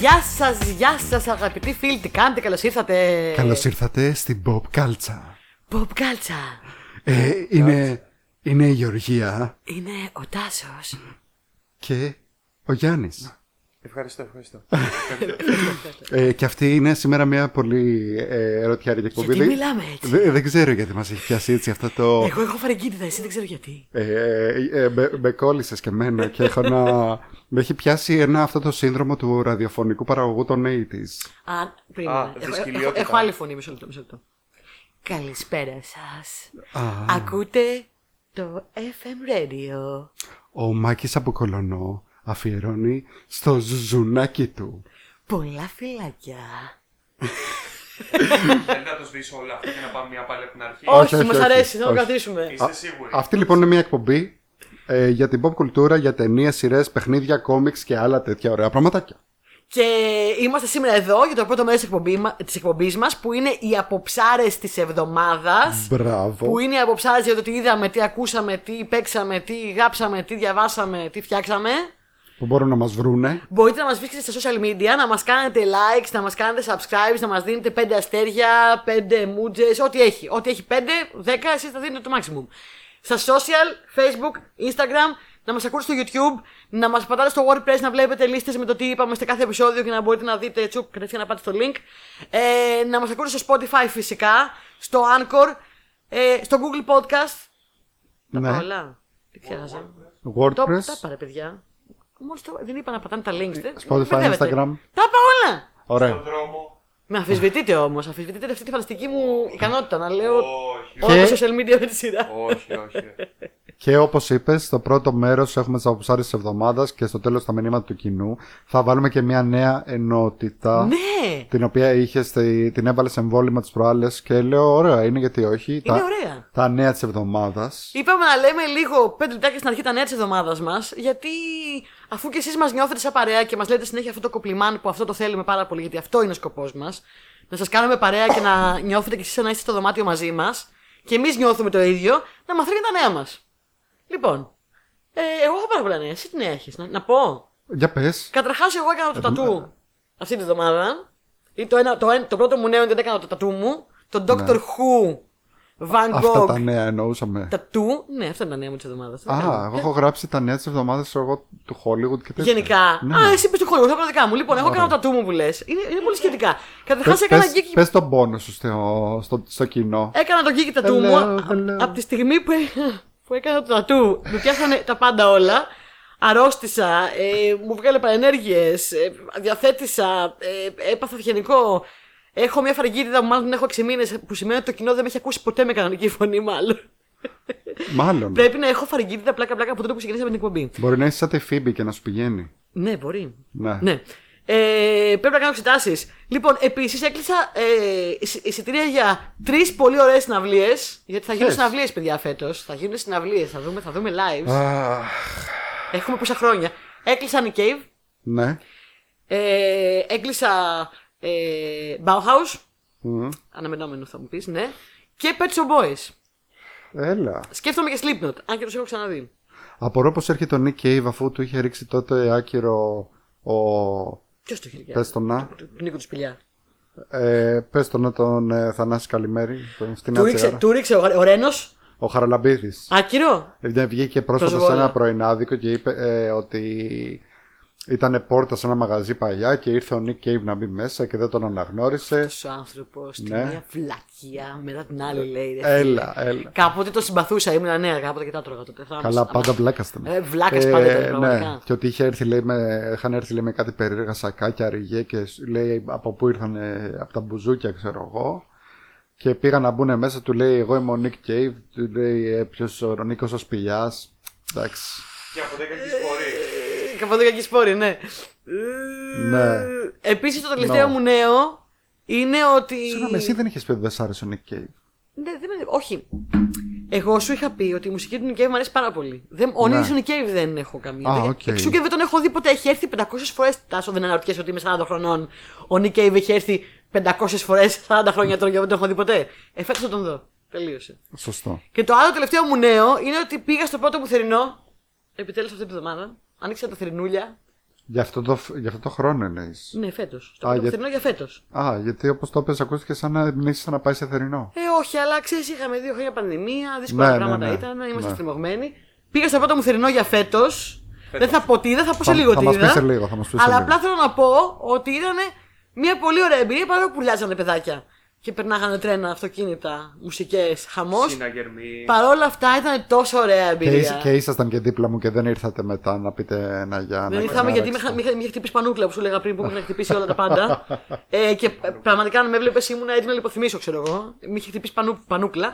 Γεια σας, γεια σας, αγαπητοί φίλοι, τι κάνετε, καλώς ήρθατε. Καλώς ήρθατε στην Pop Κάλτσα. Pop Κάλτσα. Ε, είναι, είναι η Γεωργία Είναι ο Τάσος. και ο Γιάννης. Ευχαριστώ, ευχαριστώ. Ε, και αυτή είναι σήμερα μια πολύ ε, ερωτιάρικη εκπομπή. Γιατί Δεν- μιλάμε έτσι? δεν- δεν ξέρω γιατί μας έχει πιάσει έτσι αυτό το... Εγώ έχω φαρεγκίνητα, εσύ δεν ξέρω γιατί. Ε, ε, ε, με, με κόλλησες και εμένα και έχω να... με έχει πιάσει ένα αυτό το σύνδρομο του ραδιοφωνικού παραγωγού των 80s. Α, πριν. Α, έχω, έχω, δυσκολιότητα. έχω άλλη φωνή, μισό λεπτό. Μισό λεπτό. Καλησπέρα σας. Ακούτε το FM Radio. Ο Μάκης από Κολονό αφιερώνει στο ζουζουνάκι του. Πολλά φυλάκια. Δεν θα το σβήσω όλα αυτά και να πάμε μια πάλι από την αρχή. Όχι, Όχι, όχι, μας όχι, αρέσει, θα το όχι. κρατήσουμε. Είστε σίγουροι. Αυτή λοιπόν είναι μια εκπομπή ε, για την pop κουλτούρα, για ταινίες, σειρές, παιχνίδια, κόμιξ και άλλα τέτοια ωραία πραγματάκια. Και είμαστε σήμερα εδώ για το πρώτο μέρος της εκπομπή, εκπομπής μας που είναι οι αποψάρες της εβδομάδας. Μπράβο. Που είναι οι αποψάρες για το τι είδαμε, τι ακούσαμε, τι παίξαμε, τι γάψαμε, τι διαβάσαμε, τι φτιάξαμε. Που μπορούν να μας βρούνε. Μπορείτε να μας βρίσκετε στα social media, να μας κάνετε likes, να μας κάνετε subscribes, να μας δίνετε 5 αστέρια, 5 μουτζε, ό,τι έχει. Ό,τι έχει 5, 10, εσείς θα δίνετε το maximum. Στα social, facebook, instagram, να μας ακούτε στο youtube, να μας πατάτε στο WordPress να βλέπετε λίστες με το τι είπαμε σε κάθε επεισόδιο και να μπορείτε να δείτε τσουπ, κατευθείαν να πάτε στο link. Ε, να μας ακούτε στο Spotify φυσικά, στο Anchor, ε, στο Google Podcast. Τα Ναι. πάω όλα. Τι ξέχασα. Το WordPress. τα πάρε, παιδιά. Μόλις το... Δεν είπα να πατάνε τα links. δεν- Spotify, μπερδεύετε. Instagram. Τα είπα όλα. Στον Ωραία. δρόμο. Με αμφισβητείτε όμω. Αμφισβητείτε αυτή τη φανταστική μου ικανότητα να λέω Όχι. όλα τα Και- social media με τη σειρά. Όχι, όχι. Και όπως είπες, στο πρώτο μέρος έχουμε τις αποψάρε της εβδομάδας και στο τέλος τα μηνύματα του κοινού. Θα βάλουμε και μια νέα ενότητα. Ναι! Την οποία είχες, την έβαλες σε εμβόλυμα τις προάλλες και λέω: Ωραία, είναι γιατί όχι. Είναι τα, ωραία. τα νέα της εβδομάδας. Είπαμε να λέμε λίγο πέντε λεπτάκια στην αρχή τα νέα της εβδομάδας μας, γιατί αφού και εσείς μας νιώθετε σαν παρέα και μας λέτε συνέχεια αυτό το κοπλιμάν που αυτό το θέλουμε πάρα πολύ, γιατί αυτό είναι ο σκοπός μας. Να σας κάνουμε παρέα και να νιώθετε κι εσείς σαν να είστε στο δωμάτιο μαζί μας, και εμείς νιώθουμε το ίδιο, να μα λένε τα νέα μας. Λοιπόν, ε, εγώ έχω πάρα πολλά νέα. Εσύ τι νέα έχεις, να, να πω. Για πες. Καταρχάς, εγώ έκανα το τατού αυτή τη βδομάδα. Ή Το, ένα, το, ένα- το πρώτο μου νέο είναι ότι έκανα το τατού μου. Το Doctor Who Van Ναι. Αυτά Gogh τα νέα εννοούσαμε. τατού. Ναι, αυτά είναι τα νέα μου της εβδομάδας. Α, εγώ έχω γράψει τα νέα της εβδομάδας του Hollywood και τέτοια. Γενικά. Ναι. Ε, Α, εσύ πει του χώρο, θα πω τα δικά μου. Λοιπόν, εγώ κάνω τα τού μου που λες. Είναι, είναι πολύ σχετικά. Καταρχάς Πες- έκανα πες- γκίκι. Πες τον πόνο σου στο, στο, στο κοινό. Έκανα το γκίκι τα τού Hello, μου. hello. Από τη στιγμή που, έ- που έκανα το τατού, μου πιάσανε τα πάντα όλα. Αρρώστησα, ε, μου βγάλε παρενέργειες, ε, διαθέτησα, ε, έπαθα γενικό. Έχω μια φαραγγίδα που μάλλον την έχω 6 μήνες, που σημαίνει ότι το κοινό δεν με έχει ακούσει ποτέ με κανονική φωνή, μάλλον. Μάλλον. Πρέπει να έχω φαραγγίδα πλάκα-πλάκα από τότε που ξεκινήσαμε την εκπομπή. Μπορεί να είσαι σαν τη Φίμπη και να σου πηγαίνει. Ναι, μπορεί. Ναι. Ναι. Ε, πρέπει να κάνω εξετάσεις. Λοιπόν, επίσης έκλεισα ε, εισι- εισιτήρια για τρεις πολύ ωραίες συναυλίες. Γιατί θα γίνουν Θες. συναυλίες, παιδιά, φέτος. Θα γίνουν συναυλίες, θα δούμε, θα δούμε live. Αχ, Έχουμε πόσα χρόνια. Έκλεισα Nick Cave. ναι. Ε, έκλεισα ε, Bauhaus. Μμ. Αναμενόμενο θα μου πεις, ναι. Και Pet Shop Boys. Έλα. Σκέφτομαι και Slipknot, αν και τους έχω ξαναδεί. Απορώ πως έρχεται ο Nick Cave αφού του είχε ρίξει τότε άκυρο ο... Ποιος το χέρι, Πες τον να. Του Νίκο του Σπηλιά. Ε, πες τον να τον ε, Θανάση Καλημέρη. Τον, στην Του Άτσερα. ρίξε, του ρίξε ο, ο Ρένος. Ο Χαραλαμπίδης. Άκυρο. Ε, Βγήκε πρόσφατα σε Προσβόλα. ένα πρωινάδικο και είπε ε, ότι ήταν πόρτα σε ένα μαγαζί παλιά και ήρθε ο Nick Cave να μπει μέσα και δεν τον αναγνώρισε. Αυτός ο άνθρωπος, τη Ναι. Ε, μία βλακεία μετά την άλλη, λέει. ρε. Έλα, έλα. Κάποτε το συμπαθούσα, ήμουν νέα κάποτε και τα τρώγα τότε. Θα Καλά, ήμουν- πάντα βλάκαστε με. Ε, βλάκας πάντα ήταν, ναι. πραγματικά. Και ότι είχε έρθει, λέει, με, είχαν έρθει λέει, με κάτι περίεργα σακάκια, ρηγέ και σ- λέει από πού ήρθαν, από τα μπουζούκια, ξέρω εγώ. Και πήγαν να μπουν μέσα, του λέει, Εγώ είμαι ο Νίκ Κέιβ, του λέει, ε, ποιος ο Νίκος ο Σπηλιάς. Εντάξει. Και από δέκα έχει σπορεί. Ε, Καπαδού κακή σπόρη, ναι. Ναι. Επίσης το τελευταίο No. μου νέο είναι ότι. Συγγνώμη, εσύ δεν είχες πει ότι δεν σ' άρεσε ο Νίκ Κέιβ. Ναι, δεν με- Όχι. Εγώ σου είχα πει ότι η μουσική του Νικέιβ μου αρέσει πάρα πολύ. Δεν... Ο Νίκη Νικέιβ δεν έχω καμία. Ναι. Α, δεν- οκ. Εξού και δεν τον έχω δει ποτέ. Έχει έρθει 500 φορές. Τάσο δεν αναρωτιέσαι ότι είμαι 40 χρονών. Ο Νικέιβ έχει έρθει 500 φορέ 40 χρόνια τώρα και δεν τον έχω δει ποτέ. Εφέτο θα τον δω. Τελείωσε. Σωστό. Και το άλλο τελευταίο μου νέο είναι ότι πήγα στο πρώτο μου θερινό. Επιτέλους αυτή τη βδομάδα. Άνοιξα τα θερινούλια. Για αυτό το, φ- για αυτό το χρόνο εννοείς. Ναι, φέτος. Α, Το για... για- φθηνό για φέτος. Α, γιατί όπως το πες ακούστηκε σαν να εμπνέει να πάει σε θερινό. Ε, όχι, αλλά ξέρεις, είχαμε δύο χρόνια πανδημία, δύσκολα Ναι, ναι, πράγματα ναι. ήταν, είμαστε Ναι. στριμωγμένοι. Πήγα στο πρώτο μου θερινό για φέτος. Δεν θα πω τι είδα, θα πω σε Θα- λίγο θα τι μας είδα. πεις σε λίγο, θα μας πεις σε αλλά λίγο. απλά θέλω να πω ότι ήταν μια πολύ ωραία εμπειρία παρόλο που πουλιάζανε παιδάκια. Και περνάγανε τρένα, αυτοκίνητα, μουσικές, χαμός. Συναγερμή. Παρόλα αυτά ήταν τόσο ωραία Και, εμπειρία. ήσ- και ήσασταν και δίπλα μου και δεν ήρθατε μετά να πείτε ένα για Δεν ήρθαμε Δηλαδή, γιατί με είχα- με είχε- με είχε χτυπήσει πανούκλα που σου λέγα πριν που μου είχε χτυπήσει όλα τα πάντα. ε, και πραγματικά αν με έβλεπες ήμουν έτοιμο να λιποθυμίσω, ξέρω εγώ. Με είχε χτυπήσει πανού, πανούκλα.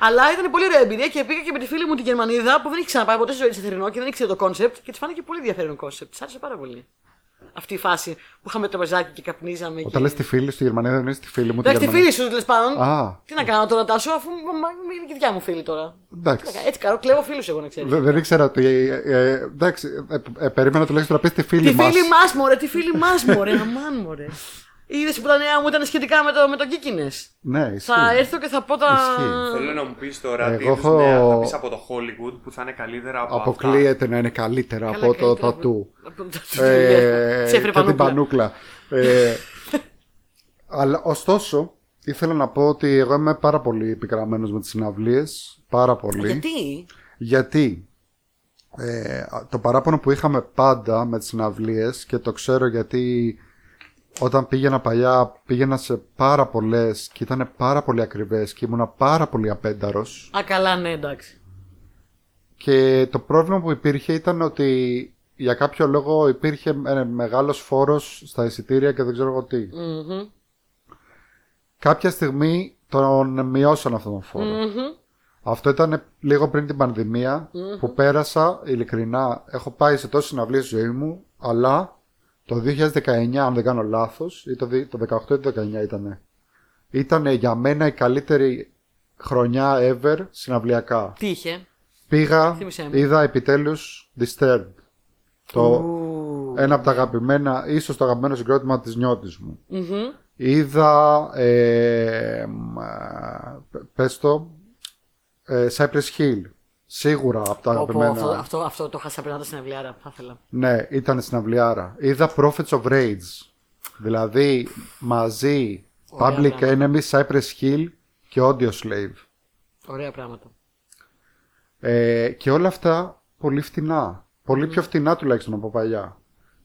Αλλά ήταν πολύ ωραία εμπειρία και πήγα και με τη φίλη μου την Γερμανίδα που δεν είχε ξαναπάει ποτέ στη ζωή της θερινό και δεν ήξερε το κόνσεπτ και της φάνηκε πολύ ενδιαφέρον κόνσεπτ. Της άρεσε πάρα πολύ. Αυτή η φάση που είχαμε το μεζάκι και καπνίζαμε. Όταν και... λες τη φίλη στη Γερμανία, δεν είναι τη φίλη μου. τη Εντάξει, τη Γερμανία. φίλη σου τέλος πάντων. Α. Τι να κάνω τώρα, Τάσο, αφού μα- μα- είναι και δικιά μου φίλη τώρα. Εντάξει. Έτσι κάνω, κλέβω φίλους εγώ να ξέρεις. Δε- Δεν ήξερα ότι. ε, ε, εντάξει, ε, ε, περίμενα τουλάχιστον να πεις τη Τη φίλη μα. φίλη μας, μωρέ, τη φίλη μας, μωρέ, αμάν, μωρέ. Είδε που τα νέα μου ήταν σχετικά με, το, με τον Κίκινες. Ναι, ισχύει. Θα έρθω και θα πω τα. Ισχύει. Θέλω να μου πεις τώρα τι Εγώ είδους έχω- νέα θα πεις από το Hollywood που θα είναι καλύτερα από αυτά. Αποκλείεται να είναι καλύτερα Καλά, από το καλύτερα τατού. από- από τα του. Ε, Σε έφερε και την πανούκλα. πανούκλα. Ε, αλλά ωστόσο, ήθελα να πω ότι εγώ είμαι πάρα πολύ πικραμένος με τις συναυλίες. Πάρα πολύ. Ε, Γιατί? Γιατί ε, το παράπονο που είχαμε πάντα με τις συναυλίες και το ξέρω γιατί όταν πήγαινα παλιά πήγαινα σε πάρα πολλές και ήταν πάρα πολύ ακριβές και ήμουνα πάρα πολύ απένταρος Α, καλά, ναι, εντάξει. και το πρόβλημα που υπήρχε ήταν ότι για κάποιο λόγο υπήρχε ε, μεγάλος φόρος στα εισιτήρια και δεν ξέρω εγώ τι. Μμμ. Κάποια στιγμή τον μειώσαν αυτόν τον φορο Αυτό ήταν λίγο πριν την πανδημια που πέρασα, ειλικρινά, έχω πάει σε τόσες συναυλίες στη ζωή μου, αλλά το 2019, αν δεν κάνω λάθος, ή το δι- το 18 ή το 19 ήτανε, ήτανε για μένα η καλύτερη χρονιά ever συναυλιακά. Τι είχε. Πήγα, Θύμισέ μου. είδα επιτέλους Disturbed. Το Ου. ένα από τα αγαπημένα, ίσως το αγαπημένο συγκρότημα της νιώτης μου. Μμμ. Είδα, ε, μ, α, πες το, ε, Cypress Hill. Σίγουρα από Πω, τα πω, αυτό, αγαπημένα. αυτό, αυτό το χάσα πριν από τα συναυλιάρα, θα ήθελα. Ναι, ήταν συναυλιάρα. Είδα Prophets of Rage. Δηλαδή, μαζί Ωραία Public Enemy, Cypress Hill και Audio Slave. Ωραία πράγματα. Ε, και όλα αυτά πολύ φτηνά. Πολύ πιο φτηνά τουλάχιστον από παλιά.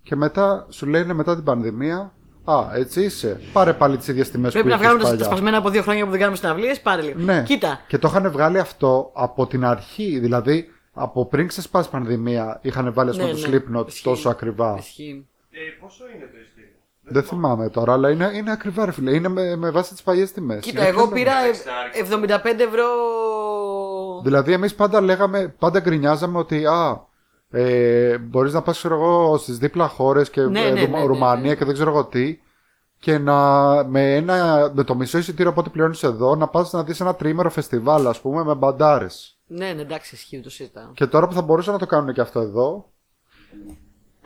Και μετά σου λένε μετά την πανδημία, Α, έτσι είσαι. Πάρε πάλι τις ίδιες τιμές που Πρέπει να είχες βγάλουμε τα- τα παλιά. σπασμένα από δύο χρόνια που δεν κάνουμε συναυλίες, πάρε λίγο. Ναι. Κοίτα, Και το είχαν βγάλει αυτό από την αρχή. Δηλαδή, από πριν ξεσπάσει η πανδημία, είχαν βάλει ας πούμε Ναι, το ναι. Slipknot Ισχύει. τόσο ακριβά. ισχύει. Ε, πόσο είναι το εισιτήριο. Δεν θυμάμαι τώρα, αλλά είναι, είναι ακριβά, ρε φίλε. Είναι με, με βάση τις παλιές τιμές. Κοίτα, εγώ πήρα Εντάξει, να ρίξω. 75 ευρώ. Δηλαδή, εμείς πάντα λέγαμε, πάντα γκρινιάζαμε ότι α, ε, μπορείς να πας, ξέρω εγώ, στις δίπλα χώρες και Ναι, ε, ναι, Ρου- ναι, ναι, Ρουμανία και δεν ξέρω εγώ τι. Και να, με, ένα, με το μισό εισιτήριο από ό,τι πληρώνεις εδώ, να πας να δεις ένα τριήμερο φεστιβάλ, ας πούμε, με μπαντάρες. Ναι, ναι, εντάξει, ισχύει, το συζητάω. Και τώρα που θα μπορούσαν να το κάνουν και αυτό εδώ,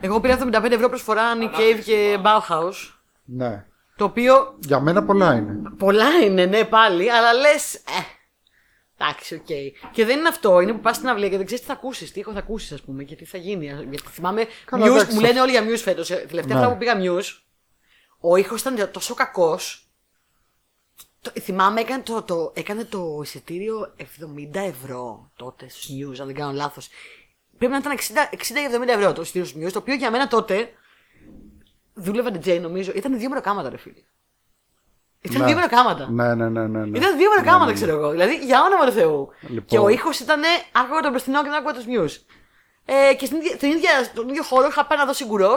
Εγώ πήρα 75 ευρώ προσφορά Nick Cave και Bauhaus. ναι. Το οποίο Για μένα πολλά είναι. πολλά είναι, ναι, πάλι, αλλά λες. Ε, εντάξει, οκ. Και δεν είναι αυτό, είναι που πας στην αυλία και δεν ξέρεις τι θα ακούσεις, τι ήχο θα ακούσεις, ας πούμε, και τι θα γίνει. Γιατί θυμάμαι. Καλά, Muse, εντάξει. μου λένε όλοι για Muse φέτος. Τελευταία Ναι. φορά που πήγα Muse, ο ήχος ήταν τόσο κακός. Θυμάμαι έκανε το, το, έκανε το εισιτήριο 70 ευρώ τότε στους News, αν δεν κάνω λάθος. Πρέπει να ήταν 60, 60-70 ευρώ το εισιτήριο στους News, το οποίο για μένα τότε δούλευαν DJ νομίζω. Ήταν δύο μεροκάματα ρε φίλε. Ήταν Ναι. δύο μεροκάματα. Ναι, ναι, ναι, ναι. ναι. Ήταν δύο μεροκάματα, ξέρω εγώ. Δηλαδή, για όνομα του Θεού. Λοιπόν. Και ο ήχος ήταν. Άκουγα τον Πρεστινό και δεν άκουγα τους Μιου. Ε, και στην, ίδια- την ίδια, στον ίδιο χώρο είχα πάει να δω σιγκουρό.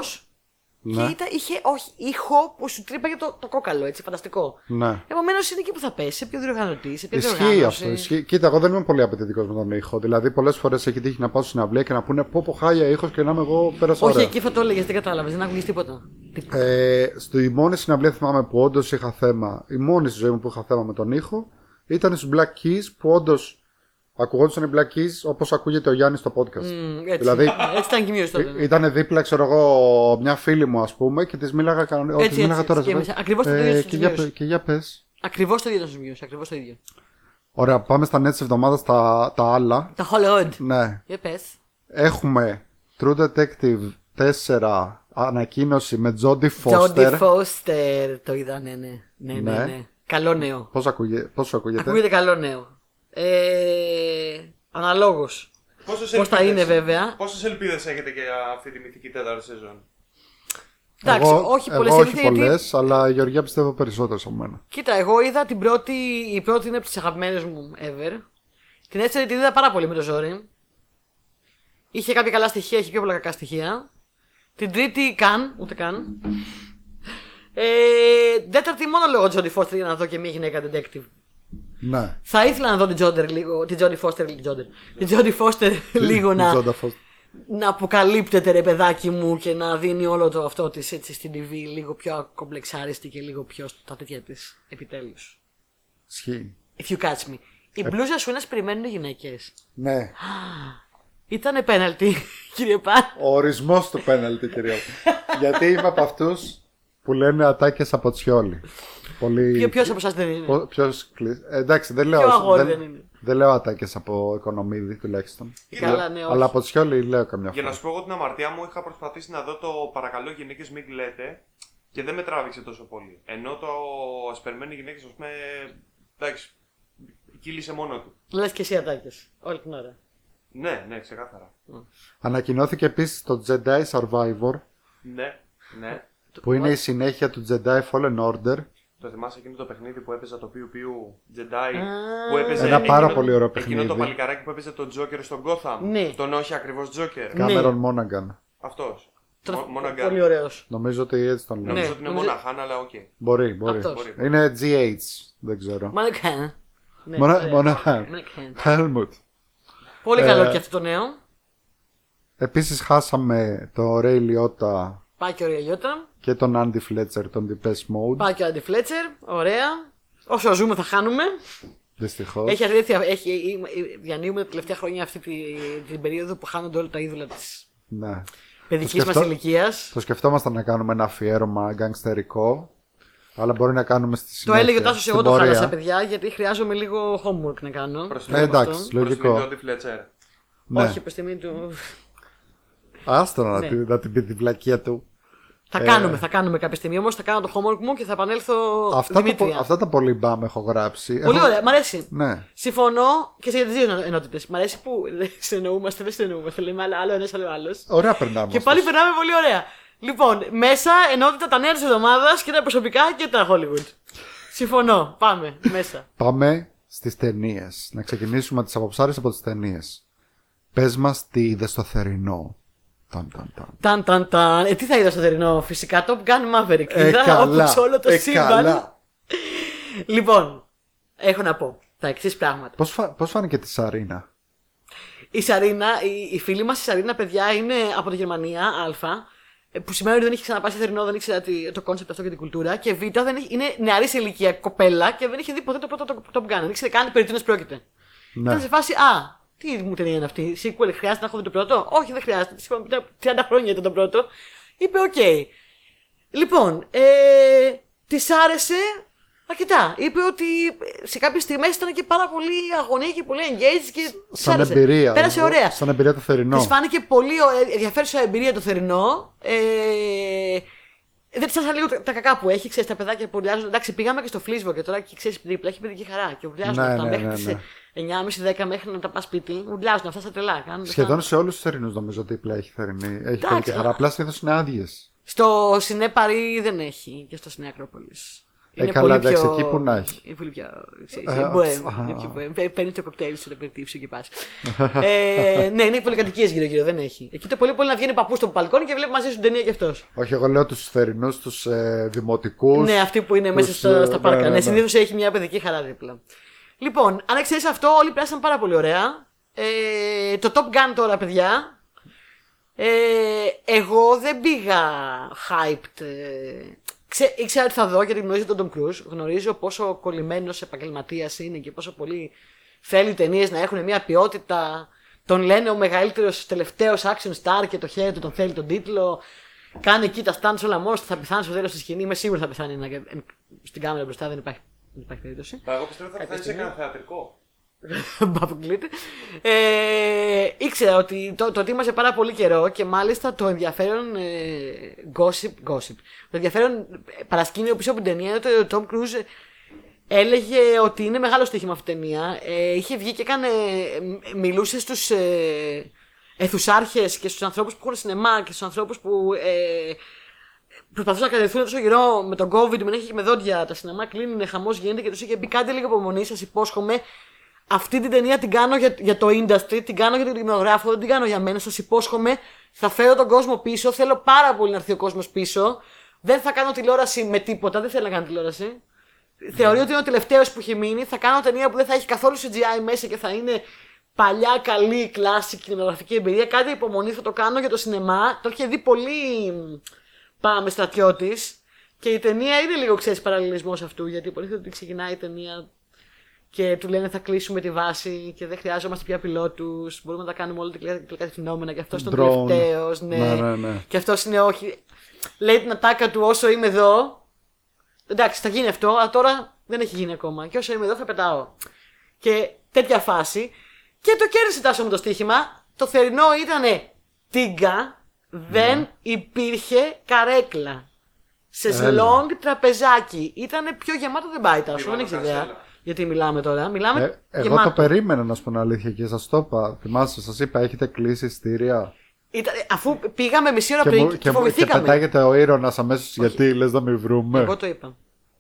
Ναι. Και ήταν, είχε όχι, ήχο που σου τρύπαγε το, το κόκαλο, έτσι, φανταστικό. Ναι. Επομένως είναι εκεί που θα πέσει, σε ποιο διοργανωτή, σε ποιο Ισχύει διοργάνωση. αυτό. Ισχύει. Κοίτα, εγώ δεν είμαι πολύ απαιτητικός με τον ήχο. Δηλαδή, πολλές φορές έχει τύχει να πάω στην αυλία και να πούνε πω πω χάλια ήχος και να είμαι εγώ πέρασα Όχι, ωραία. εκεί θα το έλεγες, δεν κατάλαβες, δεν άκουγε τίποτα. Τίποτα. Ε, στη μόνη συναυλία θυμάμαι που όντως είχα θέμα, η μόνη στη ζωή μου που είχα θέμα με τον ήχο ήταν στους Black Keys που όντως ακουγόντουσαν οι Black Keys όπως ακούγεται ο Γιάννης στο podcast. Μμ, έτσι. δηλαδή- Ε, έτσι ήταν και Μιου τότε. ναι. Ήταν δίπλα, ξέρω εγώ, μια φίλη μου, ας πούμε, και της μίλαγα κανονικά. Έτσι, έτσι, μίλαγα έτσι, τώρα. και σε- εμείς. Ακριβώς το ίδιο στους και, για, Μιους. πε- και για πες. Ακριβώς το ίδιο ήταν στου Μιου, ακριβώς το ίδιο. Ωραία, πάμε στα νέα τη εβδομάδας, τα, τα άλλα. Τα Hollywood. Ναι. Για πες. Έχουμε True Detective 4 ανακοίνωση με Τζόντι Τζόντι Φώστερ. Φώστερ το είδα, ναι, ναι. ναι, ναι, Ναι. ναι. Καλό νέο. Πώς, ακούγε- πώς σου ακούγεται. Ακούγεται καλό νέο. Ε, Αναλόγως. Πόσες Πώς θα ελπίδες- είναι, βέβαια. Πόσες ελπίδες έχετε για αυτή τη μυθική τέταρτη σεζόν. Εντάξει, όχι πολλέ εγώ όχι πολλές, αλλά η Γεωργία πιστεύω περισσότερες από μένα. Κοίτα, εγώ είδα την πρώτη. Η πρώτη είναι από τις αγαπημένες μου ever. Την έτσι την είδα πάρα πολύ με το ζόρι. Είχε κάποια καλά στοιχεία, είχε πιο πολλά κακά στοιχεία. Την τρίτη καν, ούτε καν. Ε, τέταρτη μόνο λόγω Τζόντι Φώστερ για να δω και μια γυναίκα detective. Ναι. Θα ήθελα να δω την Τζόντερ λίγο, την Τζόντι Φώστερ, την Τζόντερ, την Τζόντι Φώστερ λίγο να, Τζόντα Φώστερ. να αποκαλύπτεται ρε παιδάκι μου και να δίνει όλο το αυτό της έτσι στην TV λίγο πιο κομπλεξάριστη και λίγο πιο στα τέτοια της επιτέλους. Ισχύει. If you catch me. Η μπλούζα σου είναι περιμένουν οι γυναίκες. Ναι. Ήταν πέναλτι, κύριε Πά. Ο ορισμός του πέναλτι, κυρίω. Γιατί είμαι από αυτούς που λένε ατάκες από τσιόλι. Πολύ. Ποιο από εσάς δεν είναι. Πο- ποιος κλει- ε, Εντάξει, δεν λέω. Ποιο αγόρι δεν, δεν είναι. δεν λέω ατάκε από οικονομίδη τουλάχιστον. Καλά, ναι, Αλλά όχι. από τσιόλι λέω καμιά Για να φορά. σου πω εγώ την αμαρτία μου, είχα προσπαθήσει να δω το παρακαλώ γυναίκες μην κλαίτε και δεν με τράβηξε τόσο πολύ. Ενώ το ασπερμένοι γυναίκες, ας πούμε. εντάξει, κύλησε μόνο του. Λες και εσύ ατάκες, όλη την ώρα. Ναι, ναι, ξεκάθαρα. Ανακοινώθηκε επίσης το Jedi Survivor Ναι, ναι. που είναι η συνέχεια του Jedi Fallen Order. Ναι. Το θυμάσαι εκείνο το παιχνίδι που έπαιζα το Πιου Πιου Jedi. Α. Που έπαιζε Ένα πάρα εκείνο- πολύ ωραίο Εκείνο παιχνίδι. το παλικαράκι που έπαιζε τον Τζόκερ στον Gotham. Ναι. Τον όχι ακριβώς Τζόκερ. Ναι. Κάμερον Μόναγκαν. Αυτός. Τρο- Μόνο Πολύ αγκάλι. ωραίος. Νομίζω ότι έτσι τον λένε. Νομίζω Ναι, ότι είναι νομίζω- μόνο χάνα, αλλά οκ. Μπορεί, μπορεί. Αυτός. Μπορεί. Είναι GH. Δεν ξέρω. Μόναχαν. Ναι, Μονα- ωραία. Μοναχάν. Μόναχαν. Helmut. Πολύ καλό και αυτό το νέο. Επίσης χάσαμε το Ray Liotta Πάει και ωραία λιώτα. και τον Andy Fletcher, τον Depeche Mode. Πάει και ο Άντι Φλέτσερ, ωραία. Όσο ζούμε θα χάνουμε. Δυστυχώς. Έχει αλήθεια, έχει, είμαι- διανύουμε τα τελευταία χρόνια αυτή τη, την περίοδο που χάνονται όλα τα είδωλα της Ναι. παιδικής μας σκεφτό- ηλικίας. Το σκεφτόμασταν να κάνουμε ένα αφιέρωμα γκαγκστερικό, αλλά μπορεί να κάνουμε στη Το συνέχεια. έλεγε ο Τάσος, στην εγώ το πορεία. χάλασα παιδιά, γιατί χρειάζομαι λίγο homework να κάνω. Ε, εντάξει, Αυτό. λογικό. Προσφυγικό Φλέτσερ. Ναι. Όχι, προς τιμή του... Άστο να, Ναι. την- να την πει την πλακία του. Ε. θα κάνουμε, θα κάνουμε κάποια στιγμή, όμως θα κάνω το homework μου και θα επανέλθω Αυτά τα, Δημήτρια. πο- αυτά τα πολύ μπαμ έχω γράψει. Πολύ έχω... ωραία, μ' αρέσει. Ναι. Συμφωνώ και σε για τι δύο ενότητες. Μ' αρέσει που συνεννοούμαστε, δεν συνεννοούμαστε. Λέμε άλλο- άλλο ένας, άλλο άλλος. Ωραία περνάμε. Και όμως. πάλι περνάμε πολύ ωραία. Λοιπόν, μέσα ενότητα τα νέα της εβδομάδας και τα προσωπικά και τα Hollywood. Συμφωνώ. Πάμε μέσα. Πάμε στις ταινίες. Να ξεκινήσουμε τις αποψάρες από τις ταινίες. Πες μας τι είδες στο θερινό. Ταν, ταν, ταν. Ταν, ταν, ταν. Ε, τι θα είδα στο θερινό, φυσικά. Top Gun Maverick. είδα όπως όλο το ε, σύμπαν. καλά. Λοιπόν, έχω να πω τα εξής πράγματα. Πώς, φα... πώς φάνηκε τη Σαρίνα. Η Σαρίνα, η, η φίλη μας η Σαρίνα, παιδιά, είναι από τη Γερμανία, Α. ε, Που σημαίνει ότι δεν έχει ξαναπάσει σε θερινό, δεν ήξερα τι- το κόνσεπτ αυτό και την κουλτούρα. Και Β, δεν έχει- είναι νεαρής σε ηλικία κοπέλα και δεν είχε δει ποτέ το πρώτο το- Top Gun. Δεν ήξερε καν περί τίνος πρόκειται. Ναι. Ήταν σε φάση, Α, τι μου ταινία είναι αυτή. Sequel, χρειάζεται να έχω δει το πρώτο. Όχι, δεν χρειάζεται. της είπαμε, πριν από 30 χρόνια ήταν το πρώτο. Είπε, οκ. Λοιπόν, ε, της άρεσε αρκετά. Είπε ότι σε κάποιες στιγμές ήταν και πάρα πολύ αγωνία και πολύ engaged και της Σαν άρεσε. εμπειρία. Πέρασε εγώ- ωραία. Σαν εμπειρία το θερινό. Της φάνηκε πολύ ω- ε, ενδιαφέρουσα εμπειρία το θερινό. Ε, δεν της λίγο τα, τα κακά που έχει, ξέρεις τα παιδάκια που ουρλιάζουν. Εντάξει, πήγαμε και στο Φλίσβο και τώρα ξέρει δίπλα έχει παιδική χαρά. Και ουρλιάζουν Ναι, αυτά ναι, μέχρι ναι, τις ναι. 9.30-10 μέχρι να τα πας σπίτι. Ουρλιάζουν αυτά στα τρελά. Κάνουν αυτά. Σχεδόν σε όλους τους θερινούς νομίζω ότι η πλάι έχει θερινή. Έχει Εντάξει, και χαρά. αλλά- Απλά συνήθως είναι άδειες. Στο Σινέ Παρί δεν έχει και στο Σινέ Ακρόπολης. Ε, καλά, εντάξει, εκεί που να έχει. Είναι πολύ πιο. ξέρεις, Ε, είναι α, bohem, α. είναι πιο bohem. Παί- Παίρνει το κοκτέιλ σου, το περτύψει σου και πας. ε, ναι, είναι πολυκατοικίε γύρω-γύρω, δεν έχει. Εκεί το πολύ πολύ να βγαίνει παππούς στο μπαλκόνι και βλέπει μαζί σου την ταινία κι αυτός. Όχι, εγώ λέω τους θερινούς, τους ε, δημοτικούς. Ναι, αυτή που είναι μέσα τους, στα, ε, στα πάρκα. ναι, Ναι, ναι, ναι. συνήθως έχει μια παιδική χαρά δίπλα. Λοιπόν, αν ξέρεις αυτό, όλοι πέρασαν πάρα πολύ ωραία. Ε, το Top Gun τώρα, παιδιά. Ε, εγώ δεν πήγα hyped. ε, Ξέ, ήξερα τι θα δω γιατί γνωρίζω τον Tom Cruise. Γνωρίζω πόσο κολλημένος επαγγελματίας είναι και πόσο πολύ θέλει ταινίες να έχουν μια ποιότητα. Τον λένε ο μεγαλύτερος τελευταίος action star και το χέρι του τον θέλει τον τίτλο. Κάνει εκεί τα stunts όλα μόνο του, θα πεθάνεις στο τέλος της σκηνής. Είμαι σίγουρος θα πεθάνει να- στην κάμερα μπροστά, δεν υπάρχει, δεν υπάρχει περίπτωση. Ε, Μα Εγώ πιστεύω θα πεθάνει σε στιγμή. κανένα θεατρικό. Μπαποκλείται. Ε, ήξερα ότι το, το τίμασε πάρα πολύ καιρό και μάλιστα το ενδιαφέρον ε, gossip, gossip. Το ενδιαφέρον ε, παρασκήνιο πίσω από την ταινία είναι ότι ο Tom Cruise έλεγε ότι είναι μεγάλο στοίχημα αυτή η ταινία. Ε, είχε βγει και έκανε, μιλούσε στους ε, εθουσάρχες και στους ανθρώπους που έχουν σινεμά και στους ανθρώπους που ε, προσπαθούσαν να κατευθούν τόσο γυρό με τον COVID, με νύχια και με δόντια. Τα σινεμά κλείνουν, χαμός γίνεται και του είχε μπει κάντε λίγο υπομονή, σας υπόσχομαι. Αυτή την ταινία την κάνω για, για το industry, την κάνω για τον κινηματογράφο, δεν την κάνω για μένα. Σας υπόσχομαι, θα φέρω τον κόσμο πίσω. Θέλω πάρα πολύ να έρθει ο κόσμος πίσω. Δεν θα κάνω τηλεόραση με τίποτα, δεν θέλω να κάνω τηλεόραση. Θεωρεί ότι είναι ο τελευταίος που έχει μείνει. Θα κάνω ταινία που δεν θα έχει καθόλου CGI μέσα και θα είναι παλιά, καλή, κλάση κινηματογραφική εμπειρία. Κάντε υπομονή, θα το κάνω για το σινεμά. Το είχε δει πολύ πάμε στρατιώτη. Και η ταινία είναι λίγο ξέρεις παραλληλισμός αυτού, γιατί υποτίθεται ότι ξεκινάει η ταινία και του λένε θα κλείσουμε τη βάση και δεν χρειάζομαστε πια πιλότους. Μπορούμε να τα κάνουμε όλα τα κλικά φαινόμενα. Και αυτός είναι Drone. ο τελευταίο. Ναι. Ναι, ναι, ναι. Και αυτός είναι όχι. Λέει την ατάκα του όσο είμαι εδώ. Εντάξει, θα γίνει αυτό, αλλά τώρα δεν έχει γίνει ακόμα. Και όσο είμαι εδώ θα πετάω. Και τέτοια φάση. Και το κέρδισε τάσο με το στοίχημα. Το θερινό ήταν τίγκα. Δεν Ναι. υπήρχε καρέκλα. Σε σλόγγ τραπεζάκι. Ήταν πιο γεμάτο δεν πάει τάσο, δεν έχει Γεμάτο ιδέα. κασέλα. Γιατί μιλάμε τώρα. Μιλάμε Ε, εγώ γεμάτο. το περίμενα να σου πω την αλήθεια και σας το είπα. Θυμάστε, σας είπα, έχετε κλείσει ειστήρια. Ήταν- αφού πήγαμε μισή ώρα Και, πριν μου- και, και, μου- και φοβηθήκαμε. πετάγεται ο ήρωας αμέσως γιατί λες να μην βρούμε. Εγώ το είπα.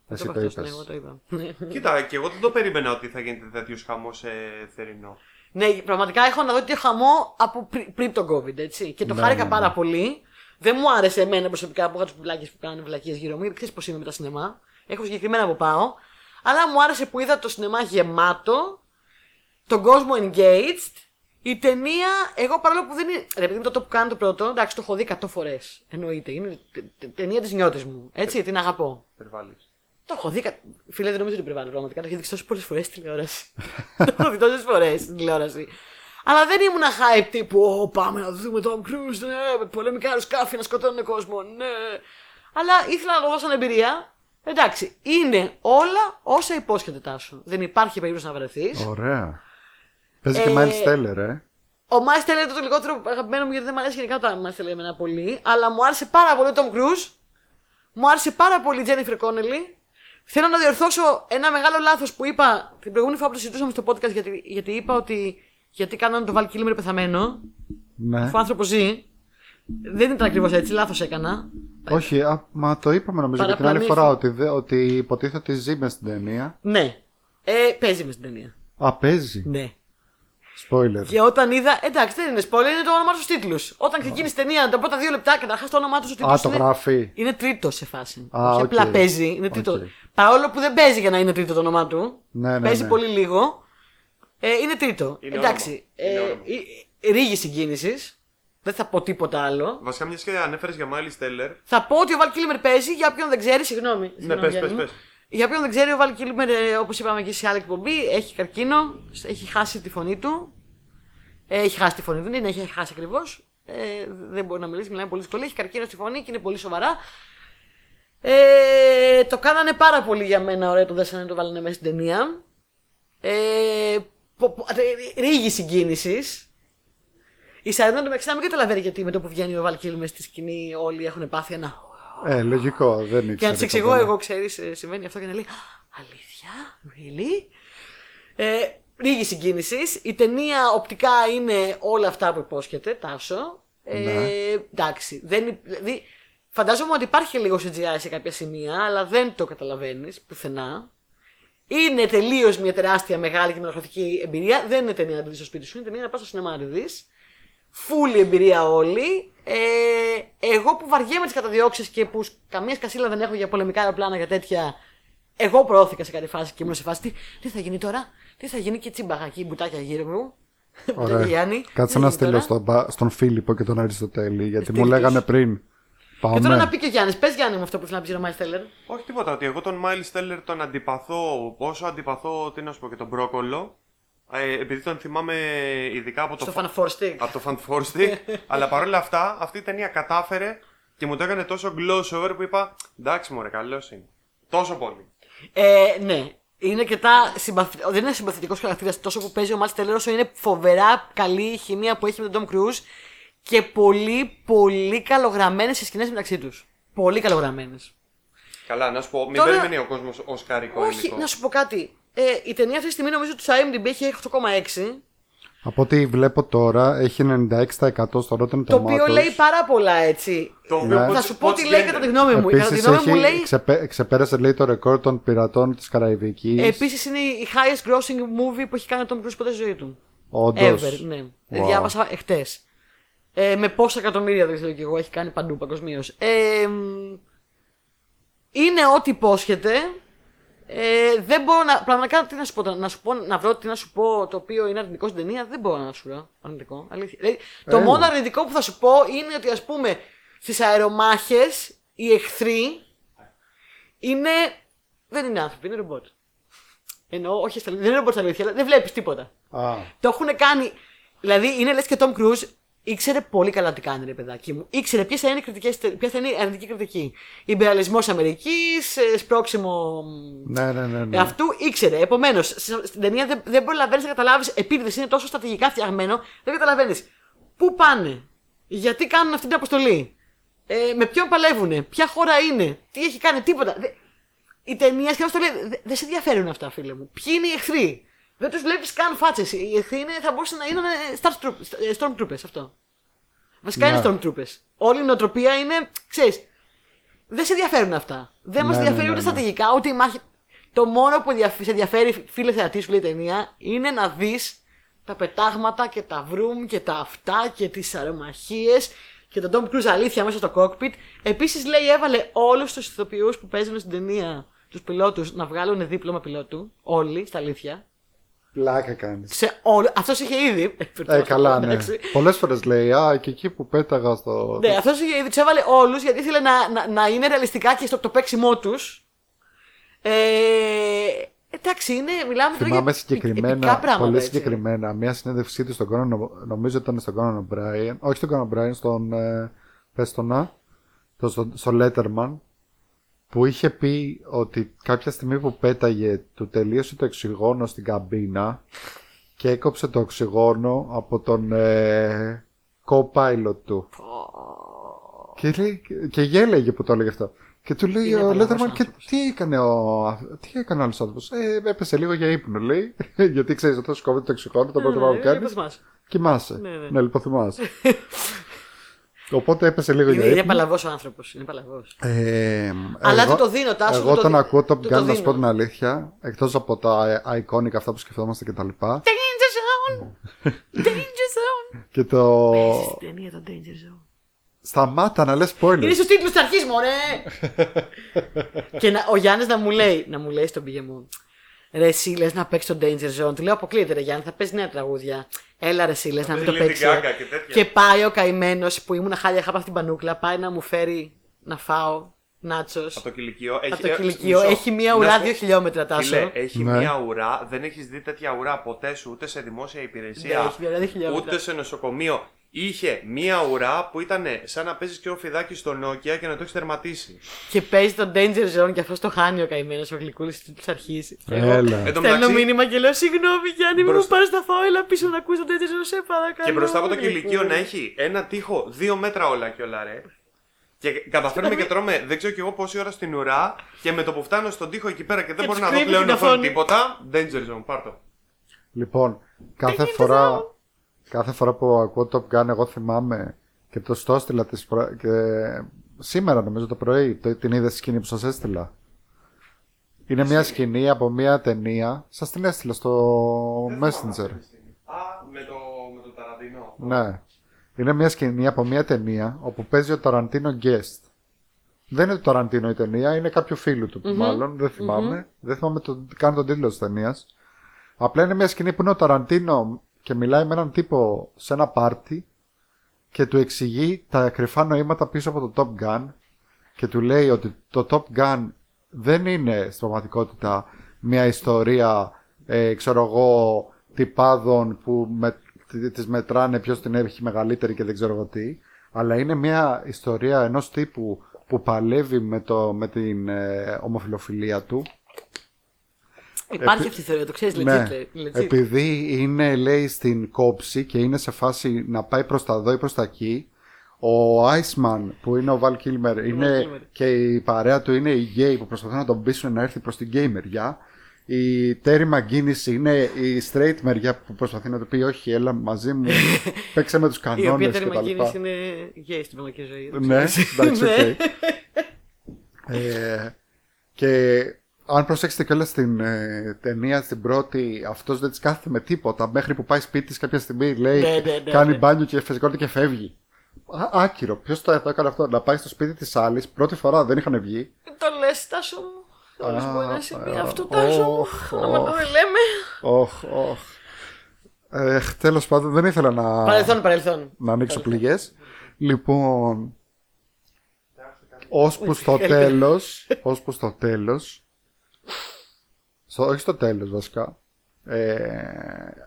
Εσύ είπα το αυτός, είπες. ναι, εγώ το είπα. Κοίτα, και εγώ δεν το περίμενα ότι θα γίνεται τέτοιος χαμός σε θερινό. Ναι, πραγματικά έχω να δω τι χαμό από πρι- πριν τον COVID, έτσι. Και το Ναι, χάρηκα ναι, πάρα πολύ. Δεν μου άρεσε εμένα προσωπικά που είχα του βλάκες που κάνουν βλακίε γύρω μου, γιατί ξέρεις πώς είμαι με τα σινεμά. Έχω συγκεκριμένα που πάω. Αλλά μου άρεσε που είδα το σινεμά γεμάτο, τον κόσμο engaged. Η ταινία, εγώ παρόλο που δεν είναι. Ρε, παιδί μου, το, το που κάνω το πρώτο, εντάξει, το έχω δει 100 φορές. Εννοείται. Είναι τε- τε- ταινία της νιώτης μου. Έτσι, την αγαπώ. Περιβάλλεις. Το έχω δει. κα- Φίλε, δεν νομίζω ότι περιβάλλει πραγματικά. Το έχω δει τόσες πολλές φορές στην τηλεόραση. το έχω δει τόσες φορές στην τηλεόραση. Αλλά δεν ήμουν hype τύπου «Ω, πάμε να δούμε τον Cruise, ναι, με πολεμικά αεροσκάφη να σκοτώνουν κόσμο, ναι. Αλλά ήθελα να το δώσω σαν εμπειρία. Εντάξει, είναι όλα όσα υπόσχεται τάσο. Δεν υπάρχει περίπτωση να βρεθείς. Ωραία. Παίζει και Ε, Miles Teller, ε. Ο Miles Teller είναι το λιγότερο αγαπημένο μου γιατί δεν μου αρέσει γενικά το Miles Teller εμένα πολύ. Αλλά μου άρεσε πάρα πολύ ο Tom Cruise. Μου άρεσε πάρα πολύ η Jennifer Connelly. Θέλω να διορθώσω ένα μεγάλο λάθος που είπα την προηγούμενη φορά που το συζητούσαμε στο podcast γιατί, γιατί είπα ότι γιατί κάνανε το Val Kilmer πεθαμένο. Ναι. Αφού ο άνθρωπος ζει. Δεν ήταν ακριβώς έτσι, λάθος έκανα. Όχι, α, μα το είπαμε νομίζω και την άλλη Παραπλανήθη. φορά ότι, δε- ότι υποτίθεται ότι ζει μες στην ταινία. Ναι. Ε, παίζει μες στην ταινία. Α, παίζει. Ναι. Spoiler. Και όταν είδα. Εντάξει, δεν είναι spoiler, είναι το όνομά του τίτλους. Όταν ξεκίνησε η ταινία, τα πρώτα δύο λεπτά, καταρχάς το όνομά τους ο τίτλος Α, το είναι- γράφει. Είναι τρίτο σε φάση. Α, Όχι οκ. απλά παίζει, είναι τρίτο. Οκ. Παρόλο που δεν παίζει για να είναι τρίτο το όνομά του. Ναι, ναι, παίζει ναι. πολύ λίγο. Ε, είναι τρίτο. Είναι Εντάξει. όνομα. Είναι Ε, όνομα. ε, ε, Ρίγη συγκίνησης. Δεν θα πω τίποτα άλλο. Βασικά, μιας και ανέφερες για Μάλι Στέλλερ. Θα πω ότι ο Βαλ Κίλιμερ παίζει, για όποιον δεν ξέρει, συγγνώμη. συγγνώμη, Ναι, πες, Γιάννη πες, μου. πες. Για όποιον δεν ξέρει, ο Βαλ Κίλιμερ, όπως είπαμε και σε άλλη εκπομπή, έχει καρκίνο, έχει χάσει τη φωνή του. Ε, Έχει χάσει τη φωνή, δεν είναι, έχει χάσει ακριβώς. Ε, δεν μπορεί να μιλήσει, μιλάει με πολύ δυσκολία. Έχει καρκίνο στη φωνή και είναι πολύ σοβαρά. Ε, το κάνανε πάρα πολύ για μένα ωραίο το δέσανε, το βάλανε μέσα στην ταινία. Ε, πο- πο- ε, ρίγη συγκίνησης. Η Σαρδόνα του Μεξίνα μην καταλαβαίνει γιατί με το που βγαίνει ο Βαλκίλ μες στη σκηνή όλοι έχουν πάθει ένα. Ε, λογικό, δεν ήξερα. Και να τη εξηγώ, καθόλου. εγώ ξέρεις, συμβαίνει αυτό και να λέει Αλήθεια, really. Ε, λίγη συγκίνησης. Η ταινία οπτικά είναι όλα αυτά που υπόσχεται, Τάσο. Ε, Ναι. Εντάξει. Δεν, υ- δηλαδή, φαντάζομαι ότι υπάρχει λίγο CGI σε κάποια σημεία, αλλά δεν το καταλαβαίνεις πουθενά. Είναι τελείως μια τεράστια μεγάλη κινηματογραφική εμπειρία. Δεν είναι ταινία να τη δεις στο σπίτι σου, είναι ταινία να πας στο σινεμά να τη δεις. Φούλη εμπειρία όλη. Ε, εγώ που βαριέμαι τις καταδιώξεις και που σ- καμία σκασίλα δεν έχω για πολεμικά αεροπλάνα για τέτοια. Εγώ προώθηκα σε κάτι φάση και ήμουν σε φάση. Τι, τι θα γίνει τώρα, τι θα γίνει και τσίμπαγα εκεί μπουτάκια γύρω μου. Μπουτάκια Γιάννη. Κάτσε τι θα να γίνει στείλω τώρα? στον, πα- στον Φίλιππο και τον Αριστοτέλη, γιατί μου Στείλ τους. λέγανε πριν. Και Πάμε. τώρα να πει και ο Γιάννης, πες Γιάννη μου αυτό που ήθελα να πει ο Μάι Στέλλερ. Όχι τίποτα, ότι εγώ τον Μάιλ Στέλλερ τον αντιπαθώ όσο αντιπαθώ, τι να σου πω, και τον Μπρόκολο. Ε, επειδή τον θυμάμαι ειδικά από το, Στο φα- Φαναφόρστη. από το Fan Forsting, αλλά παρόλα αυτά αυτή η ταινία κατάφερε και μου το έκανε τόσο gloss over που είπα εντάξει μωρέ καλός είναι. Τόσο πολύ. Ε, ναι. Είναι αρκετά συμπαθη... Δεν είναι συμπαθητικός χαρακτήρας τόσο που παίζει ο Μάλ Τέλερ, όσο είναι φοβερά καλή η χημεία που έχει με τον Ντόμ Κρούζ και πολύ, πολύ καλογραμμένες οι σκηνές μεταξύ τους. Πολύ καλογραμμένες. Καλά, να σου πω, μην Τώρα- περιμένει ο κόσμος ω καρικό Όχι, να σου πω κάτι. Ε, η ταινία αυτή τη στιγμή νομίζω ότι στο IMDb έχει 8,6. Από ό,τι βλέπω τώρα, έχει 96% στο Rotten Tomatoes. Το οποίο λέει πάρα πολλά έτσι. Το οποίο Θα πώς- σου πω πώς τι λέει γίνεται. κατά τη γνώμη μου. Κατά τη Ναι. Επίσης, γνώμη μου λέει. έχει, ξεπέ- ξεπέρασε λέει το ρεκόρ των πειρατών της Καραϊβικής. Επίσης είναι η highest grossing movie που έχει κάνει ο Tom Cruise ποτέ στη ζωή του. Όντως. Ever, ναι. Wow. Διάβασα εχθές. Ε, με πόσα εκατομμύρια δεν ξέρω κι εγώ, έχει κάνει παντού παγκοσμίως. Ε, μ, είναι ό,τι υπόσχεται. Ε, δεν μπορώ να. Πραγματικά τι να σου πω, τώρα, να, σου πω, να βρω τι να σου πω το οποίο είναι αρνητικό στην ταινία, δεν μπορώ να σου βρω αρνητικό. Αλήθεια. Δηλαδή, το Έλα. μόνο αρνητικό που θα σου πω είναι ότι ας πούμε στις αερομάχες οι εχθροί είναι. Δεν είναι άνθρωποι, είναι ρομπότ. Εννοώ, όχι, στα- δεν είναι ρομπότ στα αλήθεια, αλλά δεν βλέπεις τίποτα. Α, Το έχουν κάνει. Δηλαδή είναι λες και Tom Cruise ήξερε πολύ καλά τι κάνει, ρε παιδάκι μου. Ήξερε ποιες θα είναι, οι κριτικές, ποιες θα είναι η αρνητική κριτική. Ιμπεραλισμό Αμερική, σπρώξιμο. ε, μ, ναι, ναι, ναι. ναι. Αυτού ήξερε. Επομένως, στην ταινία δεν, δεν προλαβαίνεις να καταλάβεις, επίτηδε είναι τόσο στρατηγικά φτιαγμένο, δεν καταλαβαίνεις πού πάνε, γιατί κάνουν αυτή την αποστολή, ε, με ποιον παλεύουν, ποια χώρα είναι, τι έχει κάνει, τίποτα. Δε, η ταινία σχεδόν στο λέει: «Δε- Δεν σε ενδιαφέρουν αυτά, φίλε μου. Ποιοι είναι οι εχθροί. Δεν τους βλέπεις καν φάτσες. Οι εχθροί είναι, θα μπορούσαν να είναι ε, Star Troop- ε, Stormtroopers αυτό. Βασικά Ναι. είναι Stormtroopers. Όλη η νοοτροπία είναι, ξέρεις, δεν σε ενδιαφέρουν αυτά. Δεν μας Ναι, ναι, ενδιαφέρει ναι, ούτε ναι. στρατηγικά, ούτε η μάχη. Το μόνο που ενδιαφ- σε ενδιαφέρει, φίλε θεατή, σου λέει η ταινία, είναι να δεις τα πετάγματα και τα βρούμ και τα αυτά και τις αερομαχίε και τον Tom Cruise αλήθεια μέσα στο cockpit. Επίσης λέει, έβαλε όλους τους ηθοποιούς που παίζουν στην ταινία, τους πιλότους, να βγάλουν δίπλωμα πιλότου. Όλοι, στα αλήθεια. Πλάκα κάνεις. Σε όλο... Αυτός είχε ήδη. Ε, καλά, ναι. Εντάξει. Πολλές φορές λέει, α, και εκεί που πέταγα στο... Ναι, αυτός τους έβαλε όλους γιατί ήθελε να, να, να είναι ρεαλιστικά και στο το παίξιμό τους. Ε, εντάξει, είναι, μιλάμε τώρα Θυμάμαι για επικά συγκεκριμένα, πράγματα, πολύ έτσι. συγκεκριμένα, μια συνέντευξή του στον Conan, Ο- νομίζω ήταν στον Conan O'Brien, όχι στον Conan O'Brien, στον, ε, πες το να, το, στο, στο Letterman, που είχε πει ότι κάποια στιγμή που πέταγε, του τελείωσε το οξυγόνο στην καμπίνα και έκοψε το οξυγόνο από τον ε, co-pilot του. Και, λέει, και γέλεγε που το έλεγε αυτό. Και του λέει Είναι ο απαλαγός Λέτερμαν και άνθρωπος. τι έκανε ο, τι έκανε ο άλλος άνθρωπος. Ε, έπεσε λίγο για ύπνο λέει, γιατί ξέρεις αυτό σου κόβεται το οξυγόνο, το πρώτο πράγμα που Ναι, ναι, κάνεις, πώς μας. κοιμάσαι. Ναι, ναι. Να λιποθυμάσαι. Οπότε έπεσε λίγο Είναι, για είναι ύπνο. παλαβός ο άνθρωπος. Είναι παλαβός. Ε, Αλλά εγώ- του το δίνω, Τάσο, Εγώ του το τον δι- ακούω Top του το Gun, να σου δίνω. πω την αλήθεια. Εκτός από τα iconic αυτά που σκεφτόμαστε και τα λοιπά. Danger zone! Danger zone! Και το. Στην ταινία το Danger zone. Σταμάτα να λες Είναι spoilers. στους τίτλους της αρχής, μωρέ! και να, ο Γιάννης να μου λέει, να μου λέει στον πήγε μου, ρε εσύ λες να παίξει το Danger Zone. Του λέω αποκλείεται ρε Γιάννη, θα παίζει νέα τραγούδια. Έλα ρε εσύ λες να μην το παίζει Lady παίξει. Gaga και τέτοια. και πάει ο καημένος που ήμουν χάλια χάπα στην πανούκλα, πάει να μου φέρει να φάω νάτσος. Από το κηλικείο. Έχει, το ε, κηλικείο. μισό. Έχει μία Να ουρά σου πω- δύο χιλιόμετρα, Τάσο. Φίλε, ε- έχει Ναι. μία ουρά. Δεν έχεις δει τέτοια ουρά ποτέ σου ούτε σε δημόσια Ναι, υπηρεσία. έχει μία ουρά δύο χιλιόμετρα. ούτε σε νοσοκομείο. Είχε μία ουρά που ήταν σαν να παίζεις και ο φιδάκι στο Nokia και να το έχεις τερματίσει. Και παίζει το Danger Zone και αυτός το χάνει ο καημένος ο γλυκούλης της αρχή. Έλα. Εν Στέλνω τω μεταξύ, μήνυμα και λέω Συγγνώμη Γιάννη, μην μου Μπροστά- πάρεις τα φάουλα πίσω να ακούσει το Danger Zone, σε παρακαλώ. Και μπροστά από το γλυκούλη». κηλικείο να έχει ένα τείχο δύο μέτρα όλα και όλα, ρε. Και καταφέρνουμε και τρώμε δεν ξέρω κι εγώ πόση ώρα στην ουρά και με το που φτάνω στον τοίχο εκεί πέρα και δεν Και μπορώ τους να δω κρύβει πλέον την οθόνη οθόνη. τίποτα. Danger zone, πάρτο. Λοιπόν, κάθε γίνεται φορά, εδώ? κάθε φορά που ακούω Top Gun, εγώ θυμάμαι και το στο έστειλα της προ- και σήμερα νομίζω το πρωί, το, την είδες σκηνή που σας έστειλα. Είναι μια σκηνή από μια ταινία, σας την έστειλα στο Messenger. Α, με το, με το ταραντινό. Ναι. Είναι μια σκηνή από μια ταινία όπου παίζει ο Ταραντίνο guest. Δεν είναι το Ταραντίνο η ταινία, είναι κάποιο φίλου του που μάλλον. Δεν θυμάμαι. Δεν θυμάμαι το, καν τον τίτλο της ταινίας. Απλά είναι μια σκηνή που είναι ο Ταραντίνο και μιλάει με έναν τύπο σε ένα πάρτι και του εξηγεί τα κρυφά νοήματα πίσω από το Top Gun και του λέει ότι το Top Gun δεν είναι στην πραγματικότητα μια ιστορία, ε, ξέρω εγώ, τυπάδων που με, τι- τις μετράνε ποιος την έχει μεγαλύτερη και δεν ξέρω εγώ τι, αλλά είναι μια ιστορία ενός τύπου που παλεύει με, το, με την ε, ομοφιλοφιλία του Υπάρχει Επι- αυτή η θεωρία, το ξέρεις. Ναι. Legit, legit. Επειδή είναι, λέει, στην κόψη και είναι σε φάση να πάει προς τα εδώ ή προς τα εκεί, ο Iceman που είναι ο Val Kilmer είναι, Kilmer. και η παρέα του είναι οι γκέι που προσπαθούν να τον πείσουν να έρθει προς την γκέι μεριά. Η Terry McGinnis είναι η straight μεριά που προσπαθεί να του πει όχι έλα μαζί μου, παίξε με τους Η οποία κανόνες Τέρι και τα Μαγκίνη λοιπά. είναι γκέι στην πραγματική ζωή. το Ναι, ξέρεις. εντάξει, Ναι. οκ. Ε, και αν προσέξετε κιόλας στην ε, ταινία, στην πρώτη, αυτός δεν της κάθεται με τίποτα. Μέχρι που πάει σπίτι της κάποια στιγμή, λέει, Ναι, ναι, ναι, κάνει ναι. μπάνιο και φυσικότητα και φεύγει. Α, άκυρο. Ποιος το, το έκανε αυτό, να πάει στο σπίτι της άλλης, πρώτη φορά δεν είχαν βγει. Το λες, Τάσο μου. Όλες Α, μπορεί να συμβεί α, αυτό, Τάσο μου. οχ, Να μα το οχ. λέμε. Οχ, οχ. Ε, Τέλος πάντων, δεν ήθελα να, Παρελθόν, παρελθόν. να ανοίξω πληγές. Λοιπόν, ώσπου στο τέλος ώσπου στο τέλος στο, όχι στο τέλος βασικά ε,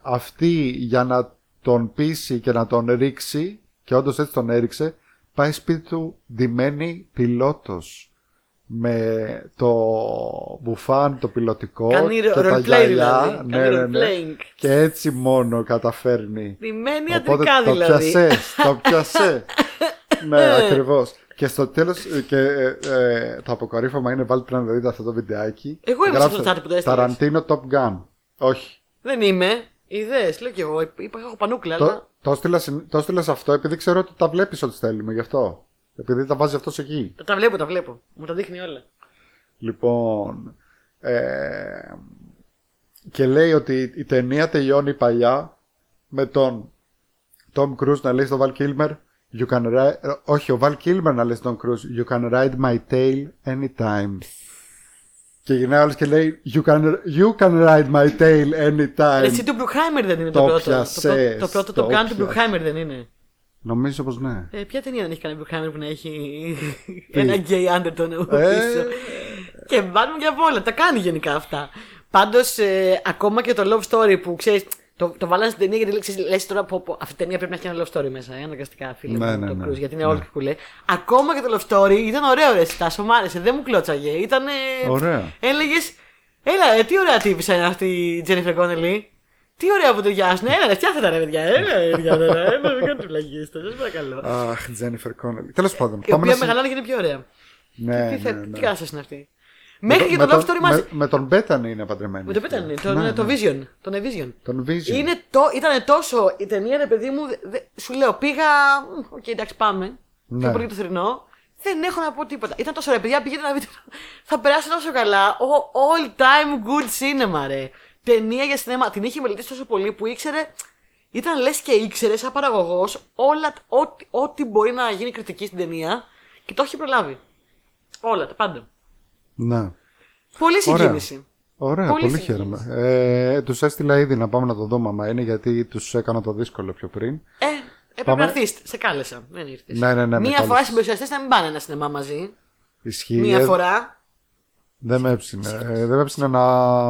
αυτή για να τον πείσει και να τον ρίξει και όντως έτσι τον έριξε πάει σπίτι του ντυμένη πιλότος με το μπουφάν το πιλωτικό Κάνει και τα roleplay γυαλιά δηλαδή. ναι, Κάνει ναι, ναι. roleplaying. και έτσι μόνο καταφέρνει Διμένη Οπότε αντρικά το δηλαδή. πιασές, το πιασές. ναι, ακριβώς. Και στο τέλος, και ε, ε, το αποκορύφωμα είναι βάλει πρέπει να δείτε αυτό το βιντεάκι. Εγώ ήμουν σε αυτό το Γράψε, chat που το έστειλες. Ταραντίνο Top Gun. Όχι. Δεν είμαι. Ιδέε, λέω κι εγώ. Είπα, έχω πανούκλα, αλλά. Το, το, έστειλα, συν- το έστειλα σε αυτό επειδή ξέρω ότι τα βλέπεις ότι στέλνουμε γι' αυτό. Επειδή τα βάζει αυτός εκεί. Τα βλέπω, τα βλέπω. Μου τα δείχνει όλα. Λοιπόν. Ε, και λέει ότι η ταινία τελειώνει παλιά με τον Tom Cruise να λέει στον Val Kilmer you can ri- ε, όχι ο Val Kilmer να λέει στον Tom Cruise you can ride my tail anytime και γυρνάει όλος και λέει you can, you can ride my tail anytime Εσύ του Μπρουχάιμερ δεν είναι το, το πρώτο. το, πιασές, πρώτο- το πρώτο το το κάνει του πιασ- Μπρουχάιμερ δεν είναι. νομίζω πως ναι Ε, ποια ταινία δεν έχει κανένα Μπρουχάιμερ που να έχει ένα γκέι άντετο Ε. πίσω. και βάλουμε για βόλα. Τα κάνει γενικά αυτά. Πάντως, ακόμα και το love story που ξέρεις. Το, το βάλανε στην ταινία γιατί λέξεις, λες τώρα πω, πω, αυτή η ταινία πρέπει να έχει ένα love story μέσα. Ε, αναγκαστικά, φίλε Ναι, μου, ναι, το ναι. Cruise, γιατί είναι Ναι. όλο και κουλέ. Ακόμα και το love story ήταν ωραίο, ρε Στάσο, μου άρεσε. Δεν μου κλώτσαγε. Ήταν. Ωραία. Έλεγες. Έλα, ρε, τι ωραία τύπησα είναι αυτή η Τζένιφερ Κόνελι. Τι ωραία που το γιάσουν. Έλα, ρε, φτιάχτε τα ρε, παιδιά. Έλα, ρε, παιδιά. τώρα. Έλα, μην κάνετε πλαγίες τώρα, σας παρακαλώ. αχ Jennifer Connelly τέλος πάντων Η οποία να συ- μεγαλώνει και είναι πιο ωραία. ναι, Τι ναι, θε- ναι. Τι άσε είναι αυτή. Μέχρι και Με το love τον- story μαζί. με, με τον Μπέταν είναι παντρεμένη Με το πέτανε, αυτή. τον- Ναι, το ναι. Vision. Τον Evision. τον Vision Είναι το, ήταν τόσο η ταινία, ρε παιδί μου, δε- σου λέω, πήγα. «Μμ, Οκ, εντάξει, πάμε. Ναι. Πιο πολύ το θρηνό. Δεν έχω να πω τίποτα. Ήταν τόσο ρε, παιδιά, πήγαινε να δείτε. Θα περάσει τόσο καλά. Ο all time good cinema, ρε. Ταινία για σινέμα. Την είχε μελετήσει τόσο πολύ που ήξερε. Ήταν λες και ήξερε, σαν παραγωγός, όλα, ό,τι, ό,τι μπορεί να γίνει κριτική στην ταινία και το έχει προλάβει. Όλα τα πάντα. ναι. Πολύ Ωραία. συγκίνηση. Ωραία, Πολύ πολύ, συγκίνηση. χαίρομαι. Ε, τους έστειλα ήδη να πάμε να το δούμε άμα είναι, γιατί τους έκανα το δύσκολο πιο πριν. Ε, έπρεπε Πάμε. να έρθει. Σε κάλεσα. Δεν ήρθες. Ναι, ναι, ναι, με Μία κάλεσες. φορά οι συμπεριουσιαστέ να μην πάνε ένα σινεμά μαζί. Ισχύει. Μία ε, φορά. Δεν με έψινε. Ε, δεν με έψινε να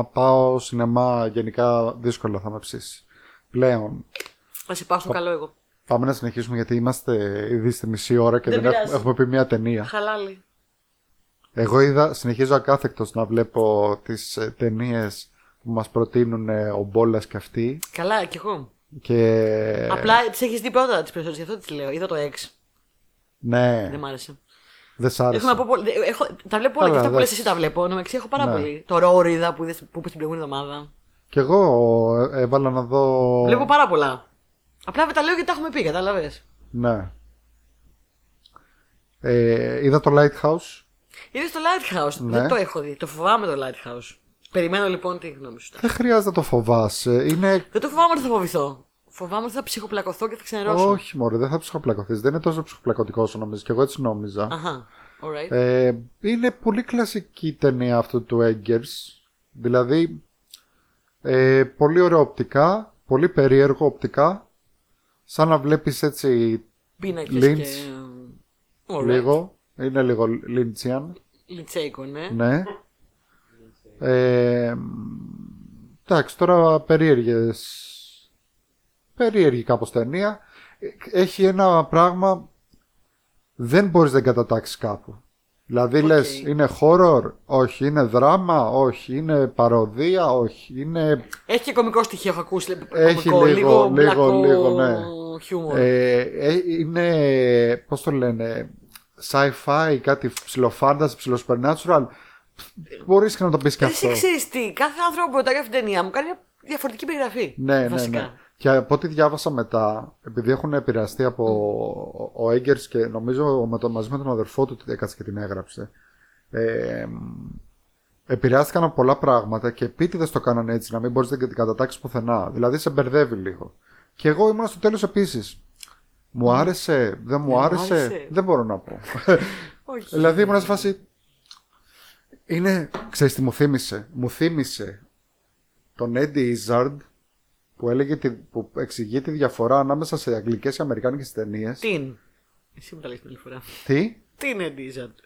πάω σινεμά. Γενικά δύσκολα θα με ψήσει. Πλέον. Να σε πάω στο καλό εγώ. Πάμε να συνεχίσουμε γιατί είμαστε ήδη στη μισή ώρα και Δεν δεν, πειράζει. έχουμε, έχουμε πει μία ταινία. Χαλάλι. Εγώ είδα, συνεχίζω ακάθεκτος να βλέπω τις ε, ταινίες που μας προτείνουν ε, ο Μπόλας και αυτοί Καλά, κι εγώ. και Απλά τις έχεις δει πρώτα τις περισσότερες, γι' αυτό τις λέω. Είδα το 6. ναι, Δεν μ' άρεσε. δεν σ' άρεσε. Έχω να πω πολύ. δε- έχω- τα βλέπω όλα και Καλά, αυτά που λες εντάξει. εσύ τα βλέπω. Εν τω μεταξύ έχω πάρα Ναι. πολύ. Το ρόριδα που, είδες- που είπες την προηγούμενη εβδομάδα. Κι εγώ ε, έβαλα να δω... Βλέπω πάρα πολλά. Απλά τα λέω γιατί τα έχουμε πει, κατάλαβες. Ναι. Ε, είδα το Lighthouse. Είδε το Lighthouse. Ναι. Δεν το έχω δει. Το φοβάμαι το Lighthouse. Περιμένω λοιπόν τη γνώμη σου. Δεν χρειάζεται να το φοβάσαι. Είναι. Δεν το φοβάμαι ότι θα φοβηθώ. Φοβάμαι ότι θα ψυχοπλακωθώ και θα ξενερώσω. Όχι, μωρέ, δεν θα ψυχοπλακωθείς. Δεν είναι τόσο ψυχοπλακωτικός όσο νομίζεις. Και εγώ έτσι νόμιζα. Αχα. Alright. Ε, είναι πολύ κλασική η ταινία αυτού του Έγκερς. Δηλαδή, ε, πολύ ωραία οπτικά, πολύ περίεργο οπτικά. Σαν να βλέπεις έτσι Πίνακες Lynch. και. ε, Alright. λίγο. Είναι λίγο Λίντσιαν. Λιτσέικο, ναι. Ναι. Ε, εντάξει, τώρα περίεργες... Περίεργη κάπως ταινία. Έχει ένα πράγμα... Δεν μπορείς να εγκατατάξεις κάπου. Δηλαδή Οκ. λες, είναι horror, όχι, είναι δράμα, όχι, είναι παροδία, όχι, είναι... Έχει και κωμικό στοιχείο, έχω ακούσει. Έχει κωμικό, λίγο, λίγο, λίγο, ναι. Χιούμορ. Ε, ε, είναι, πώς το λένε, sci-fi, κάτι ψιλοφάνταση, ψιλοσπernatural. Μπορείς και να το πεις και αυτό. Εσύ ξέρεις τι, κάθε άνθρωπο που προτάγραφε την ταινία μου κάνει μια διαφορετική περιγραφή. Ναι, ναι, βασικά. ναι. Και από ό,τι διάβασα μετά, επειδή έχουν επηρεαστεί από ο Έγκερ και νομίζω με τον, μαζί με τον αδερφό του ότι έκατσε και την έγραψε. Ε, μ, επηρεάστηκαν από πολλά πράγματα και επίτηδες το κάνανε έτσι, να μην μπορείς να την κατατάξεις πουθενά. Δηλαδή σε μπερδεύει λίγο. Και εγώ ήμουν στο τέλος επίσης. Μου άρεσε, δεν μου άρεσε, άρεσε. δεν μπορώ να πω. Όχι. δηλαδή ήμουν σε φάση. Είναι, ξέρεις τι μου θύμισε. Μου θύμισε τον Eddie Izzard που, έλεγε τη, που εξηγεί τη διαφορά ανάμεσα σε αγγλικές και αμερικάνικες ταινίες. Τι είναι. Εσύ μου τα λες την άλλη φορά. Τι? Τι είναι Ντίζαρτ.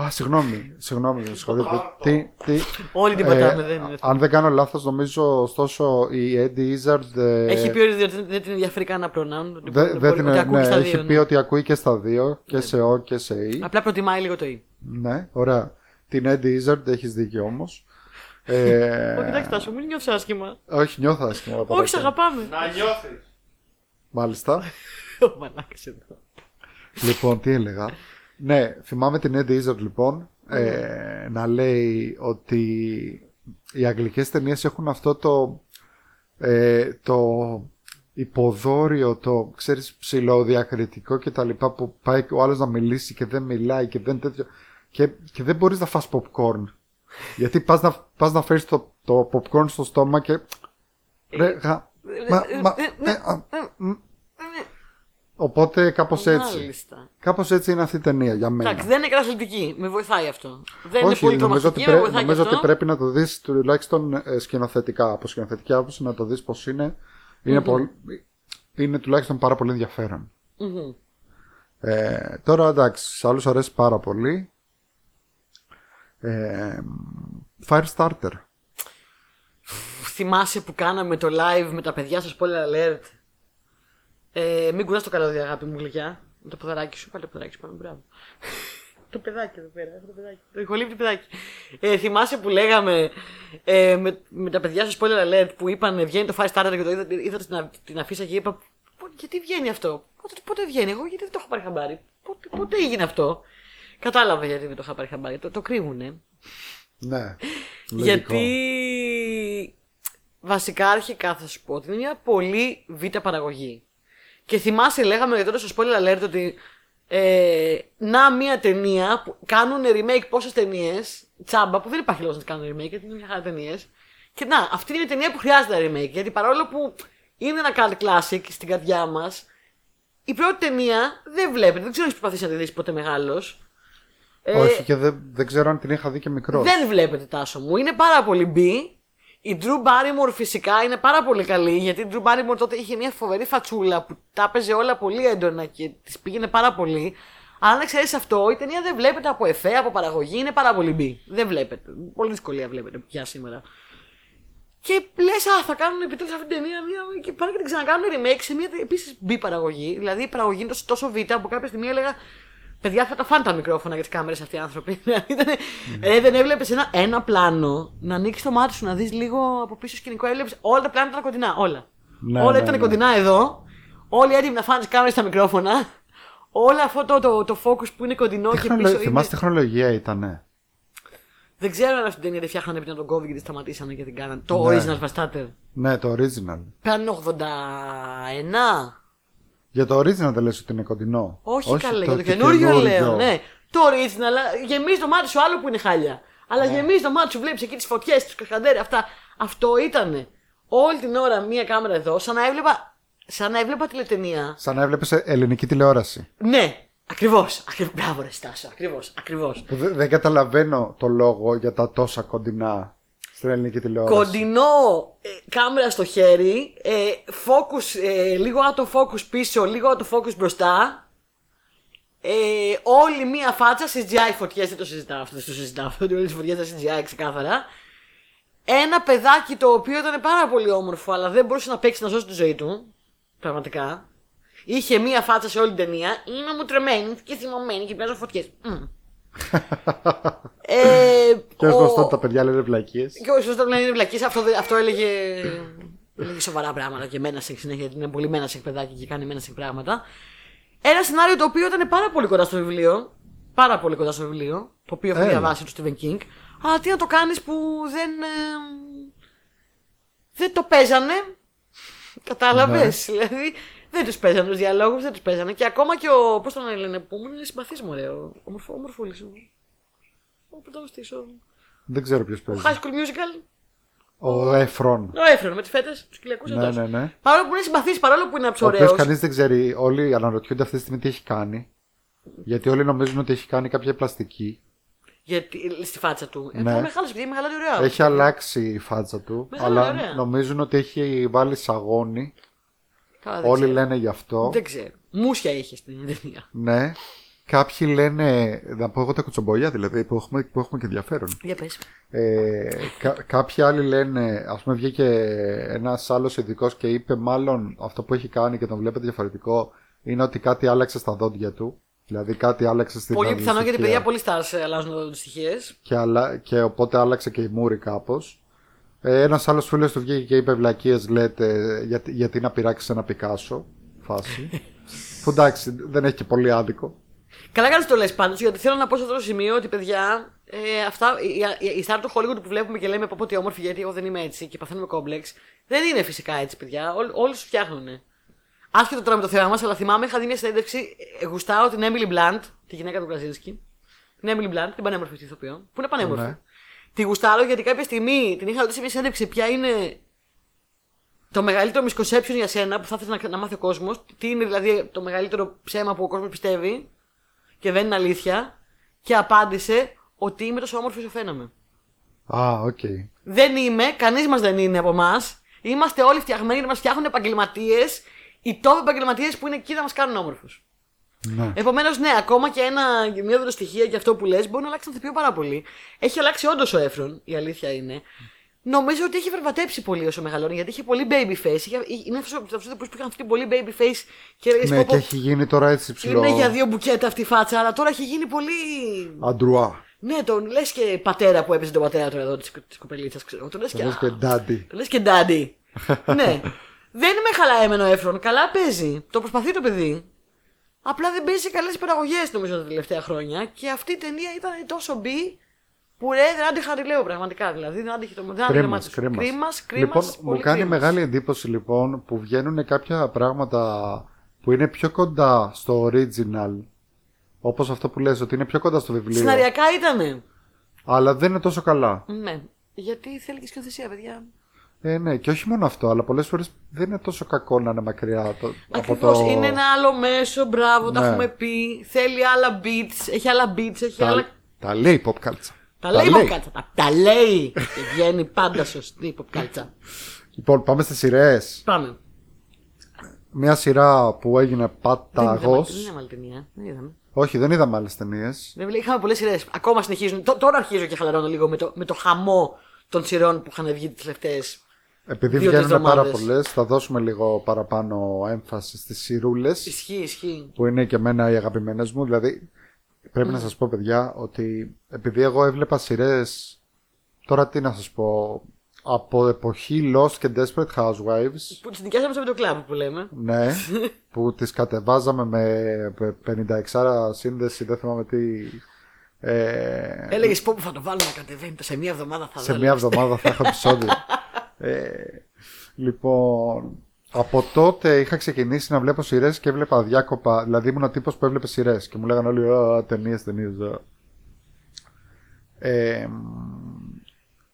Α, συγγνώμη, συγγνώμη, με συγχωρείτε. τι, τι, Όλοι την ε, πατάμε, δεν είναι. αν δεν κάνω λάθος, νομίζω ωστόσο η Eddie Izzard ε, Έχει πει ότι δεν- δεν την ενδιαφέρει κανένα pronoun. ότι δεν- μπορεί- δεν την- Λοιπόν, ότι ακούει ναι, στα δύο, έχει ναι. πει ότι ακούει και στα δύο, και σε O και σε E. Απλά προτιμάει λίγο το E. Ναι, ωραία. Την Eddie Izzard έχεις δίκιο όμως. Ε, Όχι, κοιτάξτε, σου μην νιώθεις άσχημα. Όχι, νιώθω άσχημα. από Όχι, σε παρακάτω. αγαπάμε. Να νιώθεις. Μάλιστα. Ο μαλάκας εδώ. λοιπόν, τι έλεγα. Ναι, θυμάμαι την Eddie Izzard λοιπόν ε, να λέει ότι οι αγγλικές ταινίες έχουν αυτό το, ε, το υποδόριο, το ξέρεις ψηλοδιακριτικό και τα λοιπά που πάει ο άλλος να μιλήσει και δεν μιλάει και δεν τέτοιο και, και δεν μπορείς να φας popcorn γιατί πας να, πας να φέρεις το, το popcorn στο στόμα και ρε, γα, μα, μα, ε, α, μ. οπότε κάπως έτσι Μάλιστα. Κάπως έτσι είναι αυτή η ταινία για μένα. Εντάξει, δεν είναι καλά αθλητική. Με βοηθάει αυτό. Δεν είναι Όχι, πολύ νομίζω, ότι, τρομακτική, πρέ- με βοηθάει και νομίζω ότι αυτό. πρέπει να το δεις τουλάχιστον ε, σκηνοθετικά. Από σκηνοθετική άποψη να το δεις πώς είναι. Είναι, πολύ- είναι τουλάχιστον πάρα πολύ ενδιαφέρον. Μμμ. Ε, τώρα εντάξει, σε άλλους αρέσει πάρα πολύ. Ε, Firestarter. θυμάσαι που κάναμε το live με τα παιδιά στο spoiler alert. Ε, μην κουράς το καλώδι, αγάπη μου, γλυκιά. Με το ποδαράκι σου, πάλι το ποδαράκι σου, πάμε μπράβο. το παιδάκι εδώ πέρα, αυτό το παιδάκι. Το ηχολήπτη παιδάκι. Ε, θυμάσαι που λέγαμε ε, με, με, τα παιδιά στο spoiler alert που είπαν βγαίνει το Firestarter και το είδα, είδα την, α- την αφίσα και είπα «Πο- γιατί βγαίνει αυτό, πότε, πότε βγαίνει, εγώ γιατί δεν το έχω πάρει χαμπάρι, πότε, πότε έγινε αυτό. Κατάλαβα γιατί δεν το είχα πάρει χαμπάρι, το, το κρύβουνε. Ναι. λογικό. Γιατί βασικά αρχικά θα σου πω ότι είναι μια πολύ β' παραγωγή. Και θυμάσαι, λέγαμε για τότε στο spoiler alert ότι ε, να μια ταινία που κάνουν remake πόσες ταινίες, τσάμπα, που δεν υπάρχει λόγος να τις κάνουν remake, γιατί είναι μια χαρά ταινίες. Και να, αυτή είναι η ταινία που χρειάζεται ένα remake. Γιατί παρόλο που είναι ένα cult classic στην καρδιά μας, η πρώτη ταινία δεν βλέπετε, δεν ξέρω αν έχεις προσπαθήσει να τη δεις ποτέ Ε, μεγάλο. Όχι και δεν, δεν ξέρω αν την είχα δει και μικρός. Δεν βλέπετε τάσο μου. Είναι πάρα πολύ B. Η Drew Barrymore φυσικά είναι πάρα πολύ καλή γιατί η Drew Barrymore τότε είχε μια φοβερή φατσούλα που τα έπαιζε όλα πολύ έντονα και της πήγαινε πάρα πολύ. Αλλά αν εξαιρέσει αυτό, η ταινία δεν βλέπετε από εφέ, από παραγωγή, είναι πάρα πολύ B. Δεν βλέπετε. Πολύ δυσκολία βλέπετε πια σήμερα. Και λες, Α, θα κάνουν επιτέλους αυτή την ταινία μια. και πάνε και την ξανακάνουν remake σε μια επίσης B παραγωγή. Δηλαδή η παραγωγή είναι τόσο, τόσο β' που κάποια στιγμή έλεγα. Παιδιά, θα τα φάνε τα μικρόφωνα για τις κάμερες αυτοί οι άνθρωποι. Δηλαδή, Ήταν, ε, δεν έβλεπες ένα, ένα πλάνο να ανοίξεις το μάτι σου, να δεις λίγο από πίσω σκηνικό. Έβλεπες όλα τα πλάνα ήταν κοντινά. Όλα. Ναι, όλα ναι, ήταν ναι. κοντινά εδώ. Όλοι έτοιμοι να φάνε τις κάμερες στα μικρόφωνα. Όλο αυτό το, το, το focus που είναι κοντινό και πίσω. Τεχνολο... είναι- Θυμάσαι τεχνολογία ήτανε. Δεν ξέρω αν αυτή την ταινία τη φτιάχνανε πριν από τον COVID και τη σταματήσανε και την κάνανε. Το Ναι. original Vastater. Ναι, το original. Πέραν 81. Για το original δεν λες ότι είναι κοντινό. Όχι, καλά, για το το καινούριο λέω. Ναι. Το original, αλλά γεμίζει το μάτι σου άλλο που είναι χάλια. Αλλά γεμίζει το μάτι σου, βλέπεις εκεί τις φωτιές, τους κασκαντέρ, αυτά. Αυτό ήταν. Όλη την ώρα μία κάμερα εδώ, σαν να έβλεπα, σαν να έβλεπα τηλετενία. Σαν να έβλεπες ελληνική τηλεόραση. Ναι, ακριβώς. Ακριβ... Μπράβο, ρε Στάσο, ακριβώς. Ακριβώς. Που δεν, δεν καταλαβαίνω το λόγο για τα τόσα κοντινά στην ελληνική τηλεόραση. Κοντινό ε, κάμερα στο χέρι, ε, focus, ε, λίγο out of focus πίσω, λίγο out of focus μπροστά. Ε, όλη μία φάτσα CGI φωτιές, δεν το συζητάω αυτό, δεν το συζητάω αυτό, ότι όλες οι φωτιές ήταν CGI ξεκάθαρα. Ένα παιδάκι το οποίο ήταν πάρα πολύ όμορφο, αλλά δεν μπορούσε να παίξει να σώσει τη ζωή του. Πραγματικά. Είχε μία φάτσα σε όλη την ταινία. Είμαι μου τρεμένη και θυμωμένη και πιάζω φωτιές. Ε, Και ως ο- γνωστό τα παιδιά λένε βλακίες. Και ο σωστό λένε είναι βλακή. Αυτό, δεν- αυτό έλεγε, έλεγε σοβαρά πράγματα και μένα σε συνέχεια. ναι, γιατί Είναι πολύ μένα σε παιδάκι και κάνει μένα σε πράγματα. Ένα σενάριο το οποίο ήταν πάρα πολύ κοντά στο βιβλίο. Πάρα πολύ κοντά στο βιβλίο. Το οποίο έχω Έλα. διαβάσει του Stephen King. Αλλά τι να το κάνεις που δεν. ε, δεν το παίζανε. Κατάλαβες. Δηλαδή δεν τους παίζανε τους διαλόγους, δεν τους παίζανε. Και ακόμα και ο. Πώς τον λένε, που μου είναι συμπαθής μου, ωραίο. Ομορφο, ομορφούλης μου. Όπου τον στήσω. Δεν ξέρω ποιος Ο παίζει. High School Musical. Ο Εφρόν. Ο Έφρον Ναι, με τις φέτες, τους κυλιακούς Ναι, ναι, ναι. Παρόλο που είναι συμπαθής, παρόλο που είναι από του Ο οποίος ωραίου. κανείς δεν ξέρει. Όλοι αναρωτιούνται αυτή τη στιγμή τι έχει κάνει. Γιατί όλοι νομίζουν ότι έχει κάνει κάποια πλαστική. Γιατί στη φάτσα του. Ε, Ναι. ναι. Μεγάλο παιδί, μεγάλο ωραία. Έχει αλλάξει η φάτσα του. Μεγάλη Αλλά ωραία. νομίζουν ότι έχει βάλει σαγόνι. Καλά, δεν Όλοι ξέρω. λένε γι' αυτό. Δεν ξέρω. Μούσια είχε στην ταινία. Ναι. Κάποιοι λένε. Να πω εγώ τα κουτσομπολιά δηλαδή που έχουμε, που έχουμε και ενδιαφέρον. Για πες. Ε, κα- κάποιοι άλλοι λένε, ας πούμε, βγήκε ένας άλλος ειδικός και είπε, μάλλον αυτό που έχει κάνει και τον βλέπετε διαφορετικό είναι ότι κάτι άλλαξε στα δόντια του. Δηλαδή κάτι άλλαξε στην Πολύ πιθανό γιατί αντιληφθηκία. παιδιά πολύ stars ε, αλλάζουν στοιχείες. Και, αλλα... και οπότε άλλαξε και η μούρη κάπως. Ε, ένας άλλος φίλος του βγήκε και είπε βλακίες, λέτε, γιατί, γιατί να πειράξεις ένα Πικάσο. Φάση. που εντάξει, δεν έχει και πολύ άδικο. Καλά κάνεις το λες πάντως, γιατί θέλω να πω σε αυτό το σημείο ότι παιδιά, ε, αυτά, οι, οι, οι star του Hollywood που βλέπουμε και λέμε πω πω τι όμορφη γιατί εγώ δεν είμαι έτσι και παθαίνουμε κόμπλεξ, δεν είναι φυσικά έτσι παιδιά. Ό, όλοι σου φτιάχνουν. Άσχετο τώρα με το θέμα μας, αλλά θυμάμαι είχα δει μια συνέντευξη. ε, Γουστάω την Emily Blunt, τη γυναίκα του Βραζίνσκι. Την Emily Blunt, την πανέμορφη αυτή ηθοποιό. Που είναι πανέμορφη. Ναι. Τη γουστάρω γιατί κάποια στιγμή την είχα ρωτήσει σε μια συνέντευξη ποια είναι το μεγαλύτερο misconception για σένα που θα ήθελες να, να μάθει ο κόσμος. Τι είναι δηλαδή το μεγαλύτερο ψέμα που ο κόσμος πιστεύει και δεν είναι αλήθεια. Και απάντησε ότι είμαι τόσο όμορφη όσο φαίνομαι. Α, οκ. Δεν είμαι, κανείς μας δεν είναι από εμάς. Είμαστε όλοι φτιαγμένοι να μας φτιάχνουν επαγγελματίες. Οι τόποι επαγγελματίες που είναι εκεί να μας κάνουν όμορφους. Ναι. Επομένως, ναι, ακόμα και ένα, μια δροστοιχεία για αυτό που λες μπορεί να αλλάξει τον ηθοποιό πάρα πολύ. Έχει αλλάξει όντως ο Έφρον, η αλήθεια είναι. Νομίζω ότι έχει βερβατέψει πολύ όσο μεγαλώνει, γιατί είχε πολύ baby face. Είχε, είναι αυτός από του που είχαν αυτή πολύ baby face και έλεγε ναι, και έχει γίνει τώρα έτσι ψηλό. Είναι για δύο μπουκέτα αυτή η φάτσα, αλλά τώρα έχει γίνει πολύ. Αντρουά. Ναι, τον λες και πατέρα που έπαιζε τον πατέρα τώρα εδώ της κοπελίτσας, ξέρω. Τον λες και. Λες και «Α, ντάντι. Λες και ντάντι. ναι. Δεν με χαλά έμενο έφρον. Καλά παίζει. Το προσπαθεί το παιδί. Απλά δεν παίζει σε καλές παραγωγέ νομίζω τα τελευταία χρόνια. Και αυτή η ταινία ήταν τόσο μπι που ρε, δεν άντυχα ρηλαίο πραγματικά. Δηλαδή δεν άντυχε το δεν άντυχε το Κρίμας, μάτι σου. κρίμας. Κρίμας, κρίμας, Λοιπόν, μου πολύ κάνει κρίμας. μεγάλη εντύπωση λοιπόν που βγαίνουν κάποια πράγματα που είναι πιο κοντά στο original. Όπως αυτό που λες ότι είναι πιο κοντά στο βιβλίο. Σεναριακά ήτανε. Αλλά δεν είναι τόσο καλά. Ναι. Γιατί θέλει και σκηνοθεσία, παιδιά. Ε, ναι, και όχι μόνο αυτό, αλλά πολλές φορές δεν είναι τόσο κακό να είναι μακριά το, από Ακριβώς. το. Είναι ένα άλλο μέσο, μπράβο, τα Ναι. έχουμε πει. Θέλει άλλα beats, έχει άλλα beats, έχει άλλα. Τα, τα λέει η pop κάλτσα. Τα λέει η ποπκάλτσα. Τα, τα λέει. και βγαίνει πάντα σωστή η ποπκάλτσα. Λοιπόν, πάμε στις σειρές. Πάμε. Μια σειρά που έγινε παταγός. Δεν είδαμε άλλη ταινία. Δεν είδαμε. Όχι, δεν είδαμε άλλες ταινίες. Δεν βλέ- Είχαμε πολλές σειρές. Ακόμα συνεχίζουν. Τ- Τώρα αρχίζω και χαλαρώνω λίγο με το, με το χαμό των σειρών που είχαν βγει τις τελευταίες. Επειδή Δύο-τρεις βγαίνουν πάρα εβδομάδες. πολλές, θα δώσουμε λίγο παραπάνω έμφαση στις σιρούλες. Ισχύει, ισχύει. που είναι και εμένα οι αγαπημένες μου. Δηλαδή, πρέπει να σας πω, παιδιά, ότι επειδή εγώ έβλεπα σειρές. Τώρα τι να σας πω. Από εποχή Lost και Desperate Housewives. Που τις νοικιάσαμε στο βίντεο που λέμε. Ναι, που τις κατεβάζαμε με 56 σύνδεση, δεν θυμάμαι τι. ε, Έλεγες πω που θα το βάλω να κατεβαίνει. το Σε μία εβδομάδα θα σε βάλω. μία εβδομάδα θα έχω επεισόδιο. ε, λοιπόν, από τότε είχα ξεκινήσει να βλέπω σειρές και έβλεπα αδιάκοπα. Δηλαδή ήμουν ο τύπος που έβλεπε σειρές και μου λέγανε όλοι ταινίες, ταινίες. Ε, μ,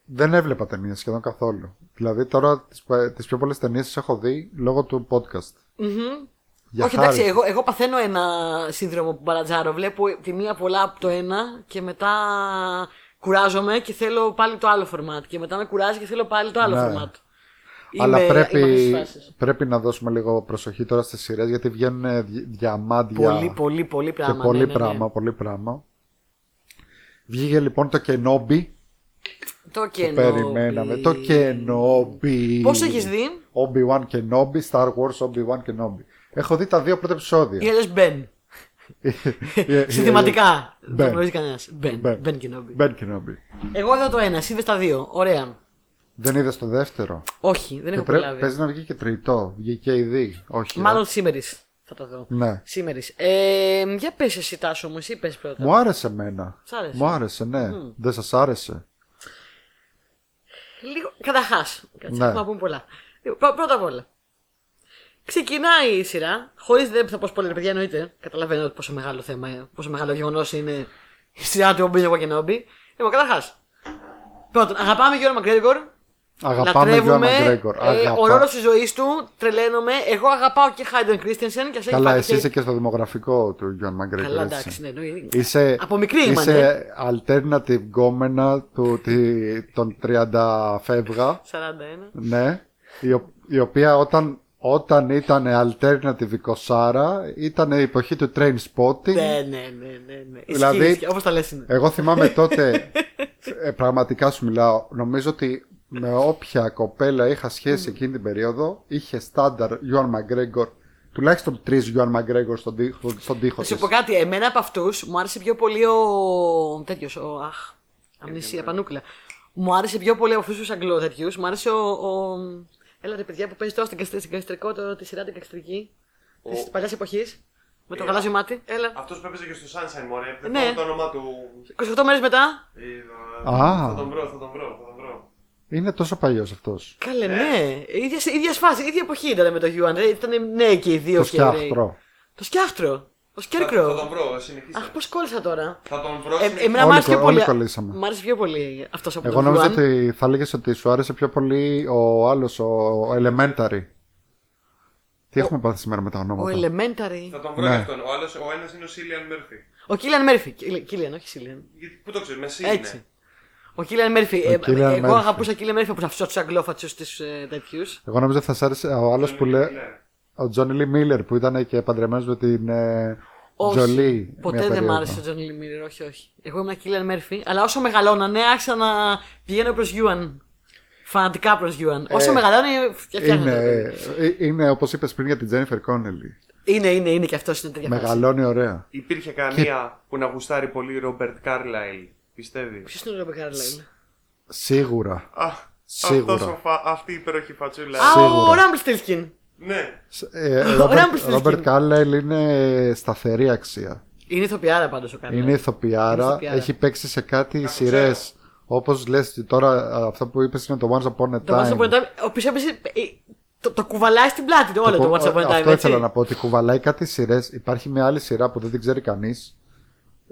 δεν έβλεπα ταινίες σχεδόν καθόλου. Δηλαδή τώρα τις, πα- τις πιο πολλές ταινίες τις έχω δει λόγω του podcast. Για Όχι, χάρη. εντάξει, εγώ, εγώ παθαίνω ένα σύνδρομο που μπαρατζάρω. Βλέπω τη μία πολλά από το ένα και μετά κουράζομαι και θέλω πάλι το άλλο φορμάτ. Και μετά με κουράζει και θέλω πάλι το άλλο Ναι. φορμάτ. Αλλά Είμαι- είμαι αυτές τις πρέπει, φάσεις. πρέπει να δώσουμε λίγο προσοχή τώρα στις σειρές γιατί βγαίνουν ε, δι- διαμάντια. Πολύ, πολύ, πολύ πράγμα. και ναι, πολύ ναι, ναι. πράγμα, πολύ πράγμα. Βγήκε λοιπόν το Kenobi Το που κενό. περιμέναμε. Το Kenobi. Πώς έχεις δει, Ε, Obi-Wan Kenobi, Star Wars Obi-Wan Kenobi. Έχω δει τα δύο πρώτα επεισόδια. Ε, ή αλλιώ Μπεν. Συνθηματικά. Δεν Ben. γνωρίζει κανένας. Μπεν. Ben. Μπεν Κινόμπι. Ben Kenobi. Εγώ είδα το ένα, εσύ είδες τα δύο. Ωραία. Δεν είδες το δεύτερο. Όχι, δεν Και έχω πρέ- προλάβει. Παίζει να βγει και τριτό. Βγήκε ήδη. Όχι. ε. Μάλλον σήμερα θα το δω. Ναι. Σήμερα. Ε, για πες εσύ, Τάσο μου, εσύ πες πρώτα. Μου άρεσε εμένα. Σ' άρεσε. Μου άρεσε, ναι. Δεν σας άρεσε. Λίγο. Καταρχάς. Κάτσε, Ναι. έχουμε να πούμε πολλά. Λοιπόν, πρω- Πρώτα απ' όλα. Ξεκινάει η σειρά, χωρίς δεν θα πω πολλά, παιδιά, εννοείται. Καταλαβαίνω πόσο μεγάλο θέμα, ε, πόσο μεγάλο γεγονός είναι η σειρά του Ομπίλιο και Νόμπι. Λοιπόν, καταρχάς. Πρώτον, αγαπάμε Γιώργο Μακρέγκορ. Αγαπάμε Γιώργο Γκρέγκορ. Ε, ο ρόλος της ζωής του, τρελαίνομαι. Εγώ αγαπάω και Χάιντον Κρίστενσεν και ας έχει Καλά, πάει εσύ και- είσαι και στο δημογραφικό του Γιώργο Μαγκρέγκορ. Καλά, έτσι. εντάξει, ναι, εννοεί. Είσαι, Από μικρή είσαι ήμασταν. alternative γκόμενα του, τη, των 30 φεύγα, 41. ναι, η, ο- η οποία όταν, όταν ήταν alternative 20 ήταν η εποχή του train spotting. Ναι, ναι, ναι, ναι. ναι. Δηλαδή- Δηλαδή, όπως τα λες είναι. Εγώ θυμάμαι τότε, ε, πραγματικά σου μιλάω, νομίζω ότι με όποια κοπέλα είχα Mm. σχέση εκείνη την περίοδο, είχε στάνταρ Ιωάν Μαγκρέγκορ, τουλάχιστον τρεις Ιωάν Μαγκρέγκορ στον τοίχο, στον τοίχο Θα σου της. πω κάτι. Εμένα από αυτούς μου άρεσε πιο πολύ ο. τέτοιος. Ο... Αχ. Αμνησία, πανούκλα. Μου άρεσε πιο πολύ από αυτούς τους Αγγλό τέτοιους. Μου άρεσε ο. ο... Έλα ρε παιδιά που παίζει τώρα στην καστρι- στην καστρικό το, τη σειρά την καστρική. Ο- Της παλιάς εποχής. Με το Ε, γαλάζιο μάτι. Έλα. Αυτός που έπαιζε και στο Sunshine, μωρέ. Δεν Ναι. θυμάμαι το όνομά του. 28 μέρες μετά. Είδα. Α. Θα τον βρω, θα τον βρω, θα τον βρω. Είναι τόσο παλιός αυτός. Ε. Καλέ, ναι. ίδια, σε- ίδια σφάση, ίδια εποχή ήταν με το Γιουάν. Ήταν νέοι ναι, και οι δύο Το και ωραίοι. σκιάχτρο. Το σκιάχτρο. Το Θα, θα τον σκέρκρο. βρω, Αχ, συνεχίστε. πώς κόλλησα τώρα. Θα τον βρω, Ε, συνεχίστε. εμένα μου Όλοι άρεσε πιο κο- πολύ. όλοι κολλήσαμε. Μ' άρεσε πιο πολύ αυτός από Εγώ τον νόμιζα Γιουάν. ότι θα έλεγες ότι σου άρεσε πιο πολύ ο άλλος, ο Elementary. Τι έχουμε πάθει σήμερα με τα Ο ονόματα. Elementary. Θα τον βρω Ναι. και αυτόν. Ο, άλλος, ο ένας είναι ο Σίλιαν Μέρφυ. Ο Κίλιαν Μέρφυ. Κίλι- Κίλιαν, όχι Σίλιαν. Γιατί, πού το ξέρεις, με Σίλιαν. Έτσι. Ο Κίλιαν Μέρφυ. Ε, Κίλιαν εγώ Μέρφυ. αγαπούσα Κίλιαν Μέρφυ από αυτούς τους αγγλόφατσους του ε, τέτοιους. Εγώ νόμιζα ότι θα σ' άρεσε ο άλλος που λέει. Ναι. Ο Τζόνι Λι Μίλλερ που ήταν και παντρεμένος με την ε, Τζολί. ποτέ μια δεν μ' περίοδο. άρεσε ο Τζον Λιμίρ, όχι, όχι. Εγώ ήμουν Κίλιαν Μέρφυ, αλλά όσο μεγαλώνανε άρχισα να πηγαίνω προς Γιούαν. Φανατικά προς Γιούαν. όσο μεγαλώνει, Ε, Είναι, φτιάχνει. ε, είναι όπως είπες πριν για την Τζένιφερ Κόνελι. Είναι, είναι, είναι και αυτός είναι τέτοια φάση. Μεγαλώνει ωραία. Υπήρχε κανένα που να γουστάρει πολύ Ρόμπερτ Κάρλαϊλ, πιστεύεις. Ποιος είναι ο Ρόμπερ Κάρλαϊλ. Σίγουρα. Α, Σίγουρα. αυτός ο φα- αυτή η υπέροχη φατσούλα. Α, ο Σίγουρα. Ράμπλστιλκιν. Ναι. Σ- ε, Ρόμπερτ- Ράμπλστιλκιν. Ρόμπερτ Κάλλελ είναι σταθερή αξία. Είναι ηθοποιάρα πάντως ο Κάρλαϊλ. Είναι ηθοποιάρα, Είναι ηθοποιάρα. έχει παίξει σε κάτι σειρέ. Όπως λες τώρα, α, αυτό που είπες είναι το Once Upon a Time. Το Once Upon a Time, ο οποίος έπεσε. ε, Το, το κουβαλάει στην πλάτη του όλο το, κου- Once Upon a Time. ε, Αυτό έτσι. ήθελα να πω, ότι κουβαλάει κάτι σειρές. Υπάρχει μια άλλη σειρά που δεν την ξέρει κανείς.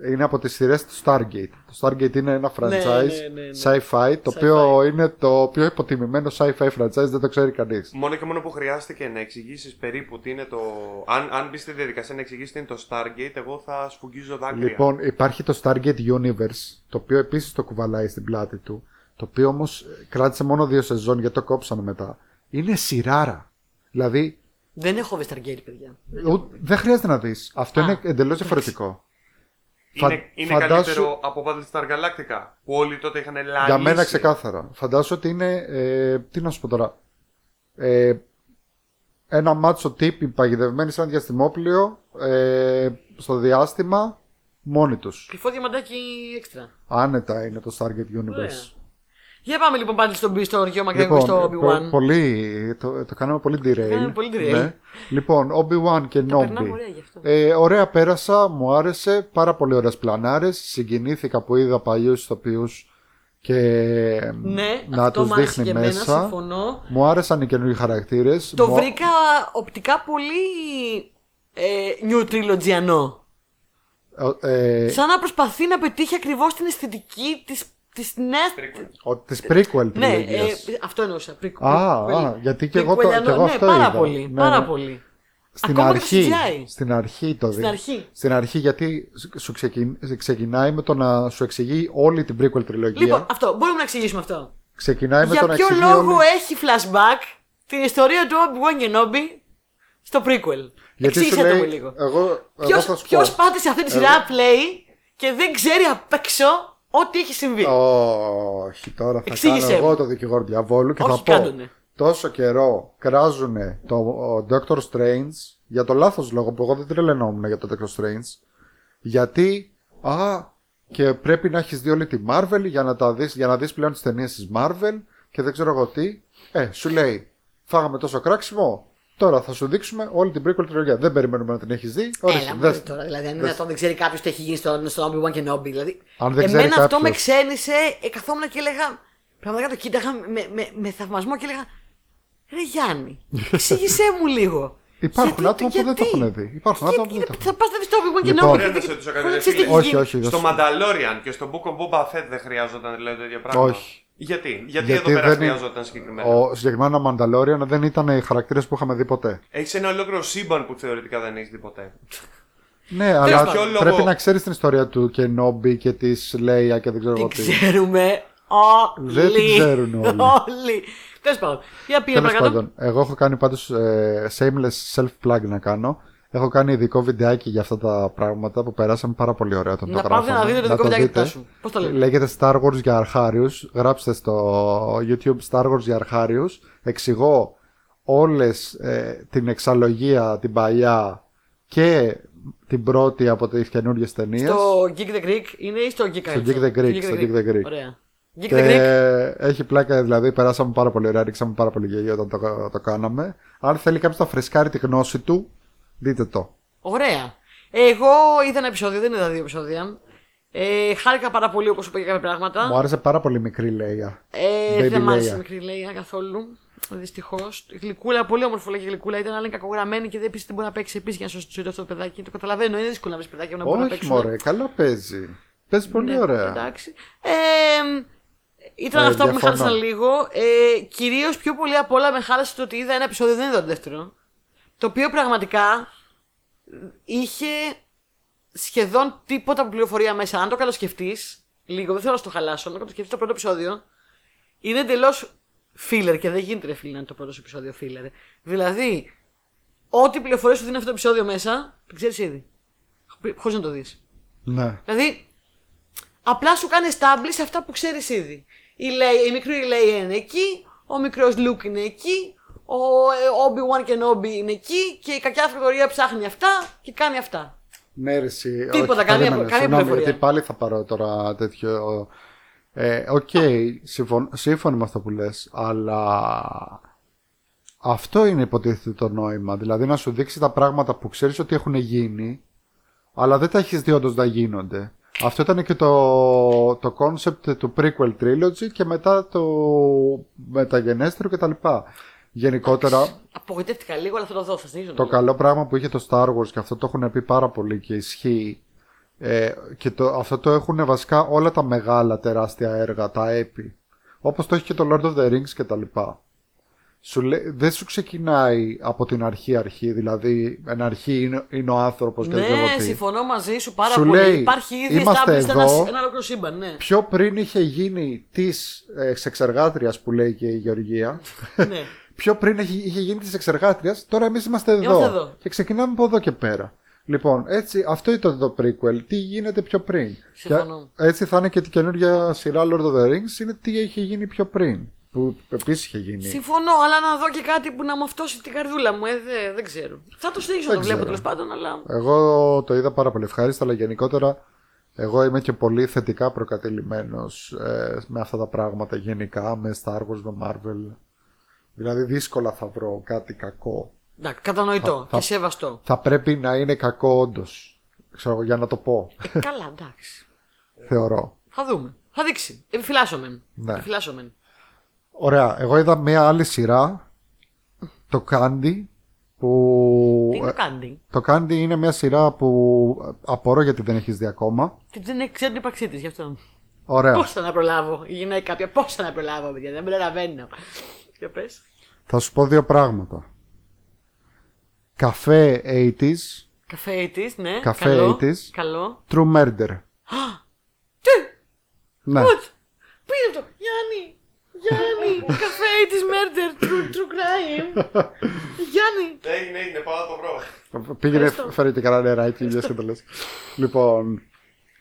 Είναι από τις σειρές του Stargate. Το Stargate είναι ένα franchise ναι, ναι, ναι. sci-fi, το οποίο είναι το πιο υποτιμημένο sci-fi franchise, δεν το ξέρει κανείς. Μόνο και μόνο που χρειάστηκε να εξηγήσεις περίπου τι είναι το. Αν, αν μπεις στη διαδικασία να εξηγήσεις τι είναι το Stargate, εγώ θα σφουγγίζω δάκρυα. Λοιπόν, υπάρχει το Stargate Universe, το οποίο επίσης το κουβαλάει στην πλάτη του. Το οποίο όμως κράτησε μόνο δύο σεζόν γιατί το κόψανε μετά. Είναι σειράρα. Δηλαδή, Δεν έχω δει Stargate, παιδιά. ου- δεν χρειάζεται να δεις. Αυτό είναι εντελώς διαφορετικό. είναι φαν- είναι φαντάσου- καλύτερο από Battlestar Galactica που όλοι τότε είχαν λαλήσει. Για μένα ξεκάθαρα. Φαντάζομαι ότι είναι. Ε, τι να σου πω τώρα. Ε, ένα μάτσο τύποι παγιδευμένοι σε ένα διαστημόπλιο ε, στο διάστημα μόνοι τους. Κρυφό διαμαντάκι έξτρα. Άνετα είναι το Stargate Universe. Ωραία. Για πάμε λοιπόν πάλι στον Μπι, στον Γιώμα Γκρέγκο, Λοιπόν, στο πο- Obi-Wan. πολύ, το, το κάναμε πολύ derail. κάναμε πολύ derail. Λοιπόν, Obi-Wan και περνάμε ωραία Νόμπι. γι' αυτό. Ε, ωραία πέρασα, μου άρεσε, πάρα πολύ ωραίες πλανάρες. Συγκινήθηκα που είδα παλιούς ηθοποιούς και Ναι, να αυτό τους μου άρεσε δείχνει και εμένα, μέσα. συμφωνώ. Μου άρεσαν οι καινούριοι χαρακτήρες. Το μου... βρήκα οπτικά πολύ ε, new trilogyano. Ε, Σαν να προσπαθεί να πετύχει ακριβώς την αισθητική της της νέα. ο, της prequel Ναι, ε, τριλογίας. αυτό εννοούσα. Prequel, Α, prequel. α, γιατί και εγώ το- Prequeliano, και εγώ ναι, αυτό πάρα είδα. πολύ. Ναι, πάρα ναι. πολύ. Στην Ακόμα και το αρχή, CGI. στην αρχή το δει. Στην αρχή. Στην αρχή γιατί σου ξεκιν- ξεκινάει με το να σου εξηγεί όλη την prequel ε. τριλογία. Λοιπόν, αυτό μπορούμε να εξηγήσουμε αυτό. ξεκινάει Ε, με το να Για ποιο εξηγεί λόγο όλη... έχει flashback την ιστορία του Obi-Wan Kenobi στο prequel. Γιατί σου Εξήγησέ το λέει, ε, μου λίγο. εγώ, εγώ θα Ποιος, σου ποιος πω. Ε, πάτησε αυτή τη σειρά play και δεν ξέρει απ' έξω ό,τι έχει συμβεί. Όχι, τώρα θα Εξήγησέ κάνω μου. εγώ το δικηγόρο διαβόλου και Όχι, θα πω. κάντονε. τόσο καιρό κράζουν το ο Doctor Strange για το λάθος λόγο που εγώ δεν τρελαινόμουν για το Doctor Strange. Γιατί, α, και πρέπει να έχεις δει όλη τη Marvel για να, τα δεις, για να δεις πλέον τις ταινίες της Marvel και δεν ξέρω εγώ τι. Ε, σου λέει, φάγαμε τόσο κράξιμο, τώρα θα σου δείξουμε όλη την prequel τριλογία. Δεν περιμένουμε να την έχεις δει. Ορίστε, Έλα, δες. μωρέ τώρα. Δηλαδή, αν είναι δυνατόν δεν ξέρει κάποιος τι έχει γίνει στον, στον Obi-Wan Kenobi. Δηλαδή, Αν δεν ξέρει εμένα αυτό κάποιος. με ξένησε, ε, καθόμουν και έλεγα. Πραγματικά το κοίταγα με, με, με θαυμασμό και έλεγα. Ρε Γιάννη, εξήγησέ μου λίγο. Υπάρχουν Γιατί- άτομα που δεν γιατί? το έχουν δει. Υπάρχουν Γιατί- άτομα που δεν γιατί το έχουν Θα πας να δεις το Obi-Wan Λοιπόν. Kenobi. Δεν γιατί- σε τους χωρίς έκανε, ρε να ξέρεις τι φίλε. έχει Όχι, γίνει. όχι. Στο δώσε. Mandalorian και στο Book of Boba Fett δεν χρειάζονταν λέω, τέτοια πράγματα. Όχι. Γιατί, γιατί, εδώ Γιατί πέρα δεν- χρειάζονταν συγκεκριμένα. Ο συγκεκριμένα Μανταλόριαν δεν ήταν οι χαρακτήρες που είχαμε δει ποτέ. Έχεις ένα ολόκληρο σύμπαν που θεωρητικά δεν έχεις δει ποτέ. Ναι, αλλά πάντων. πρέπει Λόγω- να ξέρεις την ιστορία του και Νόμπι και της Λέια και δεν ξέρω εγώ Την τι. ξέρουμε όλοι. Δεν την ξέρουν όλοι. όλοι. Τέλος πάντων. Για πήγαινε Τέλο παρακάτω. πάντων, εγώ έχω κάνει πάντως shameless self-plug να κάνω. Έχω κάνει ειδικό βιντεάκι για αυτά τα πράγματα που περάσαμε πάρα πολύ ωραία όταν Να το πάτε να γράφαμε. δείτε το ειδικό βιντεάκι του Τάσου. Πώς το λέμε? Λέγεται Star Wars για αρχάριους. Γράψτε στο YouTube Star Wars για αρχάριους. Εξηγώ όλες ε, την εξαλογία, την παλιά και την πρώτη από τις καινούργιες ταινίες. Στο Geek the Greek είναι ή στο Geek Culture? Geek the Greek, στο Geek the Greek. Ωραία. Geek Και the Greek. έχει πλάκα, δηλαδή περάσαμε πάρα πολύ ωραία, ρίξαμε πάρα πολύ γελίο όταν το, το κάναμε. Αν θέλει κάποιος να φρεσκάρει τη γνώση του, δείτε το. Ωραία. Εγώ είδα ένα επεισόδιο, δεν είδα δύο επεισόδια. Ε, χάρηκα πάρα πολύ όπως είπα για κάποια Μου πράγματα. άρεσε πάρα πολύ μικρή Λέια. Ε, Baby δεν μ' άρεσε Leia. η μικρή Λέια καθόλου. Δυστυχώς. Γλυκούλα, πολύ όμορφη και γλυκούλα ήταν, αλλά είναι κακογραμμένη και δεν επίση δεν μπορεί να παίξει επίσης για να σώσει τη ζωή του αυτό το παιδάκι. Το καταλαβαίνω, είναι δύσκολο να βρει παιδάκι να μπορεί να Όχι, παίξει. μωρέ, καλά παίζει. Παίζει πολύ Ναι, ωραία. Εντάξει. Ε, ήταν Ε, αυτά που με διαφωνώ. χάλασαν λίγο. Ε, Κυρίως πιο πολύ απ' όλα με χάλασε το ότι είδα ένα επεισόδιο, δεν είδα το δεύτερο. Το οποίο πραγματικά είχε σχεδόν τίποτα από πληροφορία μέσα. Αν το καλοσκεφτείς, λίγο, δεν θέλω να στο χαλάσω, αν το καλοσκεφτείς το πρώτο επεισόδιο, είναι εντελώς filler και δεν γίνεται ρε φίλε να είναι το πρώτο σου επεισόδιο filler. Δηλαδή, ό,τι πληροφορία σου δίνει αυτό το επεισόδιο μέσα, την ξέρεις ήδη. Χωρίς να το δεις. Ναι. Δηλαδή, απλά σου κάνει establish αυτά που ξέρεις ήδη. Η, Leia- η μικρή Leia είναι εκεί, ο μικρός Luke είναι εκεί, ο ε, Obi-Wan Kenobi είναι εκεί και η κακιά φρυγορία ψάχνει αυτά και κάνει αυτά. Ναι, ρε, εσύ. Τίποτα, καμία- όχι, περίμενε, καμία συγγνώμη, πληροφορία. Γιατί πάλι θα πάρω τώρα τέτοιο. Ε, Οκ, συμφων- σύμφωνοι με αυτό που λες, αλλά αυτό είναι υποτίθεται το νόημα. Δηλαδή να σου δείξει τα πράγματα που ξέρεις ότι έχουν γίνει, αλλά δεν τα έχεις δει όντως να γίνονται. Αυτό ήταν και το, το concept του prequel trilogy και μετά το μεταγενέστερο κτλ. Γενικότερα, Απογοητεύτηκα λίγο, αλλά θα το δω, θα συνεχίσω. να το το λέω. καλό πράγμα που είχε το Star Wars και αυτό το έχουν πει πάρα πολύ και ισχύει ε, και το, αυτό το έχουν βασικά όλα τα μεγάλα τεράστια έργα, τα έπι. Όπως το έχει και το Lord of the Rings και τα λοιπά. Σου λέ- δεν σου ξεκινάει από την αρχή αρχή, δηλαδή εν αρχή είναι, είναι ο άνθρωπος και δεν ξέρω Ναι, τι. συμφωνώ μαζί σου πάρα Σου πολύ. λέει, Υπάρχει ήδη είμαστε established ένα, εδώ. ένας ολόκληρο σύμπαν, ναι. Πιο πριν είχε γίνει της ε, σεξεργάτριας που λέει και η Γεωργία. ναι. πιο πριν είχε, είχε γίνει της εξεργάτριας, τώρα εμείς είμαστε εδώ. Είμαστε εδώ. Και ξεκινάμε από εδώ και πέρα. Λοιπόν, έτσι, αυτό ήταν το prequel. Τι γίνεται πιο πριν. Συμφωνώ. Και έτσι θα είναι και την καινούργια σειρά Lord of the Rings, είναι τι είχε γίνει πιο πριν. Που επίσης είχε γίνει. Συμφωνώ, αλλά να δω και κάτι που να μου αυτόσει την καρδούλα μου, ε, δε- δεν ξέρω. Θα το συνεχίσω να το Δεν βλέπω ξέρω. τέλος πάντων, αλλά. Εγώ το είδα πάρα πολύ ευχάριστα, αλλά γενικότερα εγώ είμαι και πολύ θετικά προκατελημένος ε, με αυτά τα πράγματα γενικά, με Star Wars, με Marvel. Δηλαδή δύσκολα θα βρω κάτι κακό. Εντάξει, κατανοητό θα- και σεβαστό. Θα πρέπει να είναι κακό όντως. Ξέρω εγώ, για να το πω. Ε, Καλά, εντάξει. θεωρώ. Θα δούμε. Θα δείξει. Επιφυλάσσομαι. Ναι. Επιφυλάσσομαι. Ωραία, εγώ είδα μια άλλη σειρά, το Candy, που... Τι ε, να κάνει. Το Candy είναι μια σειρά που ε, απορώ γιατί δεν έχεις δει ακόμα. Τι δεν έχει- ξέρω την ύπαρξή της γι' αυτό. Ναι. Ωραία, Πώ θα να προλάβω, η γυναίκα κάποια, πώ θα να προλάβω, παιδιά, δεν προλαβαίνω. Για πες. θα σου πω δύο πράγματα. Καφέ 80s, Καφέ τη, ναι. Καφέ καλό, 80s. Καλό. True Murder. Τι, Ναι, what? Πήρε το, Γιάννη. Γιάννη, καφέ τη murder, true, true crime. Γιάννη. Έγινε, έγινε, Ναι, πάω να το βρω. πήγαινε, Ευχαριστώ. φέρε και κανένα νεράκι, λες και το λες. Λοιπόν,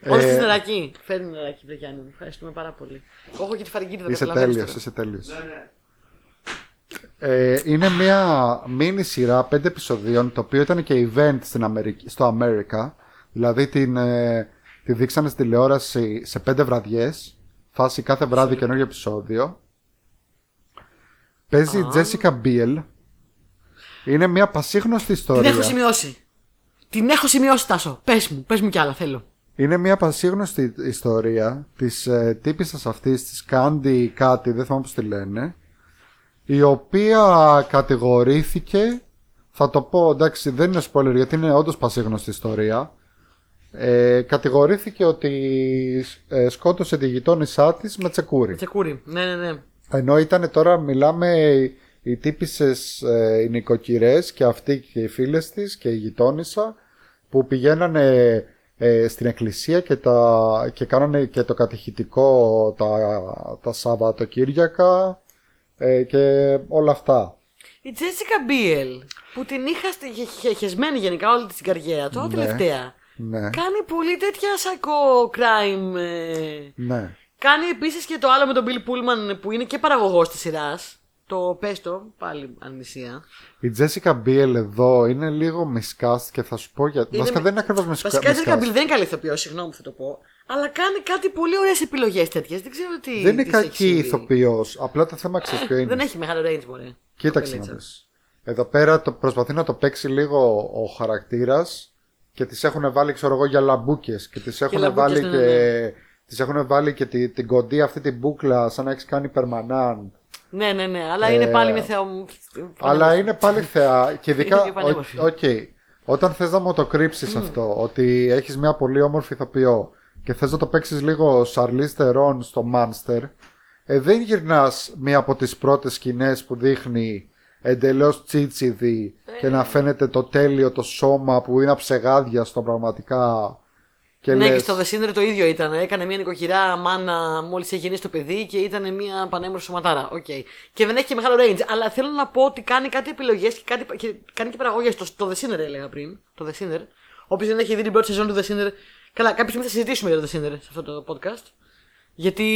Όχι ε, στην νερακή. Φέρνει νερακή, παιδιά μου. Ευχαριστούμε πάρα πολύ. Εγώ έχω και τη φαρικίδα, δεν είσαι καταλαβαίνεις τέλειος, τώρα. είσαι τέλειος. Ναι, ναι. Ε, είναι μια μίνι σειρά πέντε επεισοδίων, το οποίο ήταν και event στην Αμερική, στο America. Δηλαδή την, ε, τη δείξανε στην τηλεόραση σε πέντε βραδιές. Φάση κάθε βράδυ καινούργιο επεισόδιο. Παίζει η Jessica Biel. Είναι μια πασίγνωστη Την έχω ιστορία. σημειώσει. Την έχω σημειώσει, Τάσο. Πες μου, πες μου κι άλλα, θέλω. Είναι μια πασίγνωστη ιστορία της ε, τύπισσας αυτής, της Κάντι κάτι, δεν θυμάμαι πώς τη λένε, η οποία κατηγορήθηκε, θα το πω εντάξει δεν είναι spoiler γιατί είναι όντως πασίγνωστη ιστορία, ε, κατηγορήθηκε ότι ε, σκότωσε τη γειτόνισά της με τσεκούρι. Τσεκούρι. Ναι, ναι, ναι. Ενώ ήταν τώρα, μιλάμε, οι- οι τύπισες, ε, οι νοικοκυρές και αυτοί και οι φίλες της και η γειτόνισσα που πηγαίνανε ε, στην εκκλησία και, τα, και κάνανε και το κατηχητικό τα, τα Σαββατοκύριακα ε, και όλα αυτά. Η Τζέσικα Μπίελ, που την είχα στη- χε- χε- χεσμένη γενικά όλη την καριέρα, τώρα τελευταία. Ναι, Κάνει πολύ τέτοια psycho crime. ε. ναι. Κάνει επίσης και το άλλο με τον Bill Pullman που είναι και παραγωγός της σειράς. Το πες το, πάλι αμνησία. Η Jessica Biel εδώ είναι λίγο μισκάστ και θα σου πω γιατί. Είναι Βασικά μι- δεν είναι ακριβώς μισκά- Βασικά η Τζέσικα miscast. Μπιλ δεν είναι καλή ηθοποιός, συγγνώμη που θα το πω. Αλλά κάνει κάτι πολύ ωραίες επιλογές τέτοιες. Δεν ξέρω τι. Δεν είναι της έχει κακή συμβεί. ηθοποιός, απλά το θέμα ξέρεις ποιο είναι. Δεν έχει μεγάλο range, μωρέ. Κοίταξε να Κοπελίτσα. δεις. Εδώ πέρα το, προσπαθεί να το παίξει λίγο ο χαρακτήρας και τις έχουν βάλει, ξέρω εγώ, για λαμπούκες και τις έχουν λαμπούκες, βάλει ναι, και... ναι, Τις έχουν βάλει και τη- την κοντή αυτή την μπουκλα σαν να έχεις κάνει περμανάν. Ναι, ναι, ναι. Αλλά είναι πάλι με θεό μου. Ε, Αλλά είναι πάλι θεά. Και ειδικά. Είναι και πανέμορφη. ο- Οκ. Όταν θες να μου το κρύψεις αυτό, ότι έχεις μια πολύ όμορφη ηθοποιό και θες να το παίξεις λίγο Σαρλί Στερών στο Μάνστερ, ε, δεν γυρνάς μία από τις πρώτες σκηνές που δείχνει εντελώς τσίτσιδη και Ε. να φαίνεται το τέλειο το σώμα που είναι αψεγάδια στο πραγματικά. Και Ναι, λες, και στο Δεσίνδρε το ίδιο ήταν. Έκανε μια νοικοκυρά μάνα μόλις είχε γεννήσει το παιδί και ήταν μια πανέμορφη σωματάρα. Οκ. Και δεν έχει και μεγάλο range. Αλλά θέλω να πω ότι κάνει κάτι επιλογές και, κάτι- και κάνει και παραγωγές. Το, το The Sinner έλεγα πριν. Το The Sinner. Όποιος δεν έχει δει την πρώτη σεζόν του The Sinner. Καλά, κάποια στιγμή θα συζητήσουμε για το The Sinner σε αυτό το podcast. Γιατί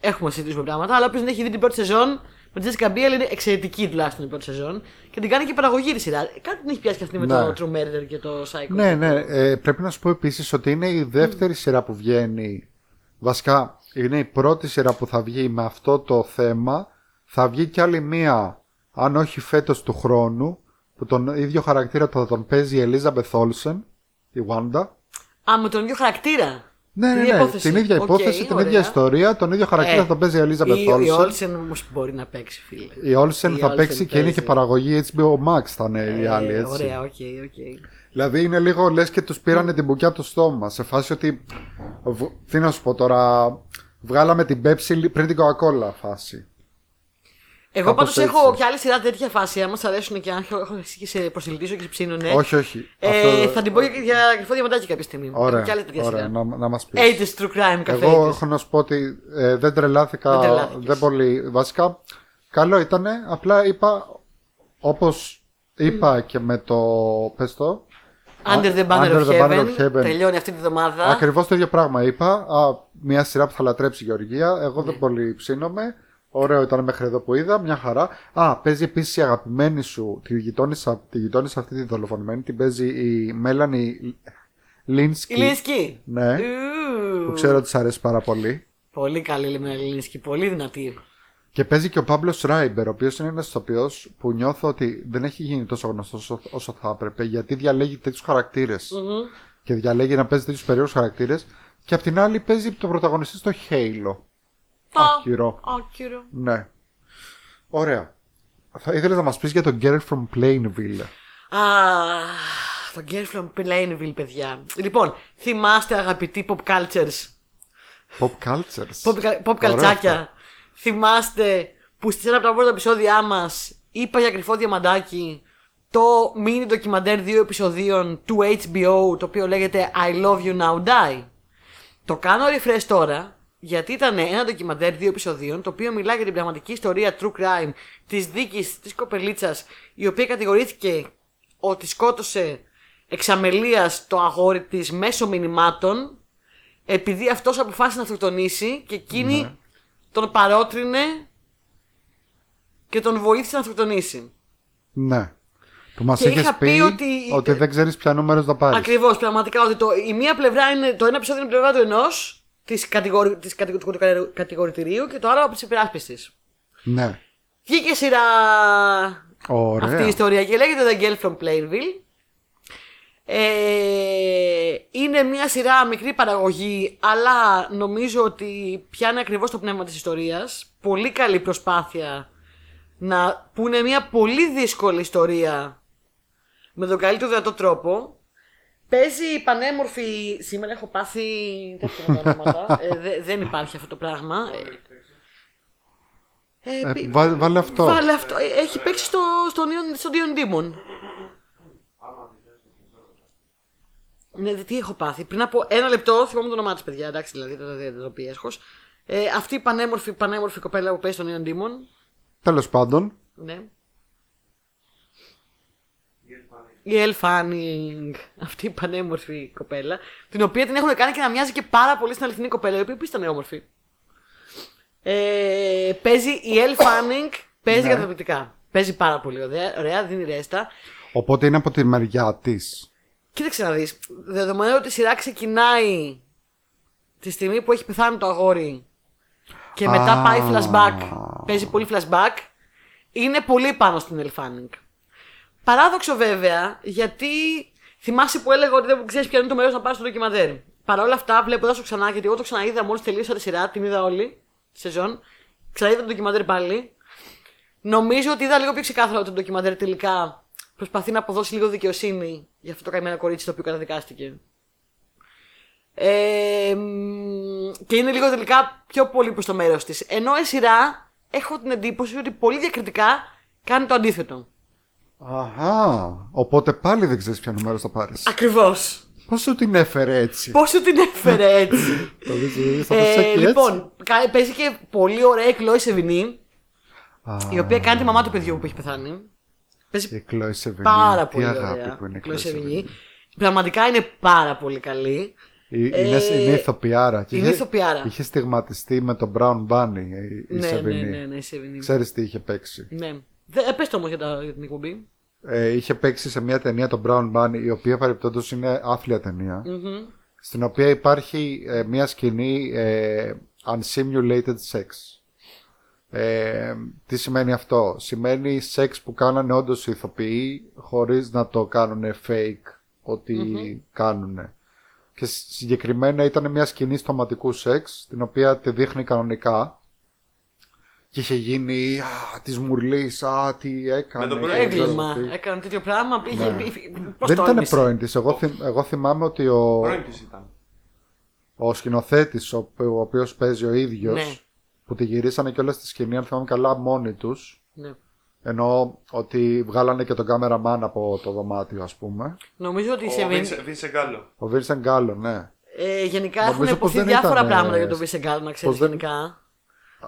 έχουμε να συζητήσουμε πράγματα. Αλλά όποιος δεν έχει δει την πρώτη σεζόν, με τη Jessica Biel είναι εξαιρετική τουλάχιστον η πρώτη σεζόν. Και την κάνει και παραγωγή της σειράς. Κάτι την έχει πιάσει και αυτή με Ναι. το True Murder και το Psycho. Ναι, ναι. Ε, πρέπει να σου πω επίσης ότι είναι η δεύτερη σειρά που βγαίνει. Βασικά, είναι η πρώτη σειρά που θα βγει με αυτό το θέμα. Θα βγει κι άλλη μία, αν όχι φέτος του χρόνου, που τον ίδιο χαρακτήρα θα τον παίζει η Ελίζαμπεθ Όλσεν, η Βάντα. Α, με τον ίδιο χαρακτήρα. Ναι, Την ναι, ίδια ναι. υπόθεση. Την ίδια Οκ, υπόθεση, την ωραία. Ε, ίδια ιστορία, τον ίδιο χαρακτήρα θα τον παίζει η Ελίζαμπεθ Η Όλσεν. Όλσεν όμως μπορεί να παίξει, φίλε. Η Όλσεν η θα Olsen παίξει και είναι παίζει. και παραγωγή HBO Max θα είναι η άλλη, Ε, έτσι. Ωραία, οκ, οκ. Δηλαδή είναι λίγο λες και τους πήρανε την μπουκιά από το στόμα Σε φάση ότι β- Τι να σου πω τώρα Βγάλαμε την Pepsi λι- πριν την Coca-Cola φάση Εγώ πάντω Κάπως έχω έτσι. και άλλη σειρά τέτοια φάση. Αν μα αρέσουν και αν έχω- έχω αρχίσει και σε προσελκύσω και σε ψήνουνε. Όχι όχι Ε, Αυτό- θα την πω για- για κρυφό διαμαντάκι κάποια στιγμή. Ωραία, Έχω και άλλη τέτοια ωραία. σειρά. Να, να μας πεις 80's True Crime καφέ. Εγώ έχω να σου πω ότι ε, δεν τρελάθηκα Δεν τρελάθηκες. δεν πολύ Βασικά καλό ήτανε Απλά είπα Όπως είπα και με το Πες το Under the Banner Under of the Banner Heaven. of Heaven. Τελειώνει αυτή τη βδομάδα. Ακριβώς το ίδιο πράγμα είπα. Α, μια σειρά που θα λατρέψει η Γεωργία. Εγώ δεν πολύ ψήνομαι. Ωραίο ήταν μέχρι εδώ που είδα, μια χαρά. Α, παίζει επίσης η αγαπημένη σου, τη γειτόνισσα, τη γειτόνισσα αυτή τη δολοφονημένη, την παίζει η Μέλανη Λίνσκι. Η Λίνσκι. Ναι, Ου, που ξέρω ότι σ' αρέσει πάρα πολύ. Πολύ καλή η Λίνσκι. Πολύ δυνατή. Και παίζει και ο Παύλο Ράιμπερ, ο οποίος είναι ένας ηθοποιός που νιώθω ότι δεν έχει γίνει τόσο γνωστός όσο, όσο θα έπρεπε, γιατί διαλέγει τέτοιους Mm-hmm. Και διαλέγει να παίζει τέτοιους περίεργους χαρακτήρες. Και απ' την άλλη παίζει τον πρωταγωνιστή στο Halo. Άκυρο. Άκυρο. Ναι. Ωραία. Θα ήθελες να μας πεις για το Girl from Plainville. Αχ, το Girl from Plainville, παιδιά. Λοιπόν, θυμάστε αγαπητοί pop cultures, Pop cultures. pop, pop Ωραία αυτά. καλτσάκια. Θυμάστε που στις ένα από τα πρώτα επεισόδια μας είπα για κρυφό διαμαντάκι το mini ντοκιμαντέρ δύο επεισοδίων του HBO το οποίο λέγεται I Love You Now Die. Το κάνω refresh τώρα, γιατί ήταν ένα ντοκιμαντέρ δύο επεισοδίων, το οποίο μιλάει για την πραγματική ιστορία true crime της δίκης της κοπελίτσας, η οποία κατηγορήθηκε ότι σκότωσε εξαμελία το αγόρι της μέσω μηνυμάτων, επειδή αυτός αποφάσισε να αυτοκτονήσει και εκείνη τον παρότρινε και τον βοήθησε να αυτοκτονήσει. Ναι. Που μας Και είχες είχα πει, πει ότι- ότι δεν ξέρεις ποια νούμερο θα πάρεις. Ακριβώς, πραγματικά. Ότι το, η μία πλευρά είναι, το ένα επεισόδιο είναι η πλευρά του ενός, της κατηγορη, της κατηγο- του κατηγορη- κατηγορητηρίου και το άλλο από της υπεράσπισης. Ναι. Βγήκε σειρά Ωραία. αυτή η ιστορία και λέγεται The Girl from Plainville. Ε, είναι μια σειρά μικρή παραγωγή, αλλά νομίζω ότι πιάνει ακριβώς το πνεύμα της ιστορίας. Πολύ καλή προσπάθεια να που είναι μια πολύ δύσκολη ιστορία με τον καλύτερο δυνατό τρόπο. Παίζει πανέμορφη. Σήμερα έχω πάθει. Δεν ξέρω τα ονόματα. Ε, δε- δεν υπάρχει αυτό το πράγμα. Ε, ε, Ε, πι- βά- βάλε αυτό. Βάλε αυτό. Ε, Έχει παίξει στο, στο, στο Neon Demon. Ναι, δε- τι έχω πάθει. Πριν από ένα λεπτό θυμόμουν το όνομά της, παιδιά. Εντάξει, δηλαδή δεν δεν- δεν το πει έσχος. Ε, αυτή η πανέμορφη, πανέμορφη κοπέλα που παίζει στο Neon Demon. Τέλος πάντων. Ναι. Η Elle Fanning. Αυτή η πανέμορφη κοπέλα. Την οποία την έχουν κάνει και να μοιάζει και πάρα πολύ στην αληθινή κοπέλα, η οποία επίσης ήταν όμορφη. Ε, παίζει η Elle Fanning, παίζει καταπληκτικά. Παίζει πάρα πολύ ωραία, ωραία, δίνει ρέστα. Οπότε είναι από τη μεριά της. Κοίταξε να δεις. Δεδομένου ότι η σειρά ξεκινάει τη στιγμή που έχει πεθάνει το αγόρι και μετά Α. πάει flashback. Παίζει πολύ flashback. Είναι πολύ πάνω στην Ελφάνινγκ. Παράδοξο βέβαια, γιατί θυμάσαι που έλεγα ότι δεν ξέρεις ποιο είναι το μέρος να πάρεις στο ντοκιμαντέρ. Παρ' όλα αυτά, βλέποντα το ξανά, γιατί εγώ το ξαναείδα μόλις τελείωσα τη σειρά, την είδα όλη τη σεζόν. Ξαναείδα το ντοκιμαντέρ πάλι. Νομίζω ότι είδα λίγο πιο ξεκάθαρα ότι το ντοκιμαντέρ τελικά προσπαθεί να αποδώσει λίγο δικαιοσύνη για αυτό το καημένο κορίτσι το οποίο καταδικάστηκε. Ε, μ, και είναι λίγο τελικά πιο πολύ προς το μέρος της. Ενώ η σειρά έχω την εντύπωση ότι πολύ διακριτικά κάνει το αντίθετο. Αχά. Οπότε πάλι δεν ξέρεις ποια νούμερο θα πάρεις. Ακριβώς. Πώς σου την έφερε έτσι. Πόσο την έφερε έτσι. Το δεις, δεις, θα το ε, ψέκει έτσι. λοιπόν, κα- παίζει και πολύ ωραία η Κλώη Σεβινή, Α, η οποία κάνει τη μαμά του παιδιού που έχει πεθάνει. Παίζει Η Κλώη Σεβινή. πάρα Τι πολύ αγάπη ωραία που είναι η η Κλώη Κλώη Σεβινή. Σεβινή. Πραγματικά είναι πάρα πολύ καλή. Ε, Είναι, Ε, είναι ηθοποιάρα. και είναι είχε- ηθοποιάρα. Είχε στιγματιστεί με τον Brown Bunny ε, η, η ναι, ναι, Σεβινή. ναι, ναι, η Σεβινή. Ξέρεις τι είχε παίξει. Ναι. Δε- ε, πες το όμως για, τα, για την εκπομπή. Ε, είχε παίξει σε μια ταινία τον Brown Bunny, η οποία παρεπτόντως είναι άφλια ταινία, Μμμ. στην οποία υπάρχει ε, μια σκηνή ε, unsimulated sex. Ε, τι σημαίνει αυτό. Σημαίνει σεξ που κάνανε όντως οι ηθοποιοί χωρίς να το κάνουν fake ότι κάνουν. Και συγκεκριμένα ήταν μια σκηνή στοματικού σεξ, την οποία τη δείχνει κανονικά. Και είχε γίνει α, της μουρλής, α, τι έκανε. τον πρώην. και Ε, ξέρω Έγκλημα. τι. Ναι. Έκανε τέτοιο πράγμα. Είχε, είχε- πώς Δεν το ήταν όνεισε. πρώην της. Εγώ, θυμ- εγώ θυμάμαι ότι ο, Πρώην της ήταν. ο σκηνοθέτης, ο, ο οποίος παίζει ο ίδιος, Ναι. που τη γυρίσανε και όλα στη σκηνή, αν θυμάμαι καλά, μόνοι τους. Ναι. Ενώ ότι βγάλανε και τον κάμεραμάν από το δωμάτιο, ας πούμε. Νομίζω ότι η Ο Σεβινή. Βίνσε- Βίνσε Γκάλο. Ο Βίλσεν Γκάλλο, ναι. Ε, γενικά Νομίζω έχουν πως υποθεί δεν διάφορα ήταν, πράγματα ε, για τον Βίσεγκάλ, να ξέρεις πως δεν- γενικά.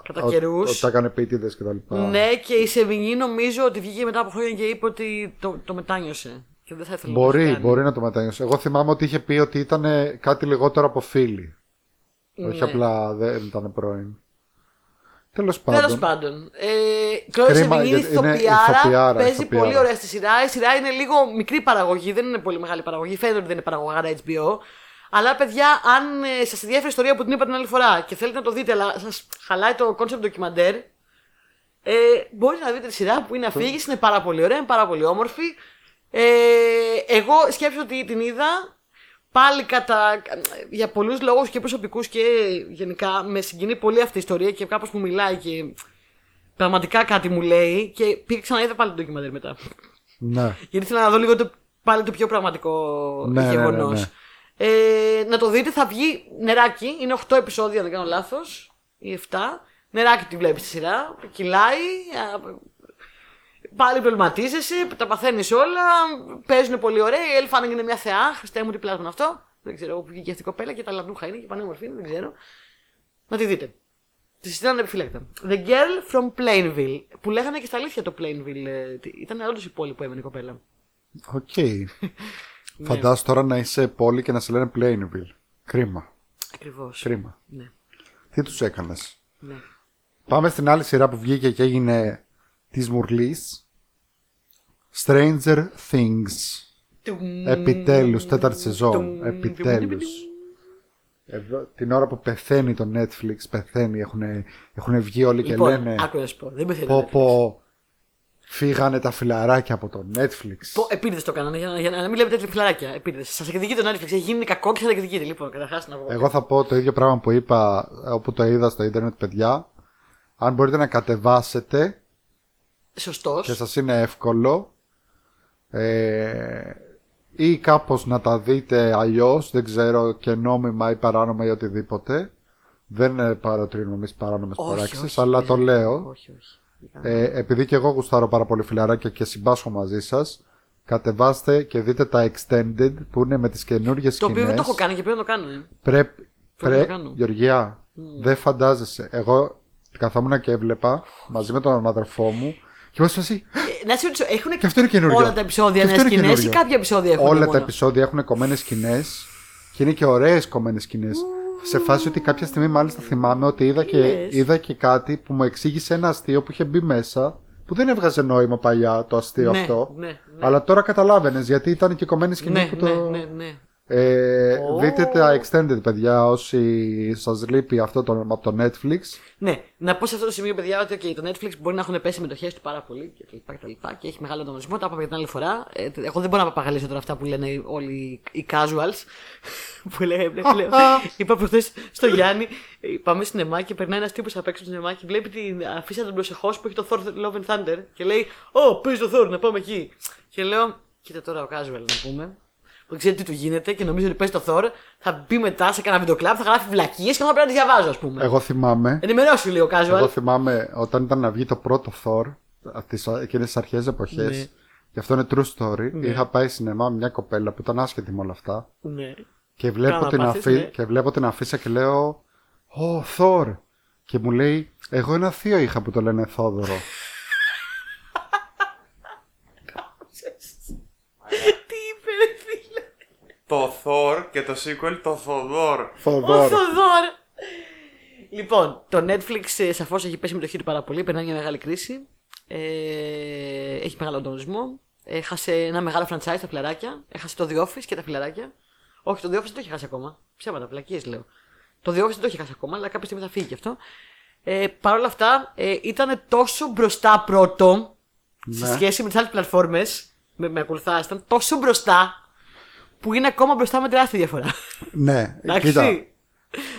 Κατά Ο- καιρούς. Ότι τα έκανε επίτηδε και τα λοιπά. Ναι, και η Σεβινή νομίζω ότι βγήκε μετά από χρόνια και είπε ότι το, το μετάνιωσε. Και δεν θα ήθελε να το Μπορεί, κάνει. μπορεί να το μετανιώσει. Εγώ θυμάμαι ότι είχε πει ότι ήταν κάτι λιγότερο από φίλοι. Όχι Ναι. απλά δεν ήταν πρώην. Τέλος Τέλος πάντων. πάντων. Ε, Κλώη Κρίμα, Σεβινή είναι γιατί είναι ηθοποιάρα. ηθοποιάρα, Παίζει ηθοποιάρα. πολύ ωραία στη σειρά. Η σειρά είναι λίγο μικρή παραγωγή, δεν είναι πολύ μεγάλη παραγωγή. Φαίνεται ότι δεν είναι παραγωγάρα HBO. Αλλά παιδιά, αν ε, σας ενδιαφέρει η ιστορία που την είπα την άλλη φορά και θέλετε να το δείτε, αλλά σας χαλάει το κόνσεπτ ντοκιμαντέρ, ε, μπορείτε να δείτε τη σειρά που είναι αφήγηση. Είναι πάρα πολύ ωραία, είναι πάρα πολύ όμορφη. Ε, εγώ σκέψω ότι την είδα πάλι κατά, για πολλούς λόγους και προσωπικούς και γενικά με συγκινεί πολύ αυτή η ιστορία και κάπως μου μιλάει και πραγματικά κάτι μου λέει και πήγα ξαναείδα πάλι το ντοκιμαντέρ μετά. Ναι. Γιατί ήθελα να δω λίγο το, πάλι το πιο πραγματικό Ναι, ναι, ναι, γεγονός. ναι. Ε, να το δείτε, θα βγει νεράκι. Είναι 8 επεισόδια, αν δεν κάνω λάθος. Ή 7. Νεράκι τη βλέπεις στη σειρά. Κυλάει. α, Πάλι προβληματίζεσαι, τα παθαίνεις όλα. Παίζουν πολύ ωραία. Η Ελφάνεγκ είναι μια θεά. Χριστέ μου, τι πλάσμα είναι αυτό. Δεν ξέρω που βγήκε αυτή η κοπέλα και τα λαντούχα είναι και πανέμορφη είναι, δεν ξέρω. Να τη δείτε. Τη ήταν επιφυλάκτα. The girl from Plainville. Που λέγανε και στα αλήθεια το Plainville. ε, τι- Ήταν όντως η πόλη που έμενε η κοπέλα. Οκ. Φαντάσου τώρα να είσαι πόλη και να σε λένε Plainville. Κρίμα. Ακριβώς. Κρίμα. Ναι. Τι τους έκανες. ναι. Πάμε στην άλλη σειρά που βγήκε και έγινε της Μουρλής. Stranger Things. Ε, Επιτέλους, τέταρτη σεζόν. Επιτέλους. Εδώ, την ώρα που πεθαίνει το Netflix, πεθαίνει, έχουν, έχουν βγει όλοι και Λοιπόν, λένε άκου να σου πω. Δεν με θέλει. πω πω φύγανε τα φιλαράκια από το Netflix. Επίτηδες το έκαναν για, να- για να μην λέμε τέτοια φιλαράκια. Επίτηδες. Σας εκδικεί το Netflix. Έχει γίνει κακό και σας εκδικείται. Λοιπόν, καταρχάς να πω. Εγώ θα πω το ίδιο πράγμα που είπα ε, όπου το είδα στο ίντερνετ παιδιά. Αν μπορείτε να κατεβάσετε Σωστός. και σας είναι εύκολο ε, ή κάπως να τα δείτε αλλιώς, δεν ξέρω και νόμιμα ή παράνομα ή οτιδήποτε. Δεν ε, παροτρύνουμε εμείς παράνομες παράξεις, αλλά το λέω. Όχι, όχι. Ε, επειδή και εγώ γουστάρω πάρα πολύ φιλαράκια και συμπάσχω μαζί σας, κατεβάστε και δείτε τα extended που είναι με τις καινούργιες Το οποίο σκηνές. δεν το έχω κάνει και πρέπει να το κάνω. ε. Πρέπει. Πρέπει Πρέ... να κάνω. Mm. Γεωργία, δεν φαντάζεσαι. Εγώ καθόμουν και έβλεπα μαζί με τον αδερφό μου και μου εσύ. Ε, Να σε ρωτήσω, έχουν Και αυτό είναι καινούριο. όλα τα επεισόδια Και νέε αυτό είναι σκηνές ή καινούριο. κάποια επεισόδια έχουν. Όλα μόνο. τα επεισόδια έχουν κομμένες σκηνές και είναι και ωραίες κομμένες σκηνές. Mm. Σε φάση ότι κάποια στιγμή, μάλιστα θυμάμαι ότι είδα και, λες? είδα και κάτι που μου εξήγησε ένα αστείο που είχε μπει μέσα που δεν έβγαζε νόημα παλιά το αστείο Ναι, αυτό. ναι, ναι. Αλλά τώρα καταλάβαινες γιατί ήταν και κομμένε σκηνέ Ναι, που ναι, το. ναι, ναι. Ε, Ω. Δείτε τα extended, παιδιά, όσοι σας λείπει αυτό το, από το Netflix. Ναι, να πω σε αυτό το σημείο, παιδιά, ότι okay, το Netflix μπορεί να έχουν πέσει μετοχέ του πάρα πολύ και τα λοιπά και τα λοιπά και έχει μεγάλο ανταγωνισμό. Τα είπαμε και την άλλη φορά. Ε, τε- εγώ δεν μπορώ να παπαγαλίσω τώρα αυτά που λένε όλοι οι casuals. που λέει, λέω, είπα προχθές στο Γιάννη, ε, πάμε στην Εμά και περνάει ένας τύπος απ' έξω στην Εμά και βλέπει την αφίσα των προσεχώς που έχει το Thor Love and Thunder και λέει: Ω, παίζει το Thor, να πάμε εκεί. Και λέω: Κοίτα τώρα ο casual να πούμε. Που ξέρει τι του γίνεται και νομίζω ότι παίζει το Thor, θα μπει μετά σε κανένα βίντεο κλαμπ, θα γράφει βλακίες και θα πρέπει να τις διαβάζω, ας πούμε. Εγώ Ε, θυμάμαι, Ενημερώσου λίγο, casual. εγώ θυμάμαι όταν ήταν να βγει το πρώτο Thor, αυτές, εκείνες τις αρχές εποχές, Ναι. και αυτό είναι true story, είχα πάει σινεμά με μια κοπέλα που ήταν άσχετη με όλα αυτά Ναι. και βλέπω, Πράγμα την, πάθεις, αφή- ναι. και βλέπω την αφίσα και λέω «Ω, Thor» και μου λέει «Εγώ ένα θείο είχα που το λένε Θόδωρο». Ε, Τι είπε, ρε φίλε. Το Thor και το sequel το Θοδόρ. Ο Θοδόρο. Θοδόρ. Λοιπόν, το Netflix σαφώς έχει πέσει μετοχή του πάρα πολύ. Περνάει μια μεγάλη κρίση. Ε, έχει μεγάλο ανταγωνισμό. Έχασε ένα μεγάλο franchise τα φιλαράκια. Έχασε το The Office και τα φιλαράκια. Όχι, το The Office δεν το έχει χάσει ακόμα. Ψέματα, βλακίες λέω. Το The Office δεν το έχει χάσει ακόμα, αλλά κάποια στιγμή θα φύγει και αυτό. Ε, Παρ' όλα αυτά, ε, ήταν τόσο μπροστά πρώτο σε σχέση με τις άλλες πλατφόρμες. Με, με ακολουθά, ήταν τόσο μπροστά που είναι ακόμα μπροστά με τεράστια διαφορά. Ναι, Εντάξει. κοίτα,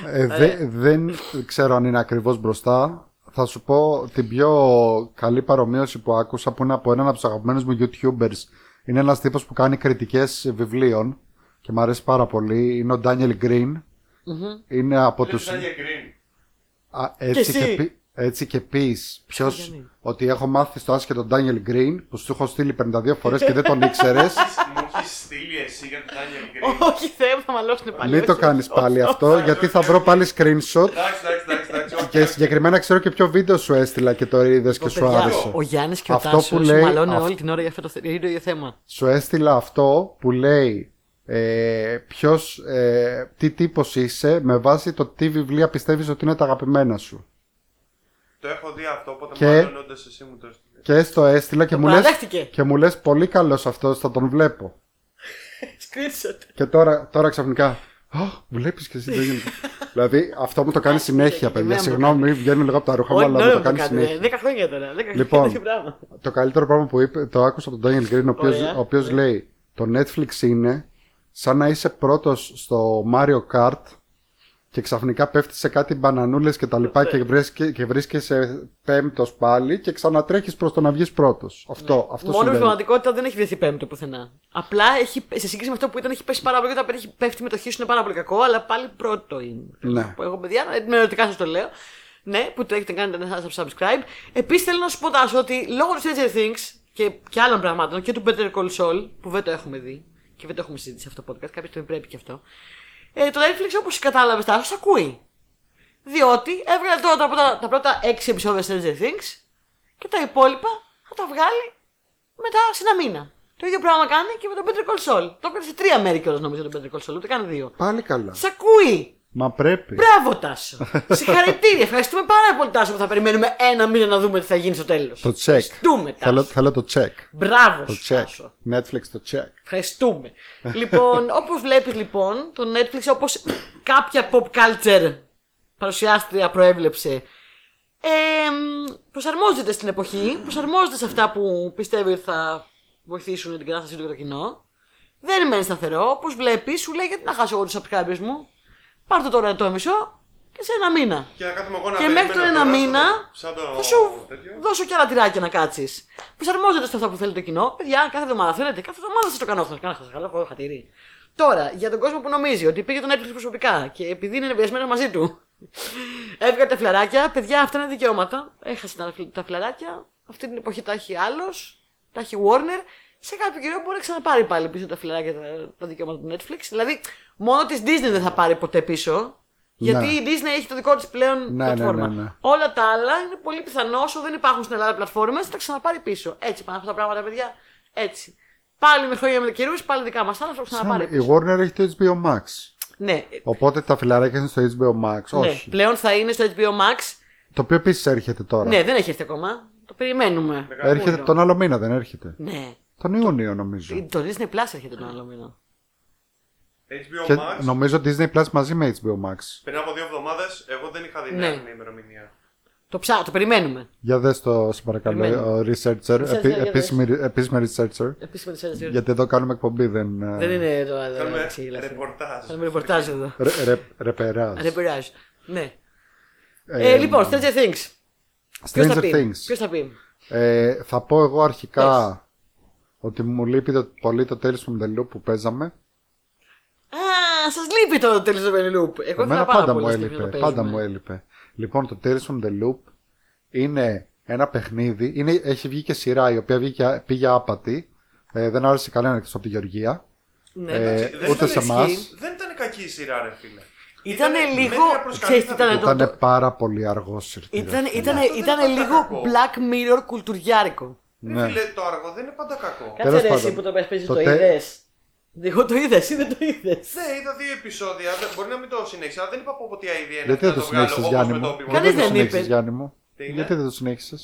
Ε, δε- δεν ξέρω αν είναι ακριβώς μπροστά. Θα σου πω την πιο καλή παρομοίωση που άκουσα που είναι από έναν από τους αγαπημένους μου YouTubers. Είναι ένας τύπος που κάνει κριτικές βιβλίων και μου αρέσει πάρα πολύ. Είναι ο Daniel Green. Είναι από Του τους... Σάνια Γκριν. Α, έτσι, εσύ. και πει, έτσι και πεις ποιος, Γιάννη. ότι έχω μάθει στο άσχετο Daniel Green που σου έχω στείλει 52 φορές και δεν τον ήξερες. Μου έχει στείλει εσύ για τον Σάνια Γκριν. Όχι, Θεέ, μου, θα μαλώσουν πάλι. Μην όχι, το όχι, κάνεις όχι. πάλι αυτό γιατί θα βρω πάλι screenshot Εντάξει, εντάξει, εντάξει, εντάξει. όχι, Και συγκεκριμένα ξέρω και ποιο βίντεο σου έστειλα και το είδες και σου Παιδιά, άρεσε. Ο Γιάννης και ο Αυτό Τάσος που λέει- μαλώνουν αυ- όλη την ώρα για αυτό το θε- για το ίδιο θέμα. Σου έστειλα αυτό που λέει ε, ποιος, ε, τι τύπος είσαι με βάση το τι βιβλία πιστεύεις ότι είναι τα αγαπημένα σου. Το έχω δει αυτό, οπότε Και- μάλλον όντως εσύ μου το έστειλες. Και στο έστειλα και, Το μου, λες, παραδέχτηκε. και μου λες πολύ καλός αυτός θα τον βλέπω. Σκρίτσο. Και τώρα, τώρα ξαφνικά Αχ, βλέπεις και εσύ το ίδιο». Δηλαδή αυτό μου το κάνει συνέχεια και εμένα παιδιά μου το Συγγνώμη, βγαίνω λίγο από τα ρούχα μου Όλη την Αλλά ώρα μου το μου ε, το κάνει συνέχεια κάνετε. Δέκα χρόνια τώρα. Δέκα χρόνια Λοιπόν. τέτοιο πράγμα. Το καλύτερο πράγμα που είπε, το άκουσα από τον Daniel Green, ο οποίος, Ωραία. Ναι. ο οποίος λέει το Netflix είναι σαν να είσαι πρώτος στο Mario Kart και ξαφνικά πέφτεις σε κάτι μπανανούλες και τα λοιπά Ναι. και, βρίσκε, και βρίσκεσαι πέμπτος πάλι και ξανατρέχεις προς το να βγεις πρώτος. Ναι. Αυτό, αυτό Μόνο στην συμβαίνει. πραγματικότητα δεν έχει βρεθεί πέμπτο πουθενά. Απλά έχει, σε σύγκριση με αυτό που ήταν, έχει πέσει πάρα πολύ. και Όταν πέφτει- πέφτει η μετοχή σου είναι πάρα πολύ κακό, αλλά πάλι πρώτο είναι. Ναι. Που εγώ, παιδιά, ενημερωτικά σας το λέω. Ναι, που το έχετε κάνει, ένα subscribe. Επίσης θέλω να σου πω Τάσο, ότι λόγω του Stranger Things και, και άλλων πραγμάτων και του Better Call Saul, που δεν το έχουμε δει και δεν το έχουμε συζητήσει αυτό το podcast, κάποια στιγμή πρέπει και αυτό. Ε, το Netflix, όπως κατάλαβες, Τάσο, σ' ακούει. Διότι έβγαλε τώρα τα πρώτα, τα πρώτα 6 επεισόδια Stranger Things και τα υπόλοιπα θα τα βγάλει μετά σε ένα μήνα. Το ίδιο πράγμα κάνει και με τον Better Call Saul. Το έκανε σε τρία μέρη κιόλας νομίζω τον Better Call Saul, ούτε καν δύο. Πάλι καλά. Σ' ακούει! Μα πρέπει. Μπράβο, Τάσο. Συγχαρητήρια. Ευχαριστούμε πάρα πολύ, Τάσο, που θα περιμένουμε ένα μήνα να δούμε τι θα γίνει στο τέλος. Το check. Ευχαριστούμε, Θέλω, Τάσο. θέλω το check. Μπράβο, Το σου, check. Τάσο. Netflix το check. Ευχαριστούμε. λοιπόν, όπως βλέπεις λοιπόν, το Netflix όπως κάποια pop culture παρουσιάστρια προέβλεψε. Ε, προσαρμόζεται στην εποχή, προσαρμόζεται σε αυτά που πιστεύει ότι θα βοηθήσουν την κατάστασή του και το κοινό. Δεν μένει σταθερό. Όπως βλέπεις, σου λέει γιατί να χάσω εγώ τους subscribers μου. Πάρ το τώρα το μισό και σε ένα μήνα. Και να κάθομαι εγώ να Και μέχρι τον περιμένω ένα τώρα, μήνα σαν το- σαν το θα σου τέτοιο. δώσω κι άλλα τυράκια να κάτσεις. Προσαρμόζεται σε αυτά που θέλει το κοινό. Παιδιά, κάθε εβδομάδα θέλετε. Κάθε εβδομάδα σα το κάνω αυτό. Κάνω αυτό. Καλό χώρο, χατήρι. Τώρα, για τον κόσμο που νομίζει ότι πήγε τον Netflix προσωπικά και επειδή είναι βιασμένος μαζί του, έβγαλε τα φλαράκια. Παιδιά, αυτά είναι δικαιώματα. Έχασε τα, φλ- τα φλαράκια. Αυτή την εποχή τα έχει άλλος. Τα έχει Warner. Σε κάποιο καιρό μπορεί να ξαναπάρει πάλι πίσω τα φλαράκια τα, τα δικαιώματα του Netflix. Δηλαδή, μόνο της Disney δεν θα πάρει ποτέ πίσω. Γιατί Ναι. η Disney έχει το δικό της πλέον Ναι, πλατφόρμα. ναι, ναι, ναι. Όλα τα άλλα είναι πολύ πιθανό όσο δεν υπάρχουν στην Ελλάδα πλατφόρμες να τα ξαναπάρει πίσω. Έτσι πάνε αυτά τα πράγματα, παιδιά. Έτσι. Πάλι με χρόνια με καιρού, πάλι δικά μας άλλα θα τα ξαναπάρει Σαν- πίσω. Η Warner έχει το HBO Max. Ναι, ε, Οπότε τα φιλαράκια είναι στο HBO Max. ναι. Όχι. πλέον θα είναι στο HBO Max. Το οποίο επίσης έρχεται τώρα. Ναι, δεν έχει έρθει ακόμα. Το περιμένουμε. Έρχεται τον άλλο μήνα, δεν έρχεται. Ναι. Τον Ιούνιο νομίζω. Το Disney Plus έρχεται τον άλλο μήνα. HBO Και Max. νομίζω Disney Plus μαζί με HBO Max. Πριν από δύο εβδομάδες, εγώ δεν είχα δει Ναι. ναι. ημερομηνία. Το ψά, το περιμένουμε. Για δες το, σε παρακαλώ, Περιμένουμε. ο researcher, Researcher, επί- για δες. επίσημη, επίσημη researcher. Επίσημα τη έρευνα. Γιατί εδώ κάνουμε εκπομπή, δεν. ε, Δεν είναι το άλλο. Κάνουμε έτσι, ελεύθερο. ρεπορτάζ. Κάνουμε ρεπορτάζ εδώ. ρε- ρε- ρεπεράς. Δεν πειράζει. Ναι. Ε, Ε, Λοιπόν, Stranger Things. Ποιος θα Stranger πει. Things. Ποιος θα πει. Ε, θα πω εγώ αρχικά ότι μου λείπει το, πολύ το τέλος του μοντελού που παίζαμε. Α, σας λείπει το τέλος του Benny Loop. Εγώ ήθελα Εμένα πάρα πάντα μου πολύ στην αρχή να έλειπε. το Πάντα παίζουμε. μου έλειπε. Λοιπόν, το Tales from the Loop είναι ένα παιχνίδι. Είναι, έχει βγει και σειρά η οποία βγήκε, πήγε άπατη. Ε, δεν άρεσε κανένα εκτός από τη Γεωργία. Ναι. Ε, Εντάξει, δεν ούτε ήταν σε ισχύ. εμάς. Δεν ήταν κακή η σειρά, ρε φίλε. Ήτανε Ήτανε λίγο- μέτρια προς καλή ξέρεις τι θα ήτανε πω. το- Ήταν πάρα πολύ αργός συρτήρα. Ήταν, φίλε. ήταν, Αυτό δεν ήταν είναι λίγο κακό. Black Mirror κουλτουριάρικο. Ρε Ναι. φίλε, το αργό δεν είναι πάντα κακό. Κάτσε Τέλος ρε εσύ πάντων. που το παίζει, Το το τε- είδες. Εγώ το είδε ή δεν το είδες. Ναι, είδα δύο επεισόδια. δεν- Μπορεί να μην το συνέχισα, αλλά δεν είπα από ποτέ idea Γιατί δεν το συνέχισε, Γιάννη μου. Κανείς Γιατί δεν το δεν είπε. συνέχισε, Γιάννη μου. Τι είναι? Γιατί δεν το συνέχισε.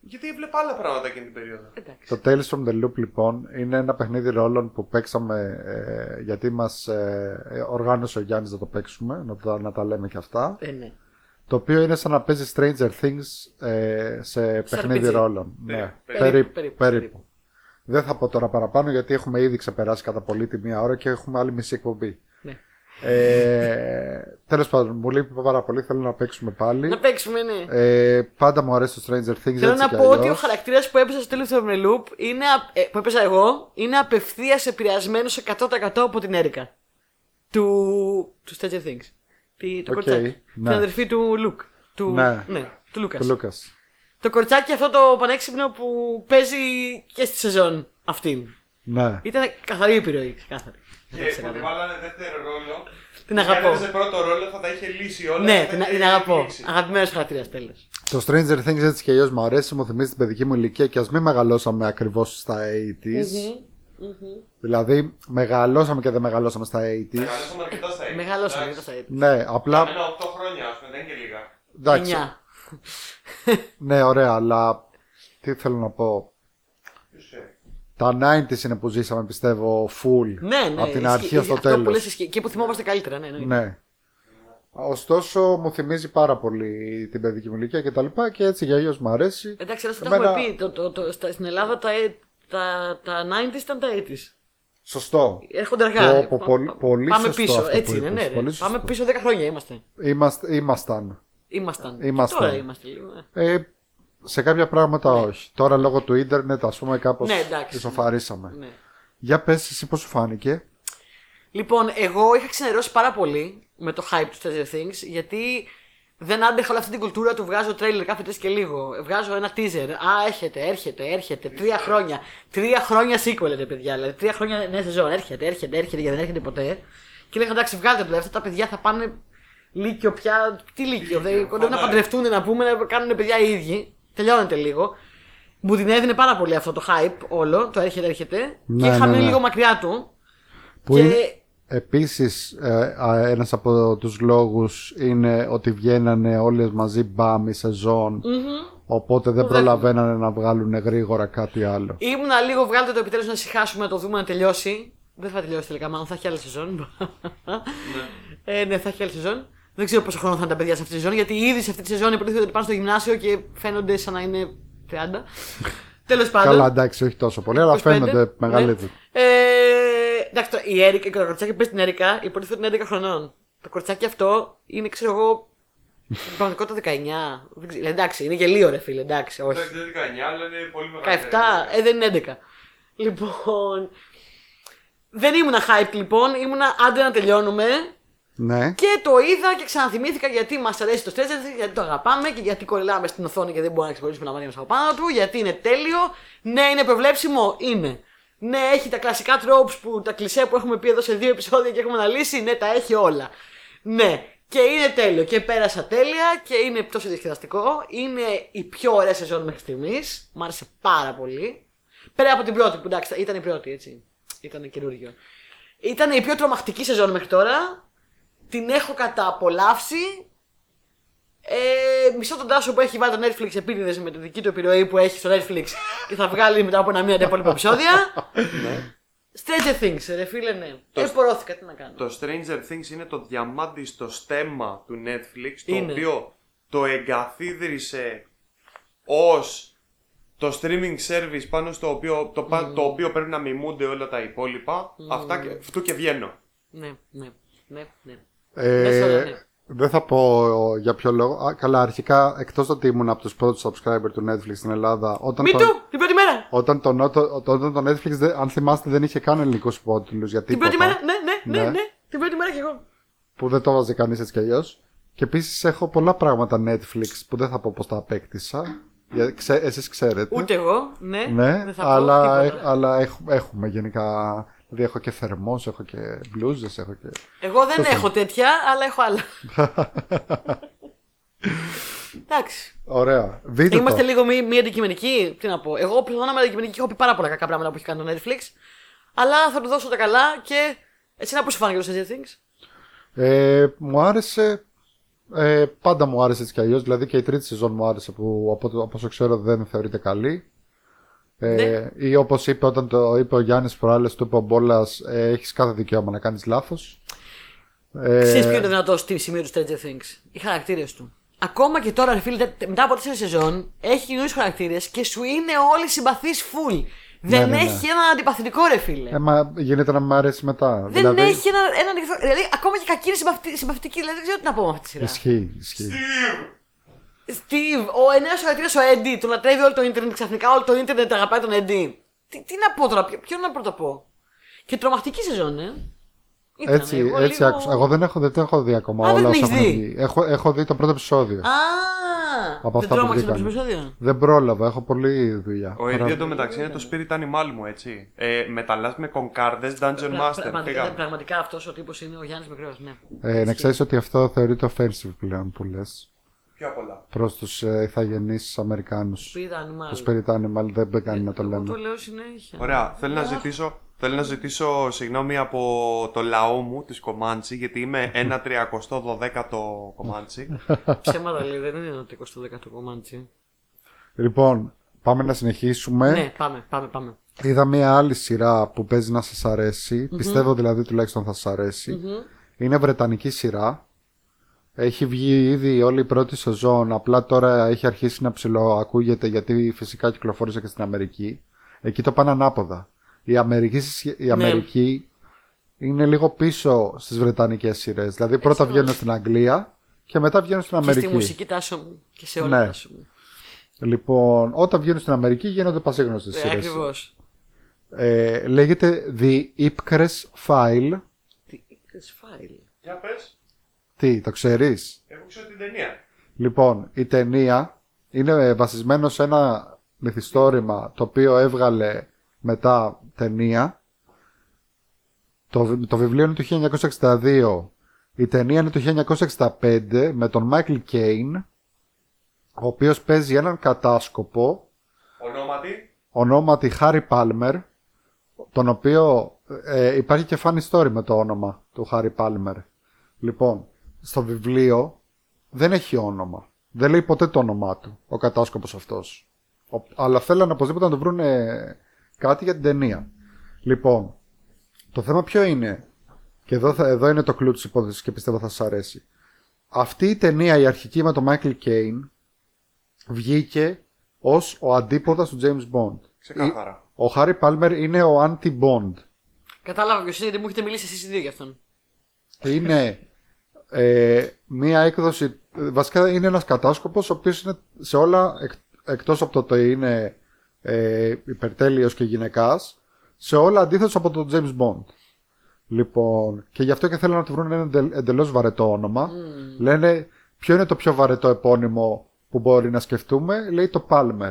Γιατί έβλεπα άλλα πράγματα εκείνη την περίοδο. Εντάξει. Το Tales from the Loop λοιπόν είναι ένα παιχνίδι ρόλων που παίξαμε ε, γιατί μας ε, ε, οργάνωσε ο Γιάννης να το παίξουμε, να τα, να τα λέμε και αυτά. Ε, ναι. Το οποίο είναι σαν να παίζει Stranger Things ε, σε παιχνίδι RPG. ρόλων. Ναι, περίπου, περίπου, περίπου, περίπου, περίπου. Δεν θα πω τώρα παραπάνω γιατί έχουμε ήδη ξεπεράσει κατά πολύ τη μία ώρα και έχουμε άλλη μισή εκπομπή. Ναι. Ε, Τέλος πάντων, μου λείπει πάρα πολύ. Θέλω να παίξουμε πάλι. Να παίξουμε, ναι. Ε, πάντα μου αρέσει το Stranger Things. Θέλω έτσι να κι πω ότι ο αλλιώς. χαρακτήρας που έπαιζε στο τέλος του Benny Loop είναι, α- ε, που έπαιζα εγώ είναι απευθείας επηρεασμένος 100% από την Έρικα. Του, του Stranger Things. Τη, του Οκ, κοριτσάκι. ναι. Την αδερφή του Λουκ. Του, Ναι. του Λούκας. Του Λούκας. Το κοριτσάκι αυτό το πανέξυπνο που παίζει και στη σεζόν αυτήν. Ναι. Ήταν καθαρή επιρροή, ξεκάθαρη. Και που τη βάλανε δεύτερο ρόλο. Την αγαπώ. Αν σε πρώτο ρόλο θα τα είχε λύσει όλα. Ναι, θα τα την, είχε την αγαπώ. λύσει. Αγαπημένος χαρακτήρας τέλος. Το Stranger Things έτσι κι αλλιώς μου αρέσει, μου θυμίζει την παιδική μου ηλικία και ας μην μεγαλώσαμε ακριβώς στα 80s. Δηλαδή, μεγαλώσαμε και δεν μεγαλώσαμε στα 80s. Μεγαλώσαμε αρκετά στα ίδια. Μεγαλώσαμε για τα site. Ναι, απλά. Ένα 8 χρόνια, ας πούμε, δεν είναι και λίγα. Εντάξει. Εννιά. Ναι, ωραία, αλλά τι θέλω να πω. Ποιος είναι. Τα 90s είναι που ζήσαμε, πιστεύω, full. Ναι, ναι. Από την ισχύει. αρχή στο Αυτό που τέλος. λες ισχύει. Και που θυμόμαστε καλύτερα, ναι. ναι. Ναι. Ωστόσο, μου θυμίζει πάρα πολύ την παιδική μου ηλικία και τα λοιπά και έτσι για αλλιώς μου αρέσει. Εντάξει, αλλά αυτό το Εμένα- έχουμε πει. Το, το, το, στα, στην Ελλάδα τα, ε- τα, τα 90s ήταν τα 80s. Σωστό. Έρχονται αργά. Πω, πω, Πα- πολύ- πα- πολύ Πάμε σωστό πίσω. αυτό που Έτσι είναι, είπες. ναι. ρε. Πολύ σωστό. Πάμε πίσω 10 χρόνια είμαστε. Είμαστε, ήμασταν. Ήμασταν. Και Ήμασταν. Τώρα είμαστε λίγο. ε. Ε, σε κάποια πράγματα όχι. Τώρα λόγω του ίντερνετ, ας πούμε, κάπως Ναι, εντάξει. ισοφαρίσαμε. Ναι. Για πες, εσύ πώς σου φάνηκε. Λοιπόν, εγώ είχα ξενερώσει πάρα πολύ με το hype του Stranger Things, γιατί δεν άντεχα όλη αυτή την κουλτούρα του βγάζω τρέιλερ κάθε τρεις και λίγο. Βγάζω ένα teaser. Α, έρχεται, έρχεται, έρχεται. Τρία χρόνια. Τρία χρόνια sequel, ρε παιδιά. Δηλαδή, τρία χρόνια νέα σεζόν. Έρχεται, έρχεται, έρχεται, γιατί δεν έρχεται ποτέ. Και λέγανε εντάξει, βγάλτε το. δηλαδή, Αυτά τα παιδιά θα πάνε λύκειο πια. Τι λύκειο. Δηλαδή, κοντεύουν να παντρευτούν, να πούμε, να κάνουν παιδιά οι ίδιοι. Τελειώνεται λίγο. Μου την έδινε πάρα πολύ αυτό το hype όλο. Το έρχεται, έρχεται. Ναι, και είχα ναι, μείνει ναι. λίγο μακριά του. Που και είναι- Επίσης, ε, α, ένας από τους λόγους είναι ότι βγαίνανε όλες μαζί μπάμ η σεζον οπότε δεν προλαβαίνανε να βγάλουν γρήγορα κάτι άλλο. Ήμουνα λίγο, βγάλτε το επιτέλους να συχάσουμε, να το δούμε να τελειώσει. Δεν θα τελειώσει τελικά, μάλλον θα έχει άλλη σεζόν. ε, ναι, θα έχει άλλη σεζόν. Δεν ξέρω πόσο χρόνο θα είναι τα παιδιά σε αυτή τη σεζόν, γιατί ήδη σε αυτή τη σεζόν υποτίθεται ότι πάνε στο γυμνάσιο και φαίνονται σαν να είναι 30. Τέλος πάντων. Καλά, εντάξει, όχι τόσο πολύ, αλλά 25, φαίνονται ναι. μεγαλύτεροι. Ε, εντάξει, τώρα, η Έρικα, το κοριτσάκι που παίζει την Έρικα, υποτίθεται ότι είναι 11 χρονών. Το κοριτσάκι αυτό είναι, ξέρω εγώ, στην πραγματικότητα 19. Δεν ξέρω, εντάξει, είναι γελίο ρε φίλε, εντάξει, όχι. Δεν είναι 19, αλλά είναι πολύ μεγάλη. 17, ε, δεν είναι 11. Λοιπόν. Δεν ήμουνα hype λοιπόν, ήμουνα άντε να τελειώνουμε. Ναι. Και το είδα και ξαναθυμήθηκα γιατί μας αρέσει το Stranger Things, γιατί το αγαπάμε και γιατί κολλάμε στην οθόνη και δεν μπορούμε να ξεχωρίσουμε τα μάτια μα από πάνω του, γιατί είναι τέλειο. Ναι, είναι προβλέψιμο, είναι. Ναι, έχει τα κλασικά tropes που τα κλισέ που έχουμε πει εδώ σε δύο επεισόδια και έχουμε αναλύσει, ναι, τα έχει όλα. Ναι, και είναι τέλειο και πέρασα τέλεια και είναι τόσο διασκεδαστικό. Είναι η πιο ωραία σεζόν μέχρι στιγμής. Μ' άρεσε πάρα πολύ. Πέρα από την πρώτη που εντάξει, ήταν η πρώτη έτσι. Ήταν καινούργιο. Ήταν η πιο τρομακτική σεζόν μέχρι τώρα. Την έχω κατααπολαύσει. Ε, μισό τον Τάσο που έχει βάλει το Netflix επίτηδε με τη δική του επιρροή που έχει στο Netflix και θα βγάλει μετά από ένα μήνα τα υπόλοιπα επεισόδια. Stranger Things, ρε φίλε, ναι. Το- Εμπορώθηκα, τι να κάνω. Το Stranger Things είναι το διαμάντι στο στέμμα του Netflix, το Είναι. οποίο το εγκαθίδρυσε ως το streaming service πάνω στο οποίο, το, πα- Mm. το οποίο πρέπει να μιμούνται όλα τα υπόλοιπα. Αυτά και, αυτού και βγαίνω. Ναι, ναι, ναι, ναι. Λες όλα, Ε, ναι. δεν θα πω για ποιο λόγο. Α, καλά, αρχικά, εκτός ότι ήμουν από τους πρώτους subscriber του Netflix στην Ελλάδα, όταν Μη το- του, την πρώτη μέρα. Όταν το, Νότο- όταν το Netflix, δεν- αν θυμάστε, δεν είχε καν ελληνικούς υπότιτλου για Την τίποτα. πρώτη μέρα, ναι, ναι, ναι, Ναι. ναι. Την πρώτη μέρα και εγώ. Που δεν το βάζει κανείς έτσι κι αλλιώς. Και επίσης έχω πολλά πράγματα Netflix που δεν θα πω πώ τα απέκτησα. Για- ξε- Εσείς ξέρετε. Ούτε εγώ, ναι. Ναι, δεν θα πω αλλά, τίποτα. ε- αλλά έχ- έχουμε γενικά. Δηλαδή έχω και θερμός, έχω και μπλούζες, έχω και. Εγώ δεν έχω τέτοια, αλλά έχω άλλα. Εντάξει. Ωραία. Δείτε Είμαστε το. λίγο μη, μη αντικειμενικοί. Τι να πω. Εγώ πλέον είμαι αντικειμενική και έχω πει πάρα πολλά κακά πράγματα που έχει κάνει το Netflix. Αλλά θα του δώσω τα καλά και. Εσύ να πώ σου φάνηκε το Stranger Things. Ε, μου άρεσε. Ε, πάντα μου άρεσε έτσι κι αλλιώς. Δηλαδή και η τρίτη σεζόν μου άρεσε που από, το- από όσο ξέρω δεν θεωρείται καλή. Ε, Ναι. Ή όπως είπε όταν το είπε ο Γιάννης προάλλες, του είπε ο Μπόλας, ε, έχεις κάθε δικαίωμα να κάνεις λάθος. Ε... Ε, Ξέρεις ποιο είναι το δυνατό στη σημείο του Stranger Things. Οι χαρακτήρες του. Ακόμα και τώρα, ρε φίλε, τε- μετά από 4 σεζόν, έχει καινούριου χαρακτήρες και σου είναι όλοι συμπαθείς full. δεν ναι, ναι. έχει ένα αντιπαθητικό, ρε φίλε. ε, μα γίνεται να μ' αρέσει μετά. Δηλαδή, δεν έχει ένα, ένα ανοιχτό. Δηλαδή, ακόμα και κακή είναι συμπαθη- συμπαθητική. Δηλαδή, δεν ξέρω τι να πω με αυτή τη σειρά. Ισχύει, ισχύει. Steve, ο νέο χαρακτήρα ο Eddie, τον λατρεύει όλο το Ιντερνετ. Ξαφνικά όλο το Ιντερνετ αγαπάει τον Eddie. Τι, τι να πω τώρα, ποιο- ποιον να πρώτα πω. Και τρομακτική σεζόν, ε. Ήταν, Έτσι, εγώ έτσι λίγο- άκουσα. Εγώ δεν έχω, δεν τα έχω δει ακόμα Α, δεν όλα την όσα έχεις έχουν δει. βγει. Έχω, έχω δει το πρώτο επεισόδιο. Α, δεν από αυτά που τρόμαξε το βγήκανε. επεισόδιο. Δεν πρόλαβα, έχω πολλή δουλειά. Ο ίδιο εντωμεταξύ είναι το spirit animal μου, έτσι. Ε, μεταλλάς με κονκάρδες Dungeon Πρα- Master. πραγματικά- Πήγαμε. Πραγματικά αυτός ο τύπος είναι ο Γιάννης Μικρός, ναι. Ε, να ξέρεις ότι αυτό θεωρείται offensive πλέον που λες. Πιο απ' όλα. Προς τους ε, ηθαγενείς Αμερικάνους. Πήρα animal. Του περιτάνε, μάλλον δεν κάνει να το Ε, Εγώ το λέμε. λέω συνέχεια. Ωραία, θέλω να ζητήσω, θέλω να ζητήσω συγγνώμη από το λαό μου της Κομάντσι, γιατί είμαι ένα τριακοστό δωδέκατο Κομάντσι. Ψέματα λέει, δεν είναι το 20ο κομμάτι. Λοιπόν, πάμε να συνεχίσουμε. Ναι, πάμε, πάμε, πάμε. Είδα μια άλλη σειρά που παίζει να σας αρεσει Πιστεύω δηλαδή τουλάχιστον θα σας αρεσει Είναι βρετανική σειρά. Έχει βγει ήδη όλη η πρώτη σεζόν. Απλά τώρα έχει αρχίσει να ψηλοακούγεται γιατί φυσικά κυκλοφόρησε και στην Αμερική. Εκεί το πάνε ανάποδα. Η Αμερική, συσχε- Ναι. η Αμερική είναι λίγο πίσω στις βρετανικές σειρές. Δηλαδή πρώτα βγαίνουν στην Αγγλία και μετά βγαίνουν στην Και Αμερική. στη μουσική τάσο μου και σε όλα Ναι. τάσο μου. Λοιπόν, όταν βγαίνουν στην Αμερική γίνονται πασίγνωστες Ε, σειρές. Ακριβώς. Ε, λέγεται The Ipcres File. Τι file. Για πες, Τι, το ξέρεις? εγώ ξέρω την ταινία. Λοιπόν, Λοιπόν, η ταινία είναι ε, βασισμένο σε ένα μυθιστόρημα το οποίο έβγαλε μετά ταινία. Το, βι- το βιβλίο είναι του 1962. Η ταινία είναι του 1965 με τον Michael Caine, ο οποίος παίζει έναν κατάσκοπο ονόματι, ονόματι Χάρι Πάλμερ, τον οποίο ε, υπάρχει και funny story με το όνομα του Χάρι Πάλμερ. Λοιπόν, στο βιβλίο δεν έχει όνομα. Δεν λέει ποτέ το όνομά του, ο κατάσκοπος αυτός. Ο- αλλά θέλανε οπωσδήποτε να του βρουν κάτι για την ταινία. Λοιπόν, το θέμα ποιο είναι, και εδώ, θα, εδώ είναι το κλου της υπόθεσης και πιστεύω θα σας αρέσει. Αυτή η ταινία, η αρχική με τον Michael Caine, βγήκε ως ο αντίποδας του James Bond. Ξεκάθαρα. Ο Χάρι Πάλμερ είναι ο anti-Bond. Κατάλαβα ποιος είναι, γιατί μου έχετε μιλήσει εσείς οι δύο για αυτόν. Είναι ε, μία έκδοση. ε, Βασικά είναι ένας κατάσκοπος ο οποίος είναι σε όλα εκ, εκτός από το ότι είναι ε, υπερτέλειος και γυναικάς σε όλα αντίθετος από τον James Bond. Λοιπόν, και γι' αυτό και θέλουν να του βρουν ένα εντελ- εντελώς βαρετό όνομα. Λένε ποιο είναι το πιο βαρετό επώνυμο που μπορεί να σκεφτούμε. Λέει το Palmer.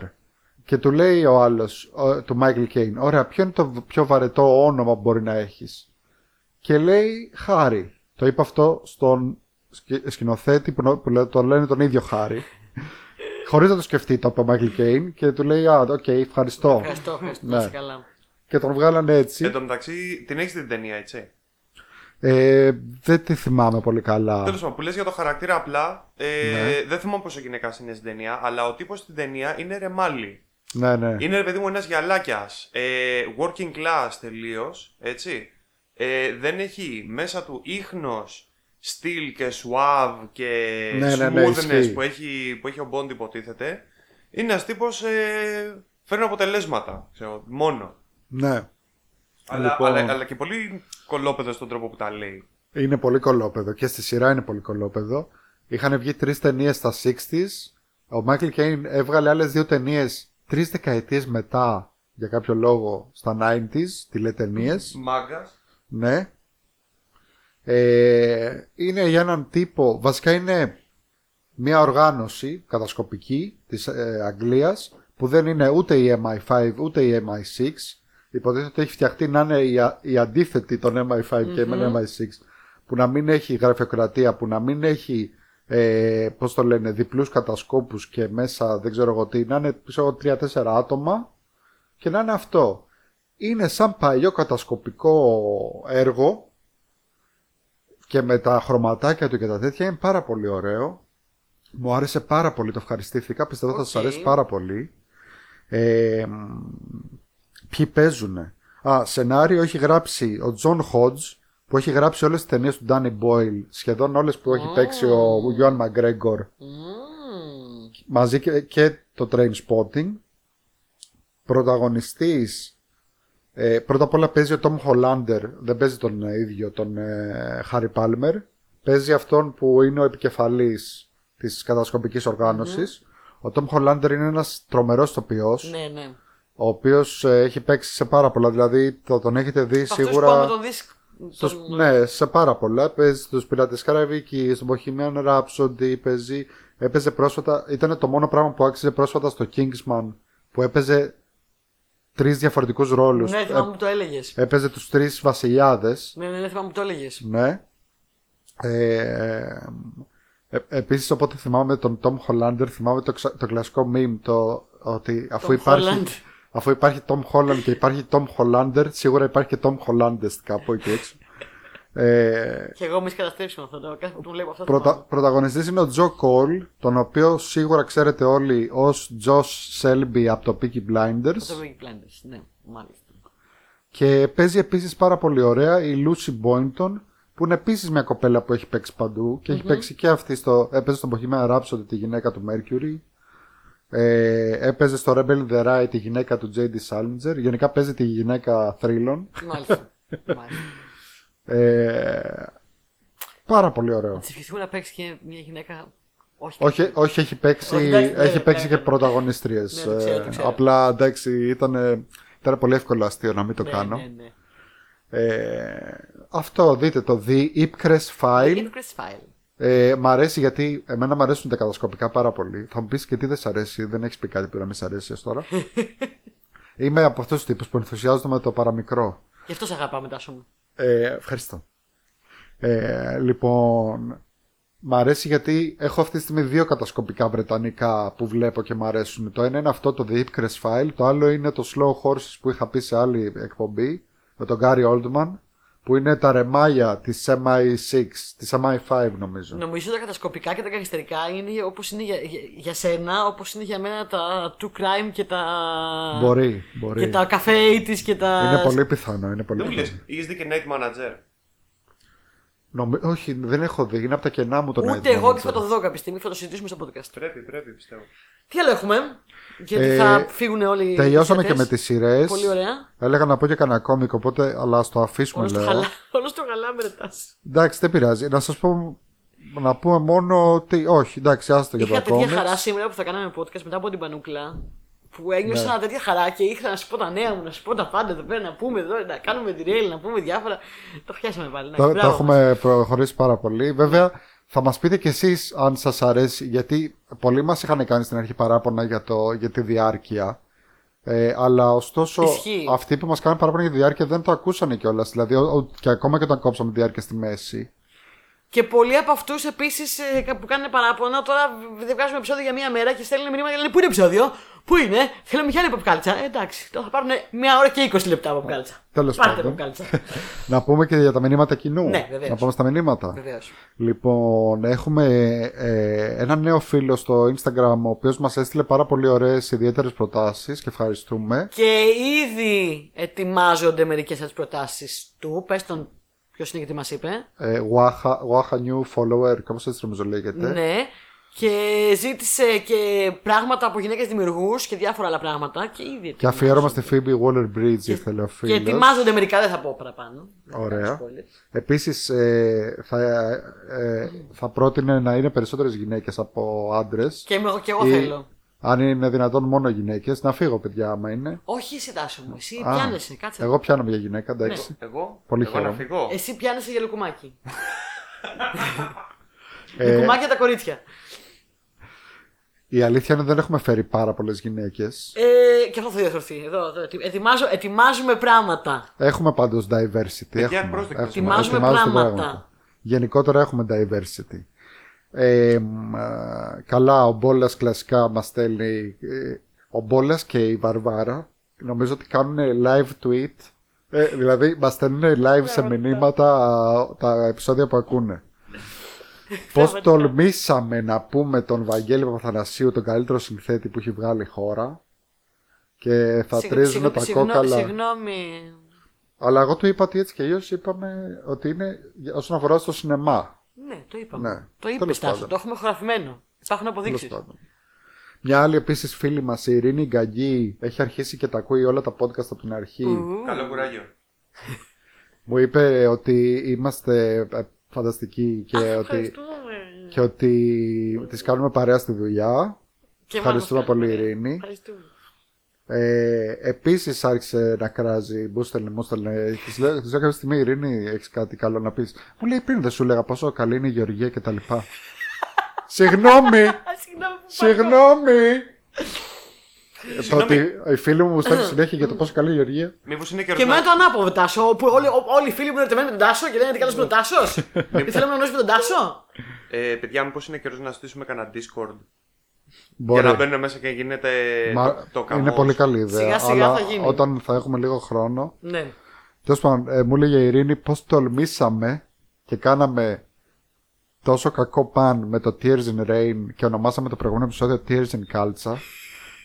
Και του λέει ο άλλος, ο- του Michael Caine, ωραία, ποιο είναι το β- πιο βαρετό όνομα που μπορεί να έχεις. Και λέει Χάρη. Το είπα αυτό στον σκη- σκηνοθέτη που, νο- που λέ- τον λένε τον ίδιο Χάρη. Χωρίς να το σκεφτεί, το είπε ο Μάικλ Κέιν και του λέει Α, οκ, ευχαριστώ. Ευχαριστώ, ευχαριστώ. Ναι. Να είσαι καλά. και τον βγάλανε Εν έτσι. τω μεταξύ, την έχεις την ταινία, έτσι. Ε, δεν τη θυμάμαι πολύ Τέλο καλά. πάντων, που λες για το χαρακτήρα απλά, ε, δεν θυμάμαι πόσο γυναίκα είναι στην ταινία, αλλά ο τύπος στην ταινία είναι ρεμάλι. ναι, ναι. Είναι ρε παιδί μου ένας γυαλάκιας. Ε, working class τελείως, έτσι. Ε, δεν έχει μέσα του ίχνος, στυλ και suave και Ναι, ναι, ναι, smoothness ισχύει. που, έχει, που έχει ο Bond υποτίθεται. Είναι ένας τύπος. Ε, φέρνει αποτελέσματα, ξέρω, μόνο. ναι. Αλλά, Λοιπόν. αλλά, αλλά και πολύ κολόπεδο στον τρόπο που τα λέει. Είναι πολύ κολόπεδο και στη σειρά είναι πολύ κολόπεδο. Είχαν βγει τρεις ταινίες στα 60s. Ο Μάικλ Κέιν έβγαλε άλλες δύο ταινίες τρεις δεκαετίες μετά για κάποιο λόγο στα 90s, τηλεταινίε. Μάγκας. Ναι. Ε, είναι για έναν τύπο, βασικά είναι μια οργάνωση κατασκοπική της ε, Αγγλίας που δεν είναι ούτε η MI5 ούτε η MI6. Υποτίθεται ότι έχει φτιαχτεί να είναι η, α- η αντίθετη των MI5 και με MI6 που να μην έχει γραφειοκρατία, που να μην έχει ε, πώς το λένε, διπλούς κατασκόπους και μέσα δεν ξέρω εγώ τι, να είναι ξέρω, 3-4 άτομα και να είναι αυτό. Είναι σαν παλιό κατασκοπικό έργο και με τα χρωματάκια του και τα τέτοια είναι πάρα πολύ ωραίο. Μου άρεσε πάρα πολύ, το ευχαριστήθηκα. Πιστεύω θα σας Οκ. αρέσει πάρα πολύ. Ε, μ, ποιοι παίζουνε. Α, σενάριο έχει γράψει ο Τζον Hodge που έχει γράψει όλες τις ταινίες του Danny Boyle, σχεδόν όλες που έχει παίξει ο Γιώαν Μαγκρέγκορ Μμμ. μαζί και, και το Train Spotting. Πρωταγωνιστής, ε, πρώτα απ' όλα παίζει ο Tom Hollander, δεν παίζει τον ε, ίδιο, τον ε, Harry Palmer. Παίζει αυτόν που είναι ο επικεφαλής της κατασκοπικής οργάνωσης. Ο Tom Hollander είναι ένας τρομερός ηθοποιός, Ναι, ναι. ο οποίος ε, έχει παίξει σε πάρα πολλά, δηλαδή το, τον έχετε δει Σίγουρα... Αυτός που άμα σίγουρα... τον δεις... Στο τον- σ- Ναι, σε πάρα πολλά. Παίζει στους Πειρατές Καραβική, στον Bohemian Rhapsody, παίζει, έπαιζε πρόσφατα, ήταν το μόνο πράγμα που άξιζε πρόσφατα στο Kingsman, που έπαιζε τρεις διαφορετικούς ρόλους. Ναι, θυμάμαι που το έλεγες. Ε, έπαιζε τους τρεις βασιλιάδες, Ναι, ναι, ναι, θυμάμαι που το έλεγες. ναι. Ε, ε, επίσης, οπότε θυμάμαι τον Tom Hollander, θυμάμαι το, ξα- το κλασικό meme, το ότι αφού Tom υπάρχει... Holland. Αφού υπάρχει Tom Holland και υπάρχει Tom Hollander, σίγουρα υπάρχει και Tom Hollandest κάπου εκεί έξω. Ε, Και εγώ μη σκαταστρέψω με αυτό το. Κάθε που τον βλέπω αυτό. Πρωτα, θυμάμαι. πρωταγωνιστής είναι ο Τζο Κόλ, τον οποίο σίγουρα ξέρετε όλοι ως Josh Selby από το Peaky Αυτό Blinders είναι οι Blinders. Ναι, μάλιστα. και παίζει επίσης πάρα πολύ ωραία η Lucy Boynton που είναι επίσης μια κοπέλα που έχει παίξει παντού και έχει παίξει και αυτή στο, έπαιζε στον Bohemian Rhapsody τη γυναίκα του Mercury ε, έπαιζε στο Rebel in the Right τη γυναίκα του J.D. Salinger γενικά παίζει τη γυναίκα θρύλων Μάλιστα. Μάλιστα. ε, πάρα πολύ ωραίο Τη ευχηθούμε να παίξει και μια γυναίκα. Όχι. Όχι, όχι, έχει παίξει, Όχι, εντάξει, έχει ναι, παίξει ναι, και ναι. πρωταγωνιστρίες. ε, Ναι, το ξέρω, το ξέρω. απλά εντάξει, ήταν, ήταν πολύ εύκολο αστείο να μην το ναι, κάνω. Ναι, ναι. Ε, αυτό, δείτε το The Ipcress File. Είναι Chris File. Ε, μ' αρέσει γιατί εμένα μ' αρέσουν τα κατασκοπικά πάρα πολύ. Θα μου πεις και τι δεν σ' αρέσει, δεν έχεις πει κάτι που να μην σ' αρέσει έως τώρα. Είμαι από αυτούς τους τύπους που ενθουσιάζονται με το παραμικρό. Γι' αυτό σε αγαπάμε, Τάσο μου. Ε, ευχαριστώ. Ε, λοιπόν, Μ' αρέσει γιατί έχω αυτή τη στιγμή δύο κατασκοπικά βρετανικά που βλέπω και μ' αρέσουν. Το ένα είναι αυτό το The Ipcress File, το άλλο είναι το Slow Horses που είχα πει σε άλλη εκπομπή με τον Gary Oldman, που είναι τα ρεμάγια της MI6, της MI5 νομίζω. Νομίζω τα κατασκοπικά και τα καγκεστερικά είναι όπως είναι για, για, για σένα, όπως είναι για μένα τα true crime και τα. Μπορεί, μπορεί. Και τα καφέ της και τα. Είναι πολύ πιθανό, είναι πολύ Δεν μου λες, πιθανό. είχες δει και Night Manager. Νομι- Όχι, δεν έχω δει, είναι από τα κενά μου τον Ούτε εγώ και θα το δω κάποια στιγμή, θα το συζητήσουμε στο podcast. Πρέπει, πρέπει, πιστεύω. Τι άλλο έχουμε, γιατί Ε, θα φύγουν όλοι οι Τελειώσαμε και θεατές. με τις σειρές. Πολύ ωραία. Έλεγα να πω και κανένα κόμικο, οπότε, αλλά ας το αφήσουμε Όλος το, λέω. χαλά, όλος το χαλάμε ρετάς. Εντάξει, δεν πειράζει. Να σας πω, να πούμε μόνο ότι, όχι, εντάξει, άστο για Είχα το τέτοια κόμικ. χαρά σήμερα που θα κάναμε podcast μετά από την Πανούκλα. Που ένιωσα Ναι. τέτοια χαρά και ήθελα να σου πω τα νέα μου, να σου πω τα πάντα εδώ πέρα, να πούμε εδώ, να κάνουμε derail, να πούμε διάφορα. Το πιάσαμε πάλι. Ναι, Το, το μπράβο. έχουμε προχωρήσει πάρα πολύ. Βέβαια, θα μας πείτε κι εσείς αν σας αρέσει, γιατί πολλοί μας είχαν κάνει στην αρχή παράπονα για, το, για τη διάρκεια. Ε, αλλά ωστόσο, Ισχύει. αυτοί που μας κάνουν παράπονα για τη διάρκεια δεν το ακούσανε κιόλας. Δηλαδή, ο- ο- και ακόμα και όταν κόψαμε τη διάρκεια στη μέση. Και πολλοί από αυτούς επίσης που κάνουν παράπονα τώρα β- δεν βγάζουμε επεισόδιο για μία μέρα και στέλνουν μηνύματα και λένε Πού είναι επεισόδιο, Πού είναι, θέλουμε κι άλλη ποπκάλτσα. Ε, εντάξει, τώρα θα πάρουν μία ώρα και 20 λεπτά ποπκάλτσα. Τέλος Πάρτε πάντων. ποπκάλτσα. Να πούμε και για τα μηνύματα κοινού. Ναι, βεβαίως. να πούμε στα μηνύματα. Βεβαίως. Λοιπόν, έχουμε ε, ένα νέο φίλο στο Instagram ο οποίος μας έστειλε πάρα πολύ ωραίες ιδιαίτερες προτάσεις και ευχαριστούμε. Και ήδη ετοιμάζονται μερικές από τις προτάσεις του. Πες τον ποιος είναι γιατί μας είπε. Ε, Waha, Waha New Follower, κάπως έτσι νομίζω λέγεται. Ναι. Και ζήτησε και πράγματα από γυναίκες δημιουργούς και διάφορα άλλα πράγματα. Και ήδη. Και αφιέρωμα στη Phoebe Waller-Bridge ήθελε ο Και φίλος. ετοιμάζονται μερικά, δεν θα πω παραπάνω. Ωραία. Spoiler. Επίσης ε, θα, ε, θα πρότεινε να είναι περισσότερες γυναίκες από άντρες. Και, εγώ- και εγώ Ή, θέλω. Αν είναι δυνατόν μόνο γυναίκες, να φύγω παιδιά άμα είναι. Όχι εσύ Τάσο μου, εσύ Α, Ε, πιάνεσαι, κάτσε. Εγώ πιάνω μια γυναίκα, εντάξει. Εγώ, Πολύ εγώ να χαίρομαι. φύγω. Εσύ πιάνεσαι για λουκουμάκι. Ε, Λουκουμάκια τα κορίτσια. η αλήθεια είναι δεν έχουμε φέρει πάρα πολλές γυναίκες. Ε, και αυτό θα διορθωθεί. Εδώ, εδώ. ετοι- ετοιμάζω- ετοιμάζουμε πράγματα. Έχουμε πάντως diversity. Παιδιά, Έχουμε, πρόσεξε. έχουμε. Ετοιμάζουμε πράγματα. Γενικότερα έχουμε diversity. Ε, μ, α, καλά, ο Μπόλας κλασικά μας στέλνει. ε, ο Μπόλας και η Βαρβάρα νομίζω ότι κάνουν live tweet. ε, δηλαδή, μας στέλνουν live σε μηνύματα α, τα επεισόδια που ακούνε. Πώς τολμήσαμε να πούμε τον Βαγγέλη Παπαθανασίου τον καλύτερο συνθέτη που έχει βγάλει η χώρα και θα Συγ- τρίζουν συγγνώ- τα συγγνώ- κόκαλα. Συγγνώμη. Αλλά εγώ του είπα ότι έτσι και αλλιώς είπαμε ότι είναι για- όσον αφορά στο σινεμά. Ναι, το Ναι. είπαμε. Το είπε Τέλος Τάσο, πάντων. το έχουμε χωραφημένο. Υπάρχουν Τέλος αποδείξει. πάντων. Μια άλλη επίσης φίλη μας, η Ειρήνη Γκαγκή, έχει αρχίσει και τα ακούει όλα τα podcast από την αρχή. Καλό κουράγιο. Μου είπε ότι είμαστε ε, φανταστικοί και ότι, Ευχαριστούμε. και ότι τις κάνουμε παρέα στη δουλειά. Και Ευχαριστούμε μάλλον πολύ, αυτά. Ειρήνη. Ευχαριστούμε. Ε, Επίσης άρχισε να κράζει. Μου στέλνε, μου στέλνε. Τη λέω της λέω κάποια στιγμή, Ειρήνη, έχεις κάτι καλό να πεις. Μου λέει πριν δεν σου έλεγα πόσο καλή είναι η Γεωργία κτλ. Συγγνώμη! Α, συγγνώμη που Συγγνώμη! το ότι οι φίλοι μου μου στέλνουν συνέχεια για το πόσο καλή η Γεωργία. Μήπως είναι Και εμένα καιρό το ανάποδο Τάσο, που όλοι, ό- όλοι οι φίλοι μου είναι ερωτευμένοι με τον Τάσο και λένε τι καλός είναι ο Τάσος. Και θέλουμε να γνωρίσουμε τον Τάσο. Ε, παιδιά, μήπως είναι καιρός να στήσουμε κανένα Discord. Μπορεί. Για να μπαίνουν μέσα και γίνεται Μα- το, το είναι καμός. πολύ καλή ιδέα. Σιγά σιγά αλλά θα γίνει. όταν θα έχουμε λίγο χρόνο. Ναι. Τέλος πάντων, ε, μου λέγε η Ειρήνη πώς τολμήσαμε και κάναμε τόσο κακό παν με το Tears in Rain και ονομάσαμε το προηγούμενο επεισόδιο Tears in Culture.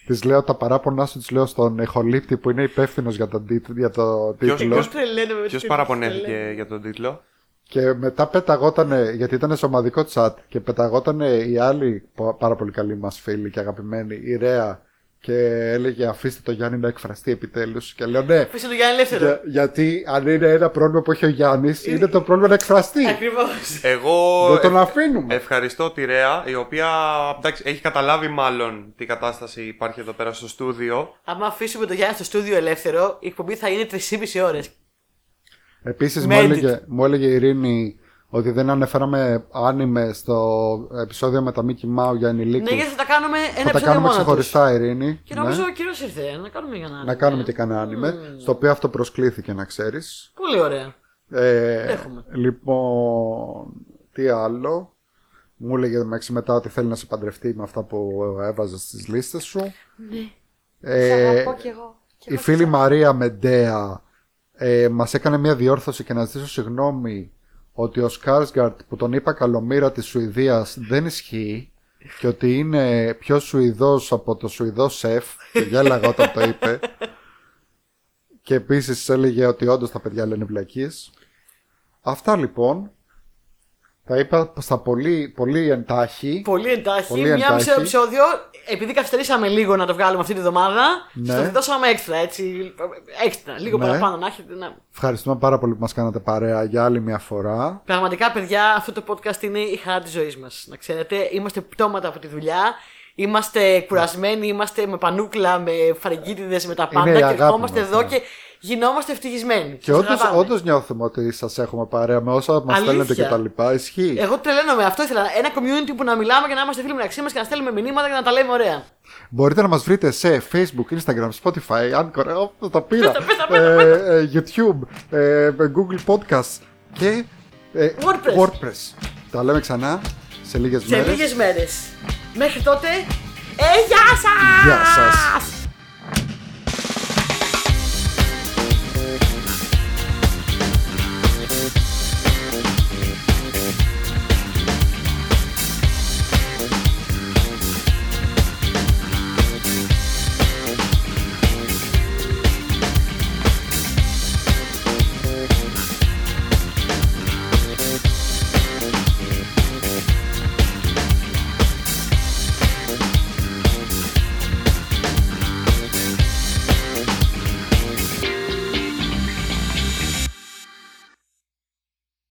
Της λέω τα παράπονά σου, της λέω στον ηχολήπτη που είναι υπεύθυνος για, τον τίτλο- για το τίτλο. Πώς τρελαίνε με Ποιος τις- παραπονέθηκε για τον τίτλο. Και μετά πεταγότανε, γιατί ήταν σε ομαδικό chat, και πεταγότανε η άλλη πο- πάρα πολύ καλή μα φίλη και αγαπημένη, η Ρέα, και έλεγε Αφήστε το Γιάννη να εκφραστεί επιτέλους. Και λέω Ναι, Αφήστε τον Γιάννη ελεύθερο. για- γιατί αν είναι ένα πρόβλημα που έχει ο Γιάννης, Ε, είναι το πρόβλημα να εκφραστεί. Ακριβώς. Εγώ Δεν τον ε- αφήνουμε. ευχαριστώ τη Ρέα, η οποία εντάξει, έχει καταλάβει μάλλον τι κατάσταση υπάρχει εδώ πέρα στο στούδιο. Άμα αφήσουμε τον Γιάννη στο στούντιο ελεύθερο, η εκπομπή θα είναι 3,5 ώρες. Επίσης, μου, Made it. έλεγε- μου έλεγε η Ειρήνη ότι δεν αναφέραμε άνιμε στο επεισόδιο με τα Mickey Mouse για ενηλίκους Ναι, γιατί θα τα κάνουμε ένα Θα τα επεισόδιο κάνουμε μόνος τους. ξεχωριστά, Ειρήνη. Και Ναι. νομίζω ο κύριος ήρθε, ε, να κάνουμε για να... Να κάνουμε και κανένα άνιμε, στο οποίο αυτό προσκλήθηκε να ξέρεις. Πολύ ωραία. Ε, Έχουμε. Λοιπόν, τι άλλο. Μου έλεγε μέχρι μετά ότι θέλει να σε παντρευτεί με αυτά που έβαζες στις λίστες σου. Ναι. Ε, κι εγώ. η φίλη Μαρία Μεντέα ε, μας έκανε μια διόρθωση και να ζητήσω συγγνώμη ότι ο Σκάρσγκαρτ που τον είπα καλομήρα της Σουηδίας δεν ισχύει και ότι είναι πιο Σουηδός από το Σουηδό σεφ και γέλαγα όταν το είπε και επίσης έλεγε ότι όντως τα παιδιά λένε βλακίες Αυτά λοιπόν τα είπα στα πολύ, πολύ εντάχει Πολύ εντάχει. Πολύ Μια μισή ώρα εντάχει. επεισόδιο. Επειδή καθυστερήσαμε λίγο να το βγάλουμε αυτή τη εβδομάδα, Ναι. στο δώσαμε έξτρα έτσι. Έξτρα. Λίγο Ναι. παραπάνω να έχετε. Να... Ευχαριστούμε πάρα πολύ που μας κάνατε παρέα για άλλη μια φορά Πραγματικά, παιδιά, αυτό το podcast είναι η χαρά της ζωής μας. Να ξέρετε, είμαστε πτώματα από τη δουλειά. Είμαστε κουρασμένοι, είμαστε με πανούκλα, με φαρικίτιδες, με τα πάντα. η και αγάπη ερχόμαστε μας, εδώ ναι. και γινόμαστε ευτυχισμένοι. Και Σας όντως αγαπάμε. όντως νιώθουμε ότι σας έχουμε παρέα με όσα μας Αλήθεια. Ε, στέλνετε και τα λοιπά. Ισχύει. Εγώ τρελαίνομαι, αυτό ήθελα. Ένα community που να μιλάμε και να είμαστε φίλοι μεταξύ μας και να στέλνουμε μηνύματα και να τα λέμε ωραία. Μπορείτε να μας βρείτε σε Facebook, Instagram, Spotify, Anchor, όπ, το τα πήρα. Πες τα, πες τα, πες τα, ε, ε, YouTube, ε, Google Podcasts και ε, WordPress. WordPress. Τα λέμε ξανά σε λίγες Σε μέρες. λίγες μέρες. Μέχρι τότε, ε, γεια σας! Γεια σας.